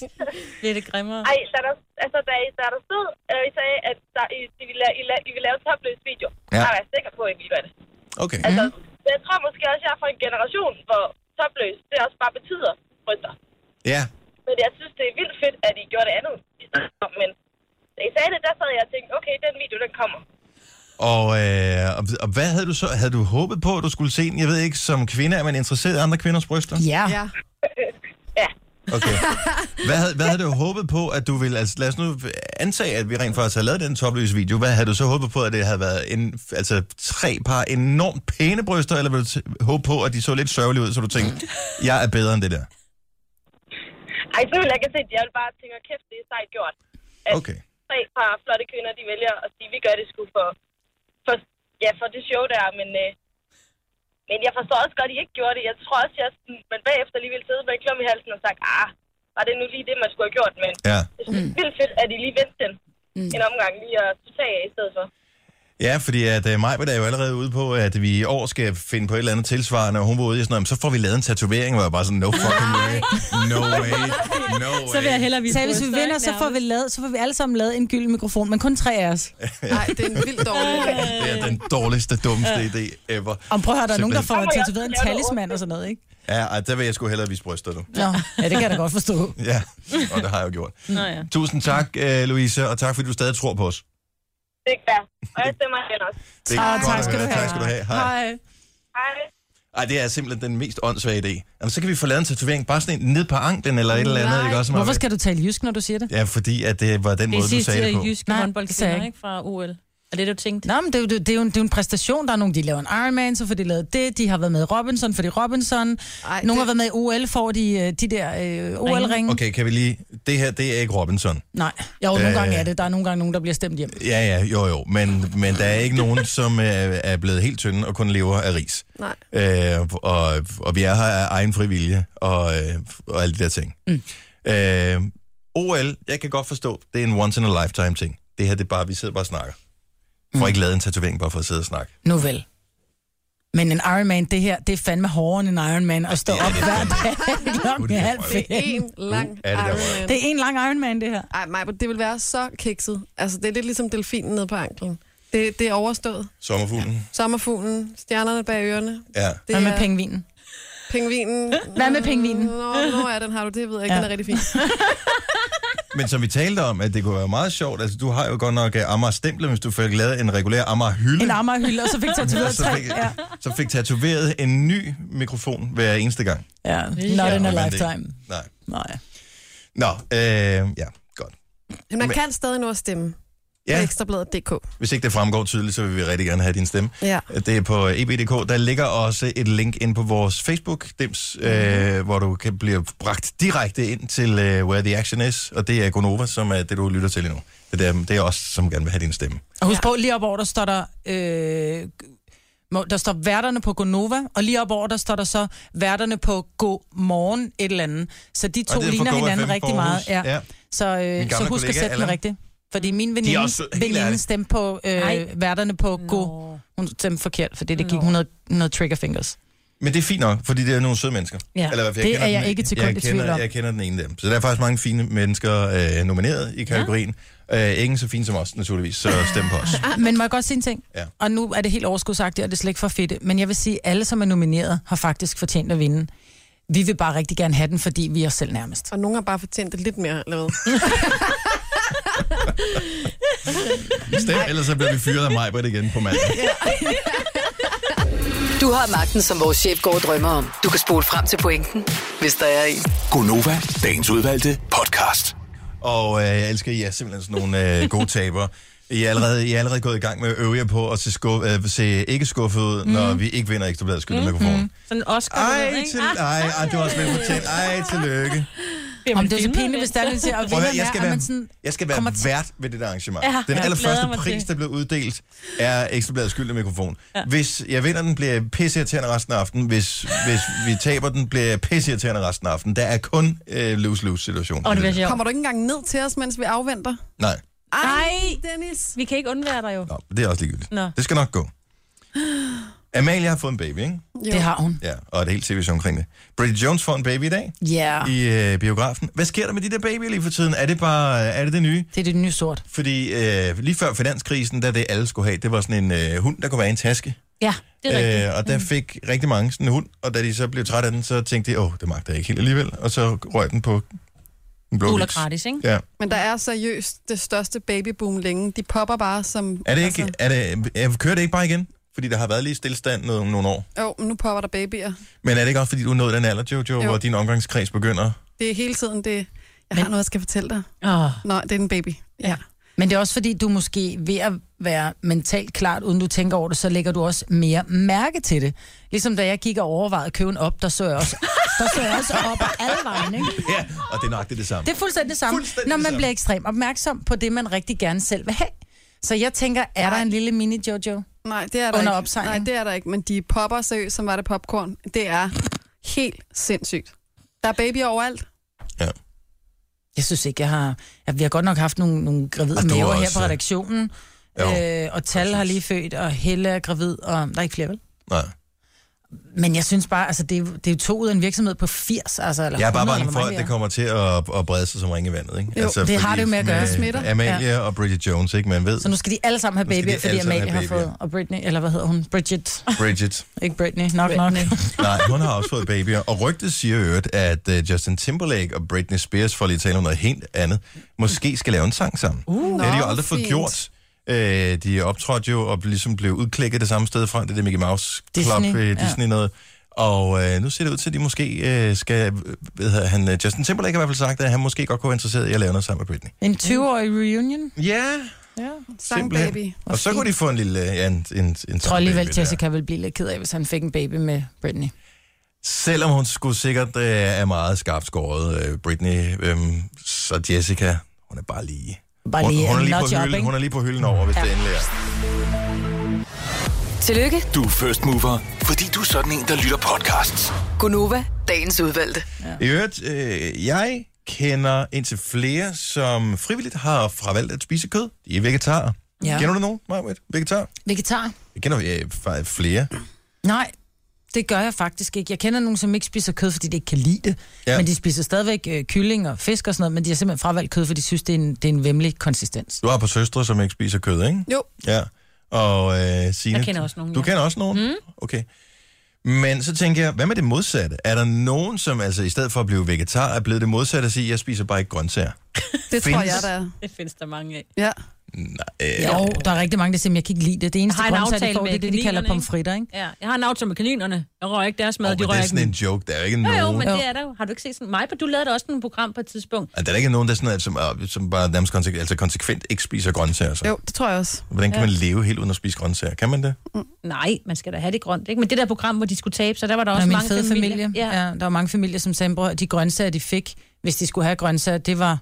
[SPEAKER 2] Bliver det grimmere?
[SPEAKER 10] Ej, da der, altså, da I, da der stod, øh, I sagde, at der, I, I, ville, la- I, la- I ville lave topløs video,
[SPEAKER 1] Ja.
[SPEAKER 10] der var jeg sikker på, at I ville gøre det.
[SPEAKER 13] Mhm.
[SPEAKER 1] Okay.
[SPEAKER 10] Altså, så jeg tror måske også, at jeg er fra en generation, hvor topløs, det også bare betyder bryster.
[SPEAKER 1] Ja.
[SPEAKER 10] Men jeg synes, det er vildt fedt, at I gjorde det andet i stedet for. Men da I sagde det, der sad jeg og tænkte, okay, den video, den kommer.
[SPEAKER 1] Og, øh, og, og hvad havde du så? Havde du håbet på, at du skulle se den? Jeg ved ikke, som kvinde er man interesseret i andre kvinders bryster?
[SPEAKER 10] Ja.
[SPEAKER 1] Hvad havde, hvad havde du håbet på, at du ville... Altså, lad os nu antage, at vi rent faktisk havde lavet den topløsvideo, hvad havde du så håbet på, at det havde været en, altså, tre par enormt pæne bryster, eller ville du t- håbe på, at de så lidt sørgelige ud, så du tænkte, jeg er bedre end det der?
[SPEAKER 10] Ej, så vil jeg ikke have set det. Jeg vil bare tænke, kæft, det er sejt gjort. At
[SPEAKER 1] okay.
[SPEAKER 10] tre par flotte kvinder, de vælger at sige, vi gør det sgu for, for, ja, for det show der, men... Øh, men jeg forstår også godt, at I ikke gjorde det. Jeg tror også, jeg, sådan- man bagefter lige ville sidde med en klum i halsen og sagt, ah, var det nu lige det, man skulle have gjort, men
[SPEAKER 1] Ja.
[SPEAKER 10] det er mm. vildt fedt, at I lige vendte den mm. en omgang lige at tage af i stedet for.
[SPEAKER 1] Ja, fordi at uh, Maja er jo allerede ude på, at vi i år skal finde på et eller andet tilsvarende, og hun var ude i sådan noget, "Jamen, så får vi lavet en tatovering, hvor jeg bare sådan, no fucking way, no way, no way.
[SPEAKER 2] Så vil jeg hellere vise
[SPEAKER 3] Så hvis vi
[SPEAKER 2] bryster,
[SPEAKER 3] vinder,
[SPEAKER 2] ikke?
[SPEAKER 3] så får vi, lavet, så får vi alle sammen lavet en gylden mikrofon, men kun tre af os.
[SPEAKER 7] Nej, det er en vildt dårlig idé.
[SPEAKER 1] Det er den dårligste, dummeste
[SPEAKER 3] Ja.
[SPEAKER 1] idé ever.
[SPEAKER 3] Om prøv at høre, der er nogen, der får
[SPEAKER 1] Simpelthen.
[SPEAKER 3] tatoveret en talisman og sådan noget, ikke?
[SPEAKER 1] Ja, ej, der vil jeg sgu hellere vise bryster nu.
[SPEAKER 3] Nå, ja, det kan jeg da godt forstå.
[SPEAKER 1] Ja, og det har jeg jo gjort.
[SPEAKER 2] Nå ja.
[SPEAKER 1] Tusind tak, øh, Louise, og tak fordi du stadig tror på os.
[SPEAKER 10] Det er ikke der. Og jeg stemmer igen også.
[SPEAKER 1] Det er godt at høre. Tak skal du have. Hej.
[SPEAKER 10] Hej.
[SPEAKER 1] Ej, det er simpelthen den mest åndssvage idé. Jamen, så kan vi få lavet en tatovering, bare sådan en ned på anklen eller et eller andet, ikke også? Maja?
[SPEAKER 3] Hvorfor skal du tale jysk, når du siger det?
[SPEAKER 1] Ja, fordi at det var den
[SPEAKER 2] Det er
[SPEAKER 1] måde, du
[SPEAKER 2] sidste
[SPEAKER 1] sagde det på.
[SPEAKER 2] jyske
[SPEAKER 3] Nej, det
[SPEAKER 2] håndboldkvinder,
[SPEAKER 3] sagde
[SPEAKER 2] ikke? Fra OL. Er det, du tænkte?
[SPEAKER 3] Nå, men det, er jo- det, det, er jo en, det er jo en præstation. Der er nogen, de laver en Ironman, så får de lavet det. De har været med i Robinson, fordi Robinson. Ej, nogen det... har været med i OL, får de øh, de der øh, OL-ringe. Okay.
[SPEAKER 1] Okay, kan vi lige... Det her, det er ikke Robinson.
[SPEAKER 3] Nej, jo, nogle
[SPEAKER 1] Øh.
[SPEAKER 3] gange er det. Der er nogle gange nogen, der bliver stemt hjem.
[SPEAKER 1] Ja, ja, jo, jo. Men, men der er ikke nogen, som øh, er blevet helt tynde og kun lever af ris.
[SPEAKER 7] Nej.
[SPEAKER 1] Øh, og, og vi er her af egen frivillige og, øh, og alle de der ting. Mm. Øh, OL, jeg kan godt forstå, det er en once-in-a-lifetime ting. Det her, det er bare, vi sidder bare og snakker. Får ikke lavet en tatovering bare for at sidde og snakke.
[SPEAKER 3] Nu vel. Men en Ironman, det her, det er fandme hårdere end en Ironman at stå op hver dag klokken halv
[SPEAKER 7] Det er
[SPEAKER 3] fem.
[SPEAKER 7] en lang
[SPEAKER 1] er det der
[SPEAKER 7] Ironman.
[SPEAKER 3] Det er en lang Ironman, det her.
[SPEAKER 7] Ej, Maja, det vil være så kikset. Altså, det er lidt ligesom delfinen nede på anklen. Det, det er overstået.
[SPEAKER 1] Sommerfuglen.
[SPEAKER 7] Sommerfuglen, stjernerne bag ørerne.
[SPEAKER 1] Ja.
[SPEAKER 7] Det
[SPEAKER 3] Hvad med
[SPEAKER 7] er-
[SPEAKER 3] pengvinen?
[SPEAKER 7] Pengvinen.
[SPEAKER 3] Hvad med pingvinen?
[SPEAKER 7] Nå, nå ja, den har du, det ved jeg ikke.
[SPEAKER 3] Ja.
[SPEAKER 7] Den er rigtig fin.
[SPEAKER 1] Men som vi talte om, at det kunne være meget sjovt. Altså, du har jo godt nok øh, Amager stempler, hvis du fik lavet en regulær Amager hylde.
[SPEAKER 3] En Amager-hylde, og så fik tatoveret
[SPEAKER 1] så
[SPEAKER 3] tre.
[SPEAKER 1] fik,
[SPEAKER 3] Ja.
[SPEAKER 1] så fik tatoveret en ny mikrofon hver eneste gang.
[SPEAKER 3] ja, not in
[SPEAKER 1] Men
[SPEAKER 3] a
[SPEAKER 1] det-
[SPEAKER 3] lifetime.
[SPEAKER 1] Nej.
[SPEAKER 3] Nej.
[SPEAKER 1] Nå, øh, ja, godt.
[SPEAKER 7] Men man
[SPEAKER 1] Men-
[SPEAKER 7] kan stadig nå at stemme på
[SPEAKER 1] Ja.
[SPEAKER 7] ekstrabladet.dk.
[SPEAKER 1] Hvis ikke det fremgår tydeligt, så vil vi rigtig gerne have din stemme.
[SPEAKER 7] Ja.
[SPEAKER 1] Det er på E eb.dk. Der ligger også et link ind på vores Facebook, Dims,
[SPEAKER 3] Mhm.
[SPEAKER 1] øh, hvor du kan blive bragt direkte ind til øh, Where the Action Is, og det er Gonova, som er det, du lytter til lige nu. Det er, der, det er os, som gerne vil have din stemme.
[SPEAKER 3] Og husk på, lige op over, der står der... Øh, må- der står værterne på Gonova, og lige op over, der står der så værterne på Go Morgen et eller andet. Så de
[SPEAKER 1] Og det
[SPEAKER 3] to
[SPEAKER 1] er fra
[SPEAKER 3] ligner
[SPEAKER 1] Go
[SPEAKER 3] hinanden
[SPEAKER 1] FM
[SPEAKER 3] rigtig
[SPEAKER 1] Aarhus.
[SPEAKER 3] meget. Ja.
[SPEAKER 1] Ja.
[SPEAKER 3] ja. Så, øh,
[SPEAKER 1] Min
[SPEAKER 3] så
[SPEAKER 1] gamle
[SPEAKER 3] husk at
[SPEAKER 1] kollega
[SPEAKER 3] sætte den
[SPEAKER 1] Allan.
[SPEAKER 3] rigtigt. Fordi min
[SPEAKER 1] De er
[SPEAKER 3] veninde,
[SPEAKER 1] også søde, helt
[SPEAKER 3] veninde
[SPEAKER 1] ærligt.
[SPEAKER 3] stemte på
[SPEAKER 2] Ej.
[SPEAKER 3] øh, værterne på Go. Hun stemte forkert, fordi det gik 100, 100 trigger fingers.
[SPEAKER 1] Men det er fint nok, fordi det er nogle søde mennesker.
[SPEAKER 3] Ja,
[SPEAKER 1] i hvert fald,
[SPEAKER 3] det
[SPEAKER 1] kender
[SPEAKER 3] er
[SPEAKER 1] den
[SPEAKER 3] jeg
[SPEAKER 1] ene-
[SPEAKER 3] ikke til
[SPEAKER 1] jeg
[SPEAKER 3] kun i tvivl
[SPEAKER 1] kender,
[SPEAKER 3] om.
[SPEAKER 1] Jeg kender den ene af dem. Så der er faktisk mange fine mennesker øh, nomineret i kategorien. Ja. Øh, ingen så fine som os, naturligvis, så stem på os.
[SPEAKER 3] Men må jeg godt sige en ting?
[SPEAKER 1] Ja.
[SPEAKER 3] Og nu er det helt overskudsagtigt, og det er slet ikke for fedt. Men jeg vil sige, at alle, som er nomineret, har faktisk fortjent at vinde. Vi vil bare rigtig gerne have den, fordi vi er os selv nærmest.
[SPEAKER 7] Og nogen har bare fortjent det lidt mere, eller hvad?
[SPEAKER 1] Stem, ellers så bliver vi fyret af mig igen på mandag.
[SPEAKER 5] Du har magten, som vores chef går og drømmer om. Du kan spole frem til pointen, hvis der er en.
[SPEAKER 6] Gonova, dagens udvalgte podcast.
[SPEAKER 1] Og øh, jeg elsker, I er simpelthen sådan nogle øh, gode tabere. I er, allerede, I er allerede gået i gang med at øve jer på at se, skuff, øh, se ikke skuffet ud, mm.
[SPEAKER 3] Mhm.
[SPEAKER 1] når vi ikke vinder ekstrabladet skyldet mm. mikrofonen. Mm.
[SPEAKER 2] Sådan en Oscar.
[SPEAKER 1] Ej, til,
[SPEAKER 2] Ah,
[SPEAKER 3] Ah.
[SPEAKER 1] ej, ej, det var også lidt fortjent. Ej, tillykke.
[SPEAKER 3] Om det er så pinligt, hvis der er lidt til at
[SPEAKER 1] Prøv
[SPEAKER 3] vinde
[SPEAKER 1] at høre, jeg skal
[SPEAKER 3] her, at
[SPEAKER 1] være,
[SPEAKER 3] man sådan...
[SPEAKER 1] jeg skal være
[SPEAKER 3] kommer til-
[SPEAKER 1] vært ved det der arrangement.
[SPEAKER 3] Ja,
[SPEAKER 1] den
[SPEAKER 3] jeg
[SPEAKER 1] allerførste
[SPEAKER 3] glæder mig
[SPEAKER 1] pris,
[SPEAKER 3] til.
[SPEAKER 1] der blev uddelt, er Ekstrabladets skyld mikrofon. Ja. Hvis jeg vinder den, bliver jeg pisseirriterende resten af aftenen. Hvis, hvis vi taber den, bliver jeg pisseirriterende resten af aftenen. Der er kun øh, lose-lose-situationen.
[SPEAKER 2] Åh, det bliver sjovt.
[SPEAKER 7] Kommer du ikke engang ned til os, mens vi afventer?
[SPEAKER 1] Nej,
[SPEAKER 2] Ej,
[SPEAKER 7] Dennis.
[SPEAKER 2] vi kan ikke undvære dig jo.
[SPEAKER 1] nå, det er også ligegyldigt.
[SPEAKER 2] Nå.
[SPEAKER 1] Det skal nok gå. Amalie har fået en baby, ikke?
[SPEAKER 7] Jo.
[SPEAKER 3] Det har hun.
[SPEAKER 1] Ja, og et helt tv show omkring det. Bridget Jones får en baby i dag
[SPEAKER 3] Ja,
[SPEAKER 1] i øh, biografen. Hvad sker der med de der babyer lige for tiden? Er det bare er det, det nye?
[SPEAKER 3] det er det nye sort.
[SPEAKER 1] Fordi øh, lige før finanskrisen, der det alle skulle have, det var sådan en øh, hund, der kunne være i en taske.
[SPEAKER 3] Ja,
[SPEAKER 1] Øh.
[SPEAKER 2] Det er rigtigt.
[SPEAKER 1] og
[SPEAKER 3] Mm.
[SPEAKER 1] der fik rigtig mange sådan en hund, og da de så blev trætte af den, så tænkte de, åh, det magter jeg ikke helt alligevel, og så røg den på en blå
[SPEAKER 2] Gul og
[SPEAKER 1] vis.
[SPEAKER 2] gratis, ikke?
[SPEAKER 1] Ja.
[SPEAKER 7] Men der er seriøst det største babyboom længe. De popper bare som...
[SPEAKER 1] Er det ikke,
[SPEAKER 3] Altså.
[SPEAKER 1] er det, er, kører det ikke bare igen? Fordi der har været lige stillestand nogle, nogle år.
[SPEAKER 7] altså- Jo, men nu popper der babyer.
[SPEAKER 1] Men er det ikke også, fordi du nåede den alder, Jojo, jo.
[SPEAKER 7] Jo.
[SPEAKER 1] hvor din omgangskreds begynder? Ah.
[SPEAKER 7] Det er hele tiden det... Jeg har noget, jeg skal fortælle dig.
[SPEAKER 3] Åh,
[SPEAKER 7] Nå, det er en baby.
[SPEAKER 3] Ja. Men det er også fordi, du måske ved at være mentalt klart, uden du tænker over det, så lægger du også mere mærke til det. Ligesom da jeg gik og overvejede at købe en op, der så jeg også, der så jeg også op ad alle vejen, ikke?
[SPEAKER 1] Ja, og det er nøjagtigt det samme.
[SPEAKER 3] Det er fuldstændig det samme,
[SPEAKER 1] Fuldstændig
[SPEAKER 3] når
[SPEAKER 1] det
[SPEAKER 3] man
[SPEAKER 1] samme.
[SPEAKER 3] bliver ekstremt opmærksom på det, man rigtig gerne selv vil have. Så jeg tænker, er der en lille mini-Jojo?
[SPEAKER 4] Nej, det er der ikke.
[SPEAKER 3] Under opsejling.
[SPEAKER 4] Nej, det er der ikke, men de popper seriøst, som var det popcorn. Det er helt sindssygt. Der er babyer overalt.
[SPEAKER 3] Jeg synes ikke, jeg har... Ja, vi har godt nok haft nogle, nogle gravide
[SPEAKER 1] Og du er
[SPEAKER 3] maver her
[SPEAKER 1] også,
[SPEAKER 3] på
[SPEAKER 1] øh,
[SPEAKER 3] redaktionen.
[SPEAKER 1] Jo,
[SPEAKER 3] Øh, og Tal har lige født, og Helle er gravid, og der er ikke flere, vel?
[SPEAKER 1] Nej.
[SPEAKER 3] Men jeg synes bare, altså, det, er, jo- det er jo to ud af en virksomhed på 80, altså, eller
[SPEAKER 1] Jeg er bare
[SPEAKER 3] 100,
[SPEAKER 1] bange for,
[SPEAKER 3] eller hvor
[SPEAKER 1] at
[SPEAKER 3] mange
[SPEAKER 1] det kommer til at, at brede sig som ringe i vandet. Ikke? Altså,
[SPEAKER 3] Jo, det har
[SPEAKER 1] fordi
[SPEAKER 3] det jo med at gøre. Smitter.
[SPEAKER 1] Amalie
[SPEAKER 3] Ja.
[SPEAKER 1] og Bridget Jones, ikke? Man ved.
[SPEAKER 3] Så nu skal de alle sammen have
[SPEAKER 1] Nu skal
[SPEAKER 3] babyer,
[SPEAKER 1] de
[SPEAKER 3] fordi
[SPEAKER 1] alle sammen
[SPEAKER 3] Amalie
[SPEAKER 1] have
[SPEAKER 3] har fået... Og Britney, eller hvad hedder hun? Bridget.
[SPEAKER 1] Bridget.
[SPEAKER 3] Ikke Britney, nok Britney. nok.
[SPEAKER 1] Nej, hun har også fået babyer. Og rygtet siger i øvrigt, at uh, Justin Timberlake og Britney Spears, for lige at tale om noget helt andet, måske skal lave en sang sammen.
[SPEAKER 14] Uh,
[SPEAKER 1] det har de
[SPEAKER 14] nå,
[SPEAKER 1] jo aldrig fået
[SPEAKER 14] fint.
[SPEAKER 1] gjort. Uh, de optrådte jo og ligesom blev udklækket det samme sted fra, det der Mickey Mouse Club,
[SPEAKER 14] Disney,
[SPEAKER 1] Disney,
[SPEAKER 14] ja.
[SPEAKER 1] uh, Disney noget. Og øh, nu ser det ud til, at de måske øh, skal... Hvad hedder han, øh, Justin Timberlake har i hvert fald sagt, at han måske godt kunne være interesseret i at lave noget sammen med Britney.
[SPEAKER 3] En 20-årig reunion?
[SPEAKER 1] Ja.
[SPEAKER 3] ja.
[SPEAKER 1] Simpelthen. Og så kunne de få en lille... øh, Ja, en, en, en
[SPEAKER 3] Jeg tror alligevel,
[SPEAKER 1] baby der.
[SPEAKER 3] Jessica ville blive lidt ked af, hvis han fik en baby med Britney.
[SPEAKER 1] Selvom hun skulle sikkert øh, er meget skarpt skåret, øh, Britney, øh, så Jessica, hun er bare lige...
[SPEAKER 3] Bare
[SPEAKER 1] hun,
[SPEAKER 3] lige
[SPEAKER 1] hun, er
[SPEAKER 3] en
[SPEAKER 1] lige
[SPEAKER 3] notch
[SPEAKER 1] på
[SPEAKER 3] up,
[SPEAKER 1] hylden,
[SPEAKER 3] ikke?
[SPEAKER 1] hun er lige på hylden over, hvis ja. det endelig er.
[SPEAKER 5] Tillykke,
[SPEAKER 6] Du er first mover, fordi du er sådan en, der lytter podcasts.
[SPEAKER 5] Gunova, dagens udvalgte.
[SPEAKER 1] I øvrigt, øh, jeg kender indtil flere, som frivilligt har fravalgt at spise kød. De er vegetarer.
[SPEAKER 3] Ja.
[SPEAKER 1] Ja. Kender du nogen, Marvitt? Vegetar?
[SPEAKER 3] Vegetar?
[SPEAKER 1] Jeg kender øh, fa- flere.
[SPEAKER 3] Nej, det gør jeg faktisk ikke. Jeg kender nogen, som ikke spiser kød, fordi de ikke kan lide det.
[SPEAKER 1] Ja.
[SPEAKER 3] Ja. Men de spiser stadigvæk øh, kylling og fisk og sådan noget, men de har simpelthen fravalgt kød, fordi de synes, det er en, det er en vemmelig konsistens.
[SPEAKER 1] Du har på søstre, som ikke spiser kød, ikke?
[SPEAKER 4] Jo.
[SPEAKER 1] Ja. Og øh, Signe,
[SPEAKER 2] Jeg kender også nogen,
[SPEAKER 1] Du
[SPEAKER 2] ja.
[SPEAKER 1] kender også nogen? Mm. Okay. Men så tænker jeg, hvad med det modsatte? Er der nogen, som altså i stedet for at blive vegetar, er blevet det modsatte at sige, jeg spiser bare ikke grøntsager?
[SPEAKER 4] Det tror jeg, der er.
[SPEAKER 2] Det findes der mange af.
[SPEAKER 4] Ja.
[SPEAKER 1] Øh,
[SPEAKER 3] Jo, der er rigtig mange, der siger, at jeg kan ikke lide det. Det eneste
[SPEAKER 2] Jeg har en
[SPEAKER 3] grøntsager, de
[SPEAKER 2] aftale
[SPEAKER 3] får, det er
[SPEAKER 2] med
[SPEAKER 3] det, de kalder
[SPEAKER 2] kaninerne,
[SPEAKER 3] pomfritter, ikke?
[SPEAKER 2] Ja, jeg har en aftale med kaninerne. Jeg rører ikke deres mad,
[SPEAKER 1] Åh,
[SPEAKER 2] de
[SPEAKER 1] men det
[SPEAKER 2] rører
[SPEAKER 1] er
[SPEAKER 2] ikke
[SPEAKER 1] sådan en
[SPEAKER 2] min.
[SPEAKER 1] joke. Der er jo ikke
[SPEAKER 2] Jo,
[SPEAKER 1] nogen...
[SPEAKER 2] jo, men det er der jo. Har du ikke set sådan... Majbert, du lavede da også nogle program på et tidspunkt.
[SPEAKER 1] Er Altså, der ikke nogen, der, sådan, at, som, er- som bare nærmest konsekvent, altså konsekvent ikke spiser grøntsager? Så?
[SPEAKER 4] Jo, det tror jeg også.
[SPEAKER 1] Hvordan kan
[SPEAKER 2] Ja.
[SPEAKER 1] man leve helt uden at spise grøntsager? Kan man det?
[SPEAKER 2] Nej, man skal da have det grønt, ikke? Men det der program, hvor de skulle tabe, så der var der
[SPEAKER 3] Der
[SPEAKER 2] også
[SPEAKER 3] er min
[SPEAKER 2] mange
[SPEAKER 3] fede
[SPEAKER 2] familier.
[SPEAKER 3] familie. familie. Ja. ja. der var mange familier, som sagde, "Bror, de grøntsager, de fik, hvis de skulle have grøntsager, det var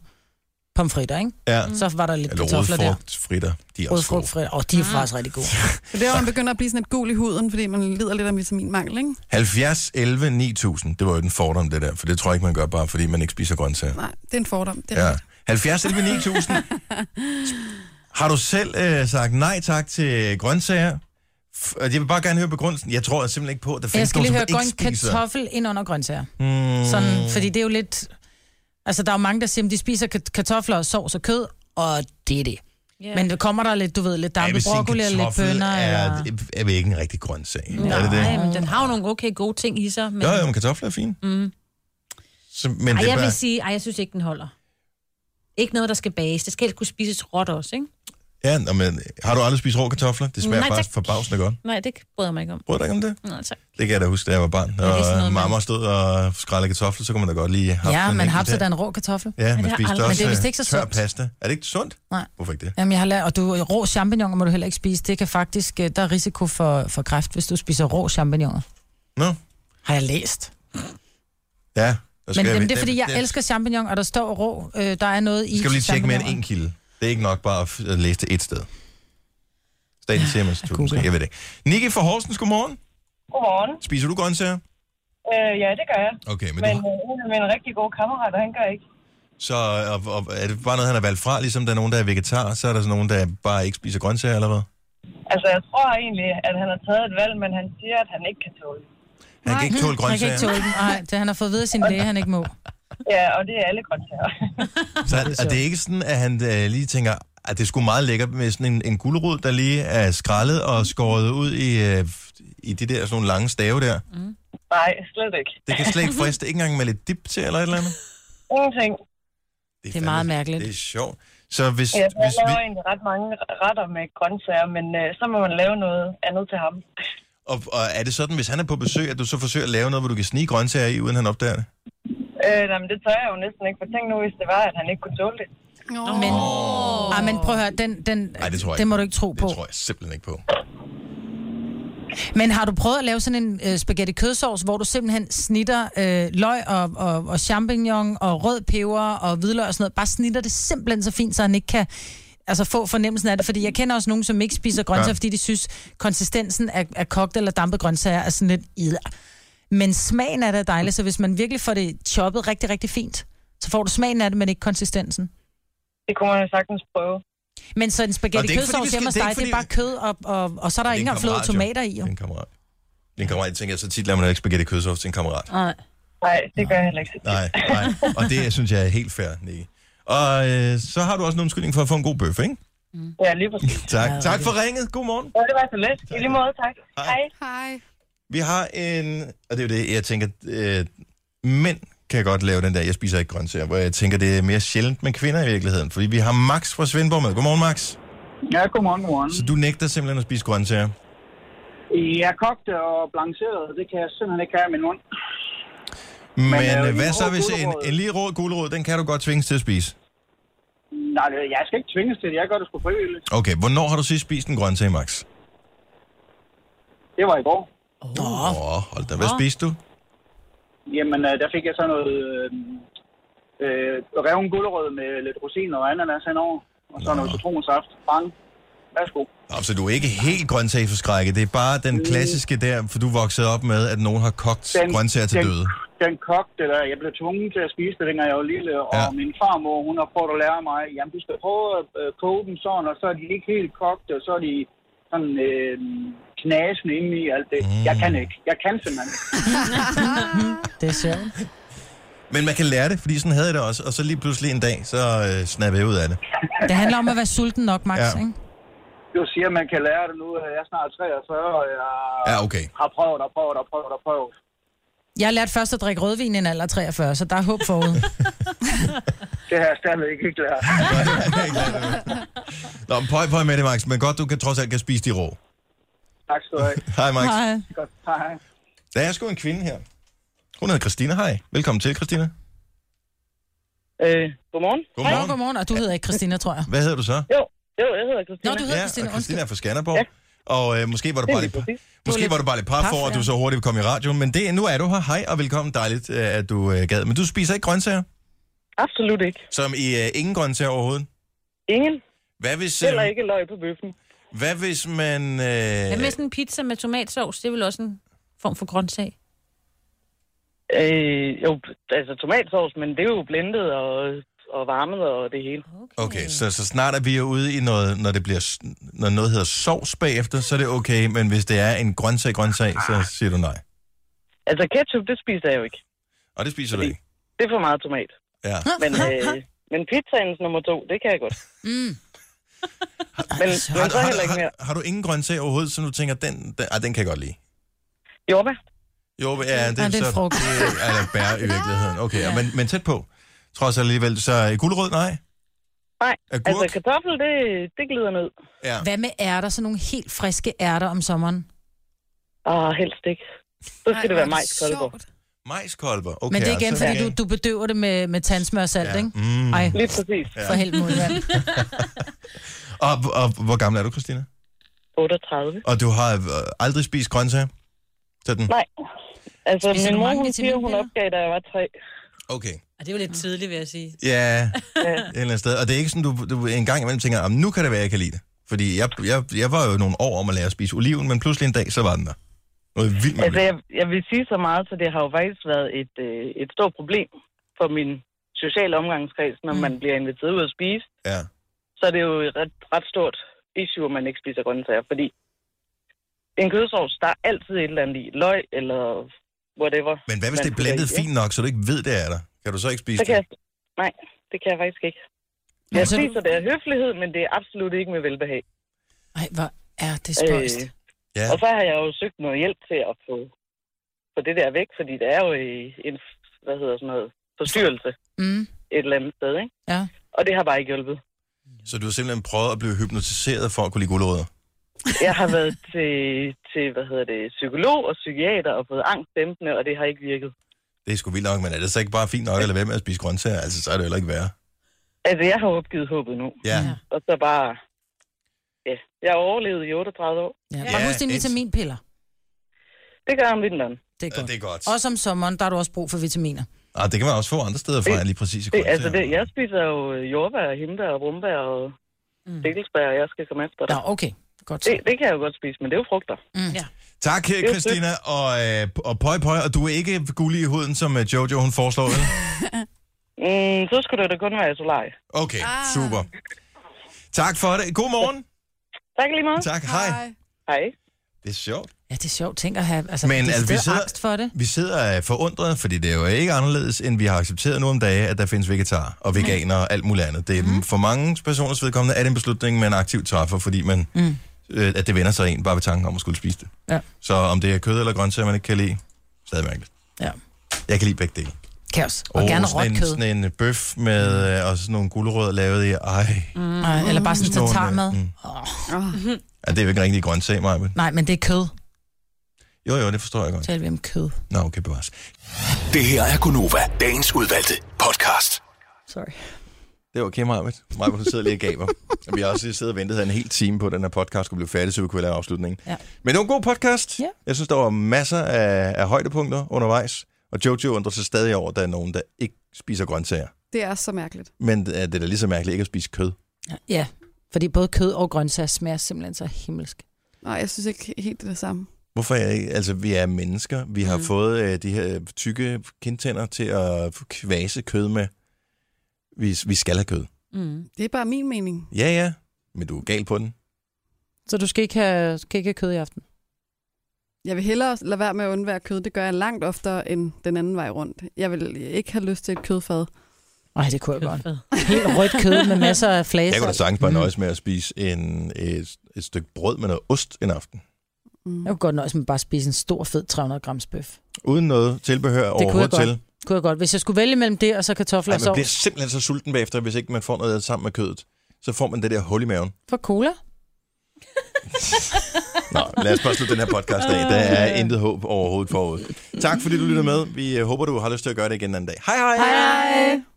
[SPEAKER 3] pomfritter, ikke?
[SPEAKER 2] Mm.
[SPEAKER 1] Ja.
[SPEAKER 3] Så var der lidt
[SPEAKER 1] Eller
[SPEAKER 3] kartofler der.
[SPEAKER 1] rødfrugtfritter. De er også gode.
[SPEAKER 3] Rødfrugtfritter. Åh, de er faktisk rigtig gode.
[SPEAKER 4] Det er, hvor man begynder at blive sådan lidt gul i huden, fordi man lider lidt af vitaminmangel, ikke?
[SPEAKER 1] 70, 11, 9000. Det var jo den fordom, det der. For det tror jeg ikke, man gør bare, fordi man ikke spiser grøntsager.
[SPEAKER 4] Nej, det er en fordom. Det er
[SPEAKER 1] Ja. 70 11 9000. Har du selv øh, sagt nej tak til grøntsager? F- og jeg vil bare gerne høre begrundelsen. Jeg tror simpelthen ikke på, at der
[SPEAKER 3] Jeg
[SPEAKER 1] findes
[SPEAKER 3] skal lige
[SPEAKER 1] nogen,
[SPEAKER 3] høre,
[SPEAKER 1] som
[SPEAKER 3] går en
[SPEAKER 1] ikke spiser.
[SPEAKER 3] kartoffel ind under grøntsager?
[SPEAKER 1] Mm.
[SPEAKER 3] Sådan, fordi det er jo lidt... Altså, der er jo mange, der siger, at de spiser kat- kartofler og sovs og kød, og det er det.
[SPEAKER 2] Yeah.
[SPEAKER 3] Men det kommer der lidt, du ved, lidt
[SPEAKER 1] Ja,
[SPEAKER 3] dampet
[SPEAKER 1] hvis en
[SPEAKER 3] broccoli og lidt
[SPEAKER 1] kartoffel
[SPEAKER 3] bønner,
[SPEAKER 1] er,
[SPEAKER 3] eller...
[SPEAKER 1] er, vel ikke en rigtig grøntsag.
[SPEAKER 2] Nej,
[SPEAKER 1] er det det?
[SPEAKER 2] men den har jo nogle okay gode ting i sig. Men...
[SPEAKER 1] Jo, jo, men kartofler er fine.
[SPEAKER 2] Mm.
[SPEAKER 1] Så, men
[SPEAKER 2] Men ej,
[SPEAKER 1] det er
[SPEAKER 2] jeg
[SPEAKER 1] bare,
[SPEAKER 2] vil sige, ej, jeg synes ikke, den holder. Ikke noget, der skal bages. Det skal helst kunne spises råt også, ikke?
[SPEAKER 1] ja, nå, men, har du aldrig spist rå kartofler? Det smager
[SPEAKER 2] Nej,
[SPEAKER 1] faktisk
[SPEAKER 2] tak.
[SPEAKER 1] forbavsende godt.
[SPEAKER 2] Nej, det bryder jeg mig ikke om.
[SPEAKER 1] Bryder du dig ikke om det?
[SPEAKER 2] Nej, tak.
[SPEAKER 1] Det kan jeg da huske, da jeg var barn.
[SPEAKER 2] det er sådan
[SPEAKER 1] Når
[SPEAKER 2] noget,
[SPEAKER 1] øh,
[SPEAKER 2] man-
[SPEAKER 1] mamma stod og skrællede kartofler, så kunne man da godt lige have
[SPEAKER 3] Ja, man hapser da en rå kartoffel.
[SPEAKER 1] Ja, man
[SPEAKER 3] det har
[SPEAKER 1] spiste
[SPEAKER 3] aldrig-
[SPEAKER 1] også
[SPEAKER 3] Men det er vist
[SPEAKER 1] øh,
[SPEAKER 3] ikke så
[SPEAKER 1] tør
[SPEAKER 3] sundt.
[SPEAKER 1] pasta. Er det ikke sundt?
[SPEAKER 3] Nej.
[SPEAKER 1] Hvorfor ikke det?
[SPEAKER 3] Jamen, jeg har lært, og du, rå champignoner må du heller ikke spise. Det kan faktisk, øh, der er risiko for, for kræft, hvis du spiser rå champignoner.
[SPEAKER 1] Nå.
[SPEAKER 3] Har jeg læst.
[SPEAKER 1] Ja. der
[SPEAKER 3] Men
[SPEAKER 1] skal-
[SPEAKER 3] jamen, det
[SPEAKER 1] der-
[SPEAKER 3] er, fordi jeg
[SPEAKER 1] der-
[SPEAKER 3] elsker champignon, og der står rå, øh, der er noget i
[SPEAKER 1] Skal du lige tjekke mere end
[SPEAKER 3] champignoner.
[SPEAKER 1] en kilde? Det er ikke nok bare at f- at læse det et sted. Statens Serum Institut, måske. jeg ved det ikke. Nikke fra Horsens, godmorgen.
[SPEAKER 10] Godmorgen.
[SPEAKER 1] Spiser du grøntsager?
[SPEAKER 10] Øh, ja, det gør jeg.
[SPEAKER 1] Okay, men,
[SPEAKER 10] Men
[SPEAKER 1] du,
[SPEAKER 10] øh, en af mine rigtig gode kammerater, han gør ikke.
[SPEAKER 1] så og, og, er det bare noget, han har valgt fra? Ligesom der er nogen, der er vegetar, så er der sådan nogen, der bare ikke spiser grøntsager, eller hvad?
[SPEAKER 10] Altså, jeg tror egentlig, at han har taget et valg, men han siger, at han ikke kan tåle det.
[SPEAKER 1] Han kan ikke tåle
[SPEAKER 3] Han kan
[SPEAKER 1] grøntsager.
[SPEAKER 3] ikke tåle dem. Nej, det han har fået ved af sin læge, han ikke må.
[SPEAKER 10] Ja, og det er alle grøntsager.
[SPEAKER 1] Så er, er det ikke sådan, at han øh, lige tænker, at det skulle meget lækkert med sådan en, en gulerod, der lige er skrællet og skåret ud i, øh, i de der sådan nogle lange stave der?
[SPEAKER 10] Nej, slet ikke.
[SPEAKER 1] Det kan slet ikke friste, ikke engang med lidt dip til eller et eller andet?
[SPEAKER 10] Ingenting.
[SPEAKER 1] Det er,
[SPEAKER 3] meget mærkeligt.
[SPEAKER 1] Det er sjovt. Så hvis,
[SPEAKER 10] Ja, jeg
[SPEAKER 1] hvis vi,
[SPEAKER 10] laver egentlig ret mange retter med grøntsager, men øh, så må man lave noget andet til ham.
[SPEAKER 1] og, og er det sådan, hvis han er på besøg, at du så forsøger at lave noget, hvor du kan snige grøntsager i, uden han opdager det?
[SPEAKER 10] Øh, nej, men det tør jeg jo næsten ikke, for tænk nu, hvis det var, at han ikke kunne tåle det.
[SPEAKER 3] Oh. Men, oh. Ah, men prøv at høre, den, den,
[SPEAKER 1] Nej, det tror jeg
[SPEAKER 3] den
[SPEAKER 1] ikke.
[SPEAKER 3] må du ikke tro på.
[SPEAKER 1] Det tror jeg simpelthen ikke på.
[SPEAKER 3] Men har du prøvet at lave sådan en øh, spaghetti kødsovs, hvor du simpelthen snitter øh, løg og, og, og champignon og rød peber og hvidløg og sådan noget? Bare snitter det simpelthen så fint, så han ikke kan altså, få fornemmelsen af det. Fordi jeg kender også nogen, som ikke spiser grøntsager,
[SPEAKER 1] Ja.
[SPEAKER 3] ja. fordi de synes, konsistensen af, af kogt eller dampet grøntsager er sådan lidt... Ida. Men smagen af det er dejlig, så hvis man virkelig får det choppet rigtig, rigtig fint, så får du smagen af det, men ikke konsistensen.
[SPEAKER 10] Det kunne man jo sagtens prøve.
[SPEAKER 3] Men så en
[SPEAKER 1] Og
[SPEAKER 3] spaghetti
[SPEAKER 1] det er ikke, fordi vi
[SPEAKER 3] kødsovs
[SPEAKER 1] skal-
[SPEAKER 3] hjemme hos
[SPEAKER 1] det er
[SPEAKER 3] dig,
[SPEAKER 1] ikke,
[SPEAKER 3] det er bare kød, og, og, og så er der ikke engang flåede tomater i.
[SPEAKER 1] Jo. Det er en kammerat. Det er en kammerat, jeg tænker, så tit lader man ikke spaghetti kødsovs til en kammerat.
[SPEAKER 3] Nej.
[SPEAKER 10] Nej, det gør jeg heller ikke.
[SPEAKER 1] Nej, nej. Og det synes jeg er helt fair, Nicky. Og øh, så har du også en undskyldning for at få en god bøf, ikke?
[SPEAKER 10] Ja, lige præcis.
[SPEAKER 1] Tak. tak for ringet. God morgen.
[SPEAKER 10] Ja, det var så let. I lige måde, tak. Hej.
[SPEAKER 4] Hej.
[SPEAKER 1] Vi har en, og det er jo det, jeg tænker, øh, mænd kan godt lave den der, jeg spiser ikke grøntsager, hvor jeg tænker, det er mere sjældent med kvinder i virkeligheden, fordi vi har Max fra Svendborg med. Godmorgen, Max.
[SPEAKER 14] Ja, godmorgen, godmorgen.
[SPEAKER 1] Så du nægter simpelthen at spise grøntsager?
[SPEAKER 14] Jeg kogte og blanceret, det kan jeg simpelthen ikke have i min mund.
[SPEAKER 1] Men,
[SPEAKER 14] øh,
[SPEAKER 1] Men øh,
[SPEAKER 14] lige
[SPEAKER 1] hvad
[SPEAKER 14] rå
[SPEAKER 1] så hvis en,
[SPEAKER 14] gulerod.
[SPEAKER 1] en lige rå gulerod, den kan du godt tvinges til at spise?
[SPEAKER 14] Nej, det- jeg skal ikke tvinges til det, jeg gør det sgu frivilligt.
[SPEAKER 1] Okay, hvornår har du sidst spist en grøntsag, Max?
[SPEAKER 14] Det var i går.
[SPEAKER 1] Åh, oh, hold da. Hvad spiste du?
[SPEAKER 14] Jamen, øh, der fik jeg så noget øh, øh, revn gulerød med lidt rosiner og ananas henover. Og så noget citronsaft. Bang. Værsgo.
[SPEAKER 1] Nå, så du er ikke helt grøntsagsforskrækket. Det er bare
[SPEAKER 15] Mm.
[SPEAKER 1] den klassiske der, for du voksede op med, at nogen har kogt
[SPEAKER 14] Den-
[SPEAKER 1] grøntsager til
[SPEAKER 14] den-
[SPEAKER 1] døde.
[SPEAKER 14] Den kogte der, jeg blev tvunget til at spise det, dengang jeg var lille. Og
[SPEAKER 1] Ja.
[SPEAKER 14] min farmor, hun har prøvet at lære mig, jamen du skal prøve at øh, koge dem sådan, og så er de ikke helt kogte, og så er de sådan øh, knasende inde i alt det. Mm. Jeg kan ikke. Jeg kan simpelthen ikke.
[SPEAKER 3] Det er sjovt.
[SPEAKER 1] Men man kan lære det, fordi sådan havde jeg det også. Og så lige pludselig en dag, så øh, snappede jeg ud af det.
[SPEAKER 3] Det handler om at være sulten nok, Max,
[SPEAKER 1] Ja.
[SPEAKER 3] ja. ikke?
[SPEAKER 14] Du siger, man kan lære det nu. Jeg er snart 43, og jeg
[SPEAKER 1] Ja, okay.
[SPEAKER 14] har prøvet og prøvet og prøvet og prøvet.
[SPEAKER 3] Jeg lærte først at drikke rødvin i en alder af 43, så der er håb forud.
[SPEAKER 14] Det har jeg stadigvæk ikke lært.
[SPEAKER 1] Nå, men pøj, pøj med det, Max. Men godt, du kan trods alt kan spise de rå.
[SPEAKER 14] tak skal du have.
[SPEAKER 1] Hej, Max.
[SPEAKER 3] Hej.
[SPEAKER 14] Godt. Hej, hej.
[SPEAKER 1] Der er sgu en kvinde her. Hun hedder Christina. Hej. Velkommen til, Christina.
[SPEAKER 15] Øh, godmorgen.
[SPEAKER 1] Godmorgen.
[SPEAKER 3] Nå, godmorgen, og du hedder ikke Christina, tror jeg.
[SPEAKER 1] Hvad hedder du så?
[SPEAKER 15] Jo, jo, jeg hedder Christina.
[SPEAKER 3] Nå, du hedder
[SPEAKER 1] ja,
[SPEAKER 3] Christina,
[SPEAKER 1] og
[SPEAKER 3] undskyld.
[SPEAKER 1] Christina er fra Skanderborg. Ja. Og øh, måske var du
[SPEAKER 15] Det er
[SPEAKER 1] bare
[SPEAKER 15] lige
[SPEAKER 1] lidt,
[SPEAKER 15] præcis.
[SPEAKER 1] måske var du bare lidt paf over, at du så hurtigt kom i radioen. Men det, nu er du her. Hej og velkommen. Dejligt, øh, at du øh, gad. Men du spiser ikke grøntsager?
[SPEAKER 15] Absolut ikke.
[SPEAKER 1] Som i øh, ingen grøntsager overhovedet?
[SPEAKER 15] Ingen.
[SPEAKER 1] Hvad hvis, øh,
[SPEAKER 15] Heller ikke løg på bøffen.
[SPEAKER 1] hvad hvis man...
[SPEAKER 2] Hvad
[SPEAKER 1] Øh,
[SPEAKER 2] med sådan en pizza med tomatsovs? Det er vel også en form for grøntsag.
[SPEAKER 15] Øh, jo, altså tomatsovs, men det er jo blendet og, og varmet og det hele.
[SPEAKER 1] Okay, så, så snart er vi ude i noget, når det bliver, s- når noget hedder sovs bagefter, så er det okay, men hvis det er en grøntsag, grøntsag, så siger du nej.
[SPEAKER 15] Altså ketchup, det spiser jeg jo ikke.
[SPEAKER 1] Og det spiser du ikke.
[SPEAKER 15] Det er for meget tomat.
[SPEAKER 1] Ja.
[SPEAKER 15] Men, øh, men pizzaens nummer to, det kan jeg godt.
[SPEAKER 3] Mm. Altså,
[SPEAKER 15] men,
[SPEAKER 1] Har,
[SPEAKER 15] men så
[SPEAKER 1] har,
[SPEAKER 15] heller ikke mere.
[SPEAKER 1] har, har du ingen grøntsag overhovedet, så du tænker, den, den, ah, den kan jeg godt lide?
[SPEAKER 15] Jordbær?
[SPEAKER 1] Jo, ja, det er,
[SPEAKER 15] Ah, det er en
[SPEAKER 1] så,
[SPEAKER 15] frugt.
[SPEAKER 1] det er- Eller bær i virkeligheden. Okay, ja. men, men tæt på. Trods alt alligevel, så øh, gulerod, nej?
[SPEAKER 15] Nej,
[SPEAKER 1] Agurk?
[SPEAKER 15] altså kartoffel, det, det glider ned.
[SPEAKER 1] Ja.
[SPEAKER 3] Hvad med ærter? Sådan nogle helt friske ærter om sommeren.
[SPEAKER 15] Åh, helst ikke. Så
[SPEAKER 3] Ej,
[SPEAKER 15] skal
[SPEAKER 3] hvor er
[SPEAKER 15] det være
[SPEAKER 3] det
[SPEAKER 15] majskolber.
[SPEAKER 1] Majskolber, okay. altså-
[SPEAKER 3] Okay, Men det er
[SPEAKER 1] og
[SPEAKER 3] igen,
[SPEAKER 1] så-
[SPEAKER 3] fordi du, du bedøver det med, med tandsmør og salt,
[SPEAKER 1] Ja,
[SPEAKER 3] ja. ikke?
[SPEAKER 1] mm.
[SPEAKER 3] Ej,
[SPEAKER 15] Lige præcis.
[SPEAKER 3] for helvede. mand.
[SPEAKER 1] Og, og hvor gammel er du, Christina?
[SPEAKER 15] 38.
[SPEAKER 1] Og du har øh, aldrig spist grøntsager? Sådan?
[SPEAKER 15] Nej. Altså,
[SPEAKER 2] Spiser
[SPEAKER 15] min
[SPEAKER 2] du
[SPEAKER 15] mor,
[SPEAKER 2] mange
[SPEAKER 15] hun siger, hun
[SPEAKER 2] vitaminpiller?
[SPEAKER 15] opgav, da jeg var tre.
[SPEAKER 1] Okay.
[SPEAKER 2] Og det er jo lidt tidligt, vil jeg sige.
[SPEAKER 1] Ja, et eller andet sted. Og det er ikke sådan, du, du en gang imellem tænker, "Jamen, nu kan det være, jeg kan lide det. Fordi jeg, jeg, jeg var jo nogle år om at lære at spise oliven, men pludselig en dag, så var den der. Noget vildt med
[SPEAKER 15] Altså,
[SPEAKER 1] oliven.
[SPEAKER 15] jeg, jeg vil sige så meget, så det har jo faktisk været et, øh, et stort problem for min sociale omgangskreds, når mm. man bliver inviteret ud at spise.
[SPEAKER 1] Ja.
[SPEAKER 15] Så er det jo et ret, ret stort issue, at man ikke spiser grøntsager, fordi en kødsovs, der er altid et eller andet i. Løg eller whatever.
[SPEAKER 1] Men hvad hvis
[SPEAKER 15] man
[SPEAKER 1] det er
[SPEAKER 15] putter
[SPEAKER 1] blandet
[SPEAKER 15] i, ikke?
[SPEAKER 1] fint nok, så du ikke ved, det er der? Kan du så ikke spise
[SPEAKER 15] Så
[SPEAKER 1] det?
[SPEAKER 15] kan jeg, nej, det kan jeg faktisk ikke.
[SPEAKER 3] Nå,
[SPEAKER 15] Jeg
[SPEAKER 3] så du-
[SPEAKER 15] spiser det af høflighed, men det er absolut ikke med velbehag.
[SPEAKER 3] Ej, hvor er det spøjst.
[SPEAKER 15] Øh,
[SPEAKER 1] Ja.
[SPEAKER 15] Og så har jeg jo søgt noget hjælp til at få, få det der væk, fordi det er jo i- en, hvad hedder sådan noget, forstyrrelse
[SPEAKER 3] Mm.
[SPEAKER 15] et eller andet sted, ikke?
[SPEAKER 3] Ja.
[SPEAKER 15] Og det har bare ikke hjulpet.
[SPEAKER 1] Så du har simpelthen prøvet at blive hypnotiseret for at kunne lide gulerødder?
[SPEAKER 15] Jeg har været til, til, hvad hedder det, psykolog og psykiater og fået angstdæmpende, og det har ikke virket.
[SPEAKER 1] Det er sgu vildt nok, men er det så ikke bare fint nok at lade være med at spise grøntsager? Altså, så er det jo heller ikke værre.
[SPEAKER 15] Altså, jeg har opgivet håbet nu.
[SPEAKER 1] Ja.
[SPEAKER 15] Og så bare... Ja, jeg overlevede i 38 år.
[SPEAKER 3] Ja, bare husk dine vitaminpiller.
[SPEAKER 15] Det gør om vinteren.
[SPEAKER 3] Det er godt.
[SPEAKER 1] Det er godt.
[SPEAKER 3] Også om sommeren, der har du også brug for vitaminer.
[SPEAKER 1] Og det kan man også få andre steder fra, end lige præcis i
[SPEAKER 15] Det,
[SPEAKER 1] grøntsager.
[SPEAKER 15] altså, det, jeg spiser jo øh, jordbær, himbær og brumbær og mm. stikkelsbær, og jeg skal komme efter dig.
[SPEAKER 3] Nå, okay. Godt.
[SPEAKER 15] Det, det kan jeg jo godt spise, men det er jo frugter.
[SPEAKER 3] Mm. Ja.
[SPEAKER 1] Tak,
[SPEAKER 15] er
[SPEAKER 1] Christina, og, øh, og pøj, pøj, og du er ikke gullig i huden, som øh, Jojo hun foreslår, vel?
[SPEAKER 15] Mm, så skulle det da kun være i solarie.
[SPEAKER 1] Okay, super. Tak for det. God morgen.
[SPEAKER 15] Tak lige meget.
[SPEAKER 1] Tak, hej. Hej.
[SPEAKER 15] Hej.
[SPEAKER 1] Det er sjovt.
[SPEAKER 3] Ja, det er sjovt, tænk at have altså,
[SPEAKER 1] Men
[SPEAKER 3] Men,
[SPEAKER 1] altså, vi sidder-
[SPEAKER 3] angst for det.
[SPEAKER 1] Vi sidder øh, forundret, fordi det er jo ikke anderledes, end vi har accepteret nu om dage, at der findes vegetarer og veganer og alt muligt andet. Det er mm. for mange personers vedkommende er det en beslutning, man aktivt træffer, fordi man, mm. øh, at det vender sig en bare ved tanken om at skulle spise det.
[SPEAKER 3] Ja.
[SPEAKER 1] Så om det er kød eller grøntsager, man ikke kan lide, stadig mærkeligt.
[SPEAKER 3] Ja.
[SPEAKER 1] Jeg kan lide begge dele.
[SPEAKER 3] Kaos. Og
[SPEAKER 1] Åh,
[SPEAKER 3] gerne Mm.
[SPEAKER 1] sådan
[SPEAKER 3] råt
[SPEAKER 1] en,
[SPEAKER 3] kød.
[SPEAKER 1] sådan en øh, bøf med øh, og sådan nogle gulerødder lavet i. Ej,
[SPEAKER 3] Mm. Ej, eller bare sådan en
[SPEAKER 1] Sådan, øh,
[SPEAKER 3] tatarmad.
[SPEAKER 1] mm.
[SPEAKER 3] Oh.
[SPEAKER 1] ja, det er jo ikke en rigtig grøntsag, Maja.
[SPEAKER 3] Nej, men det er kød.
[SPEAKER 1] Jo, jo, det forstår jeg godt.
[SPEAKER 3] Taler vi om kød.
[SPEAKER 1] Nå, okay, bevares.
[SPEAKER 6] Det her er Gunova, dagens udvalgte podcast.
[SPEAKER 1] Sorry. Det var okay, Majbert. Majbert, du sidder lige og gaber. vi har også lige siddet og ventet her en hel time på, at den her podcast skulle blive færdig, så vi kunne lave afslutningen.
[SPEAKER 3] Ja.
[SPEAKER 1] Men det var en god podcast. Ja. Jeg synes, der var masser af, af højdepunkter undervejs. Og Jojo undrer sig stadig over, at der er nogen, der ikke spiser grøntsager.
[SPEAKER 4] Det er så mærkeligt.
[SPEAKER 1] Men øh, det er da lige så mærkeligt ikke at spise kød.
[SPEAKER 3] Ja, fordi både kød og grøntsager smager simpelthen så himmelsk.
[SPEAKER 4] Nej, jeg synes ikke helt det er det samme.
[SPEAKER 1] Hvorfor er ikke? Altså, vi er mennesker. Vi har
[SPEAKER 4] Mm.
[SPEAKER 1] mm. fået øh, de her tykke kindtænder til at kvase kød med. Vi, vi skal have kød.
[SPEAKER 4] Mm. Det er bare min mening.
[SPEAKER 1] Ja, ja. Men du er gal på den.
[SPEAKER 3] Så du skal ikke have, skal ikke have kød i aften?
[SPEAKER 4] Jeg vil hellere lade være med at undvære kød. Det gør jeg langt oftere end den anden vej rundt. Jeg vil ikke have lyst til et kødfad.
[SPEAKER 3] Nej, det kunne jeg godt. Helt rødt kød med masser af flæser.
[SPEAKER 1] Jeg kunne da sagtens
[SPEAKER 3] Mm.
[SPEAKER 1] bare nøjes med at spise en, et, et stykke brød med noget ost en aften.
[SPEAKER 4] Mm.
[SPEAKER 3] Jeg kunne godt nøjes med bare at spise en stor, fed 300 grams bøf.
[SPEAKER 1] Uden noget tilbehør
[SPEAKER 3] Det kunne jeg
[SPEAKER 1] overhovedet
[SPEAKER 3] godt.
[SPEAKER 1] til.
[SPEAKER 3] kunne jeg godt. Hvis jeg skulle vælge mellem det og så kartofler
[SPEAKER 1] Ej,
[SPEAKER 3] og
[SPEAKER 1] man bliver
[SPEAKER 3] sovs.
[SPEAKER 1] simpelthen så sulten bagefter, hvis ikke man får noget sammen med kødet. Så får man det der hul i maven.
[SPEAKER 3] For cola?
[SPEAKER 1] Nå, lad os bare slutte den her podcast af. Der er intet håb overhovedet forud. Tak fordi du lytter med. Vi øh, håber, du har lyst til at gøre det igen en anden dag. Hej hej!
[SPEAKER 3] Hej, hej.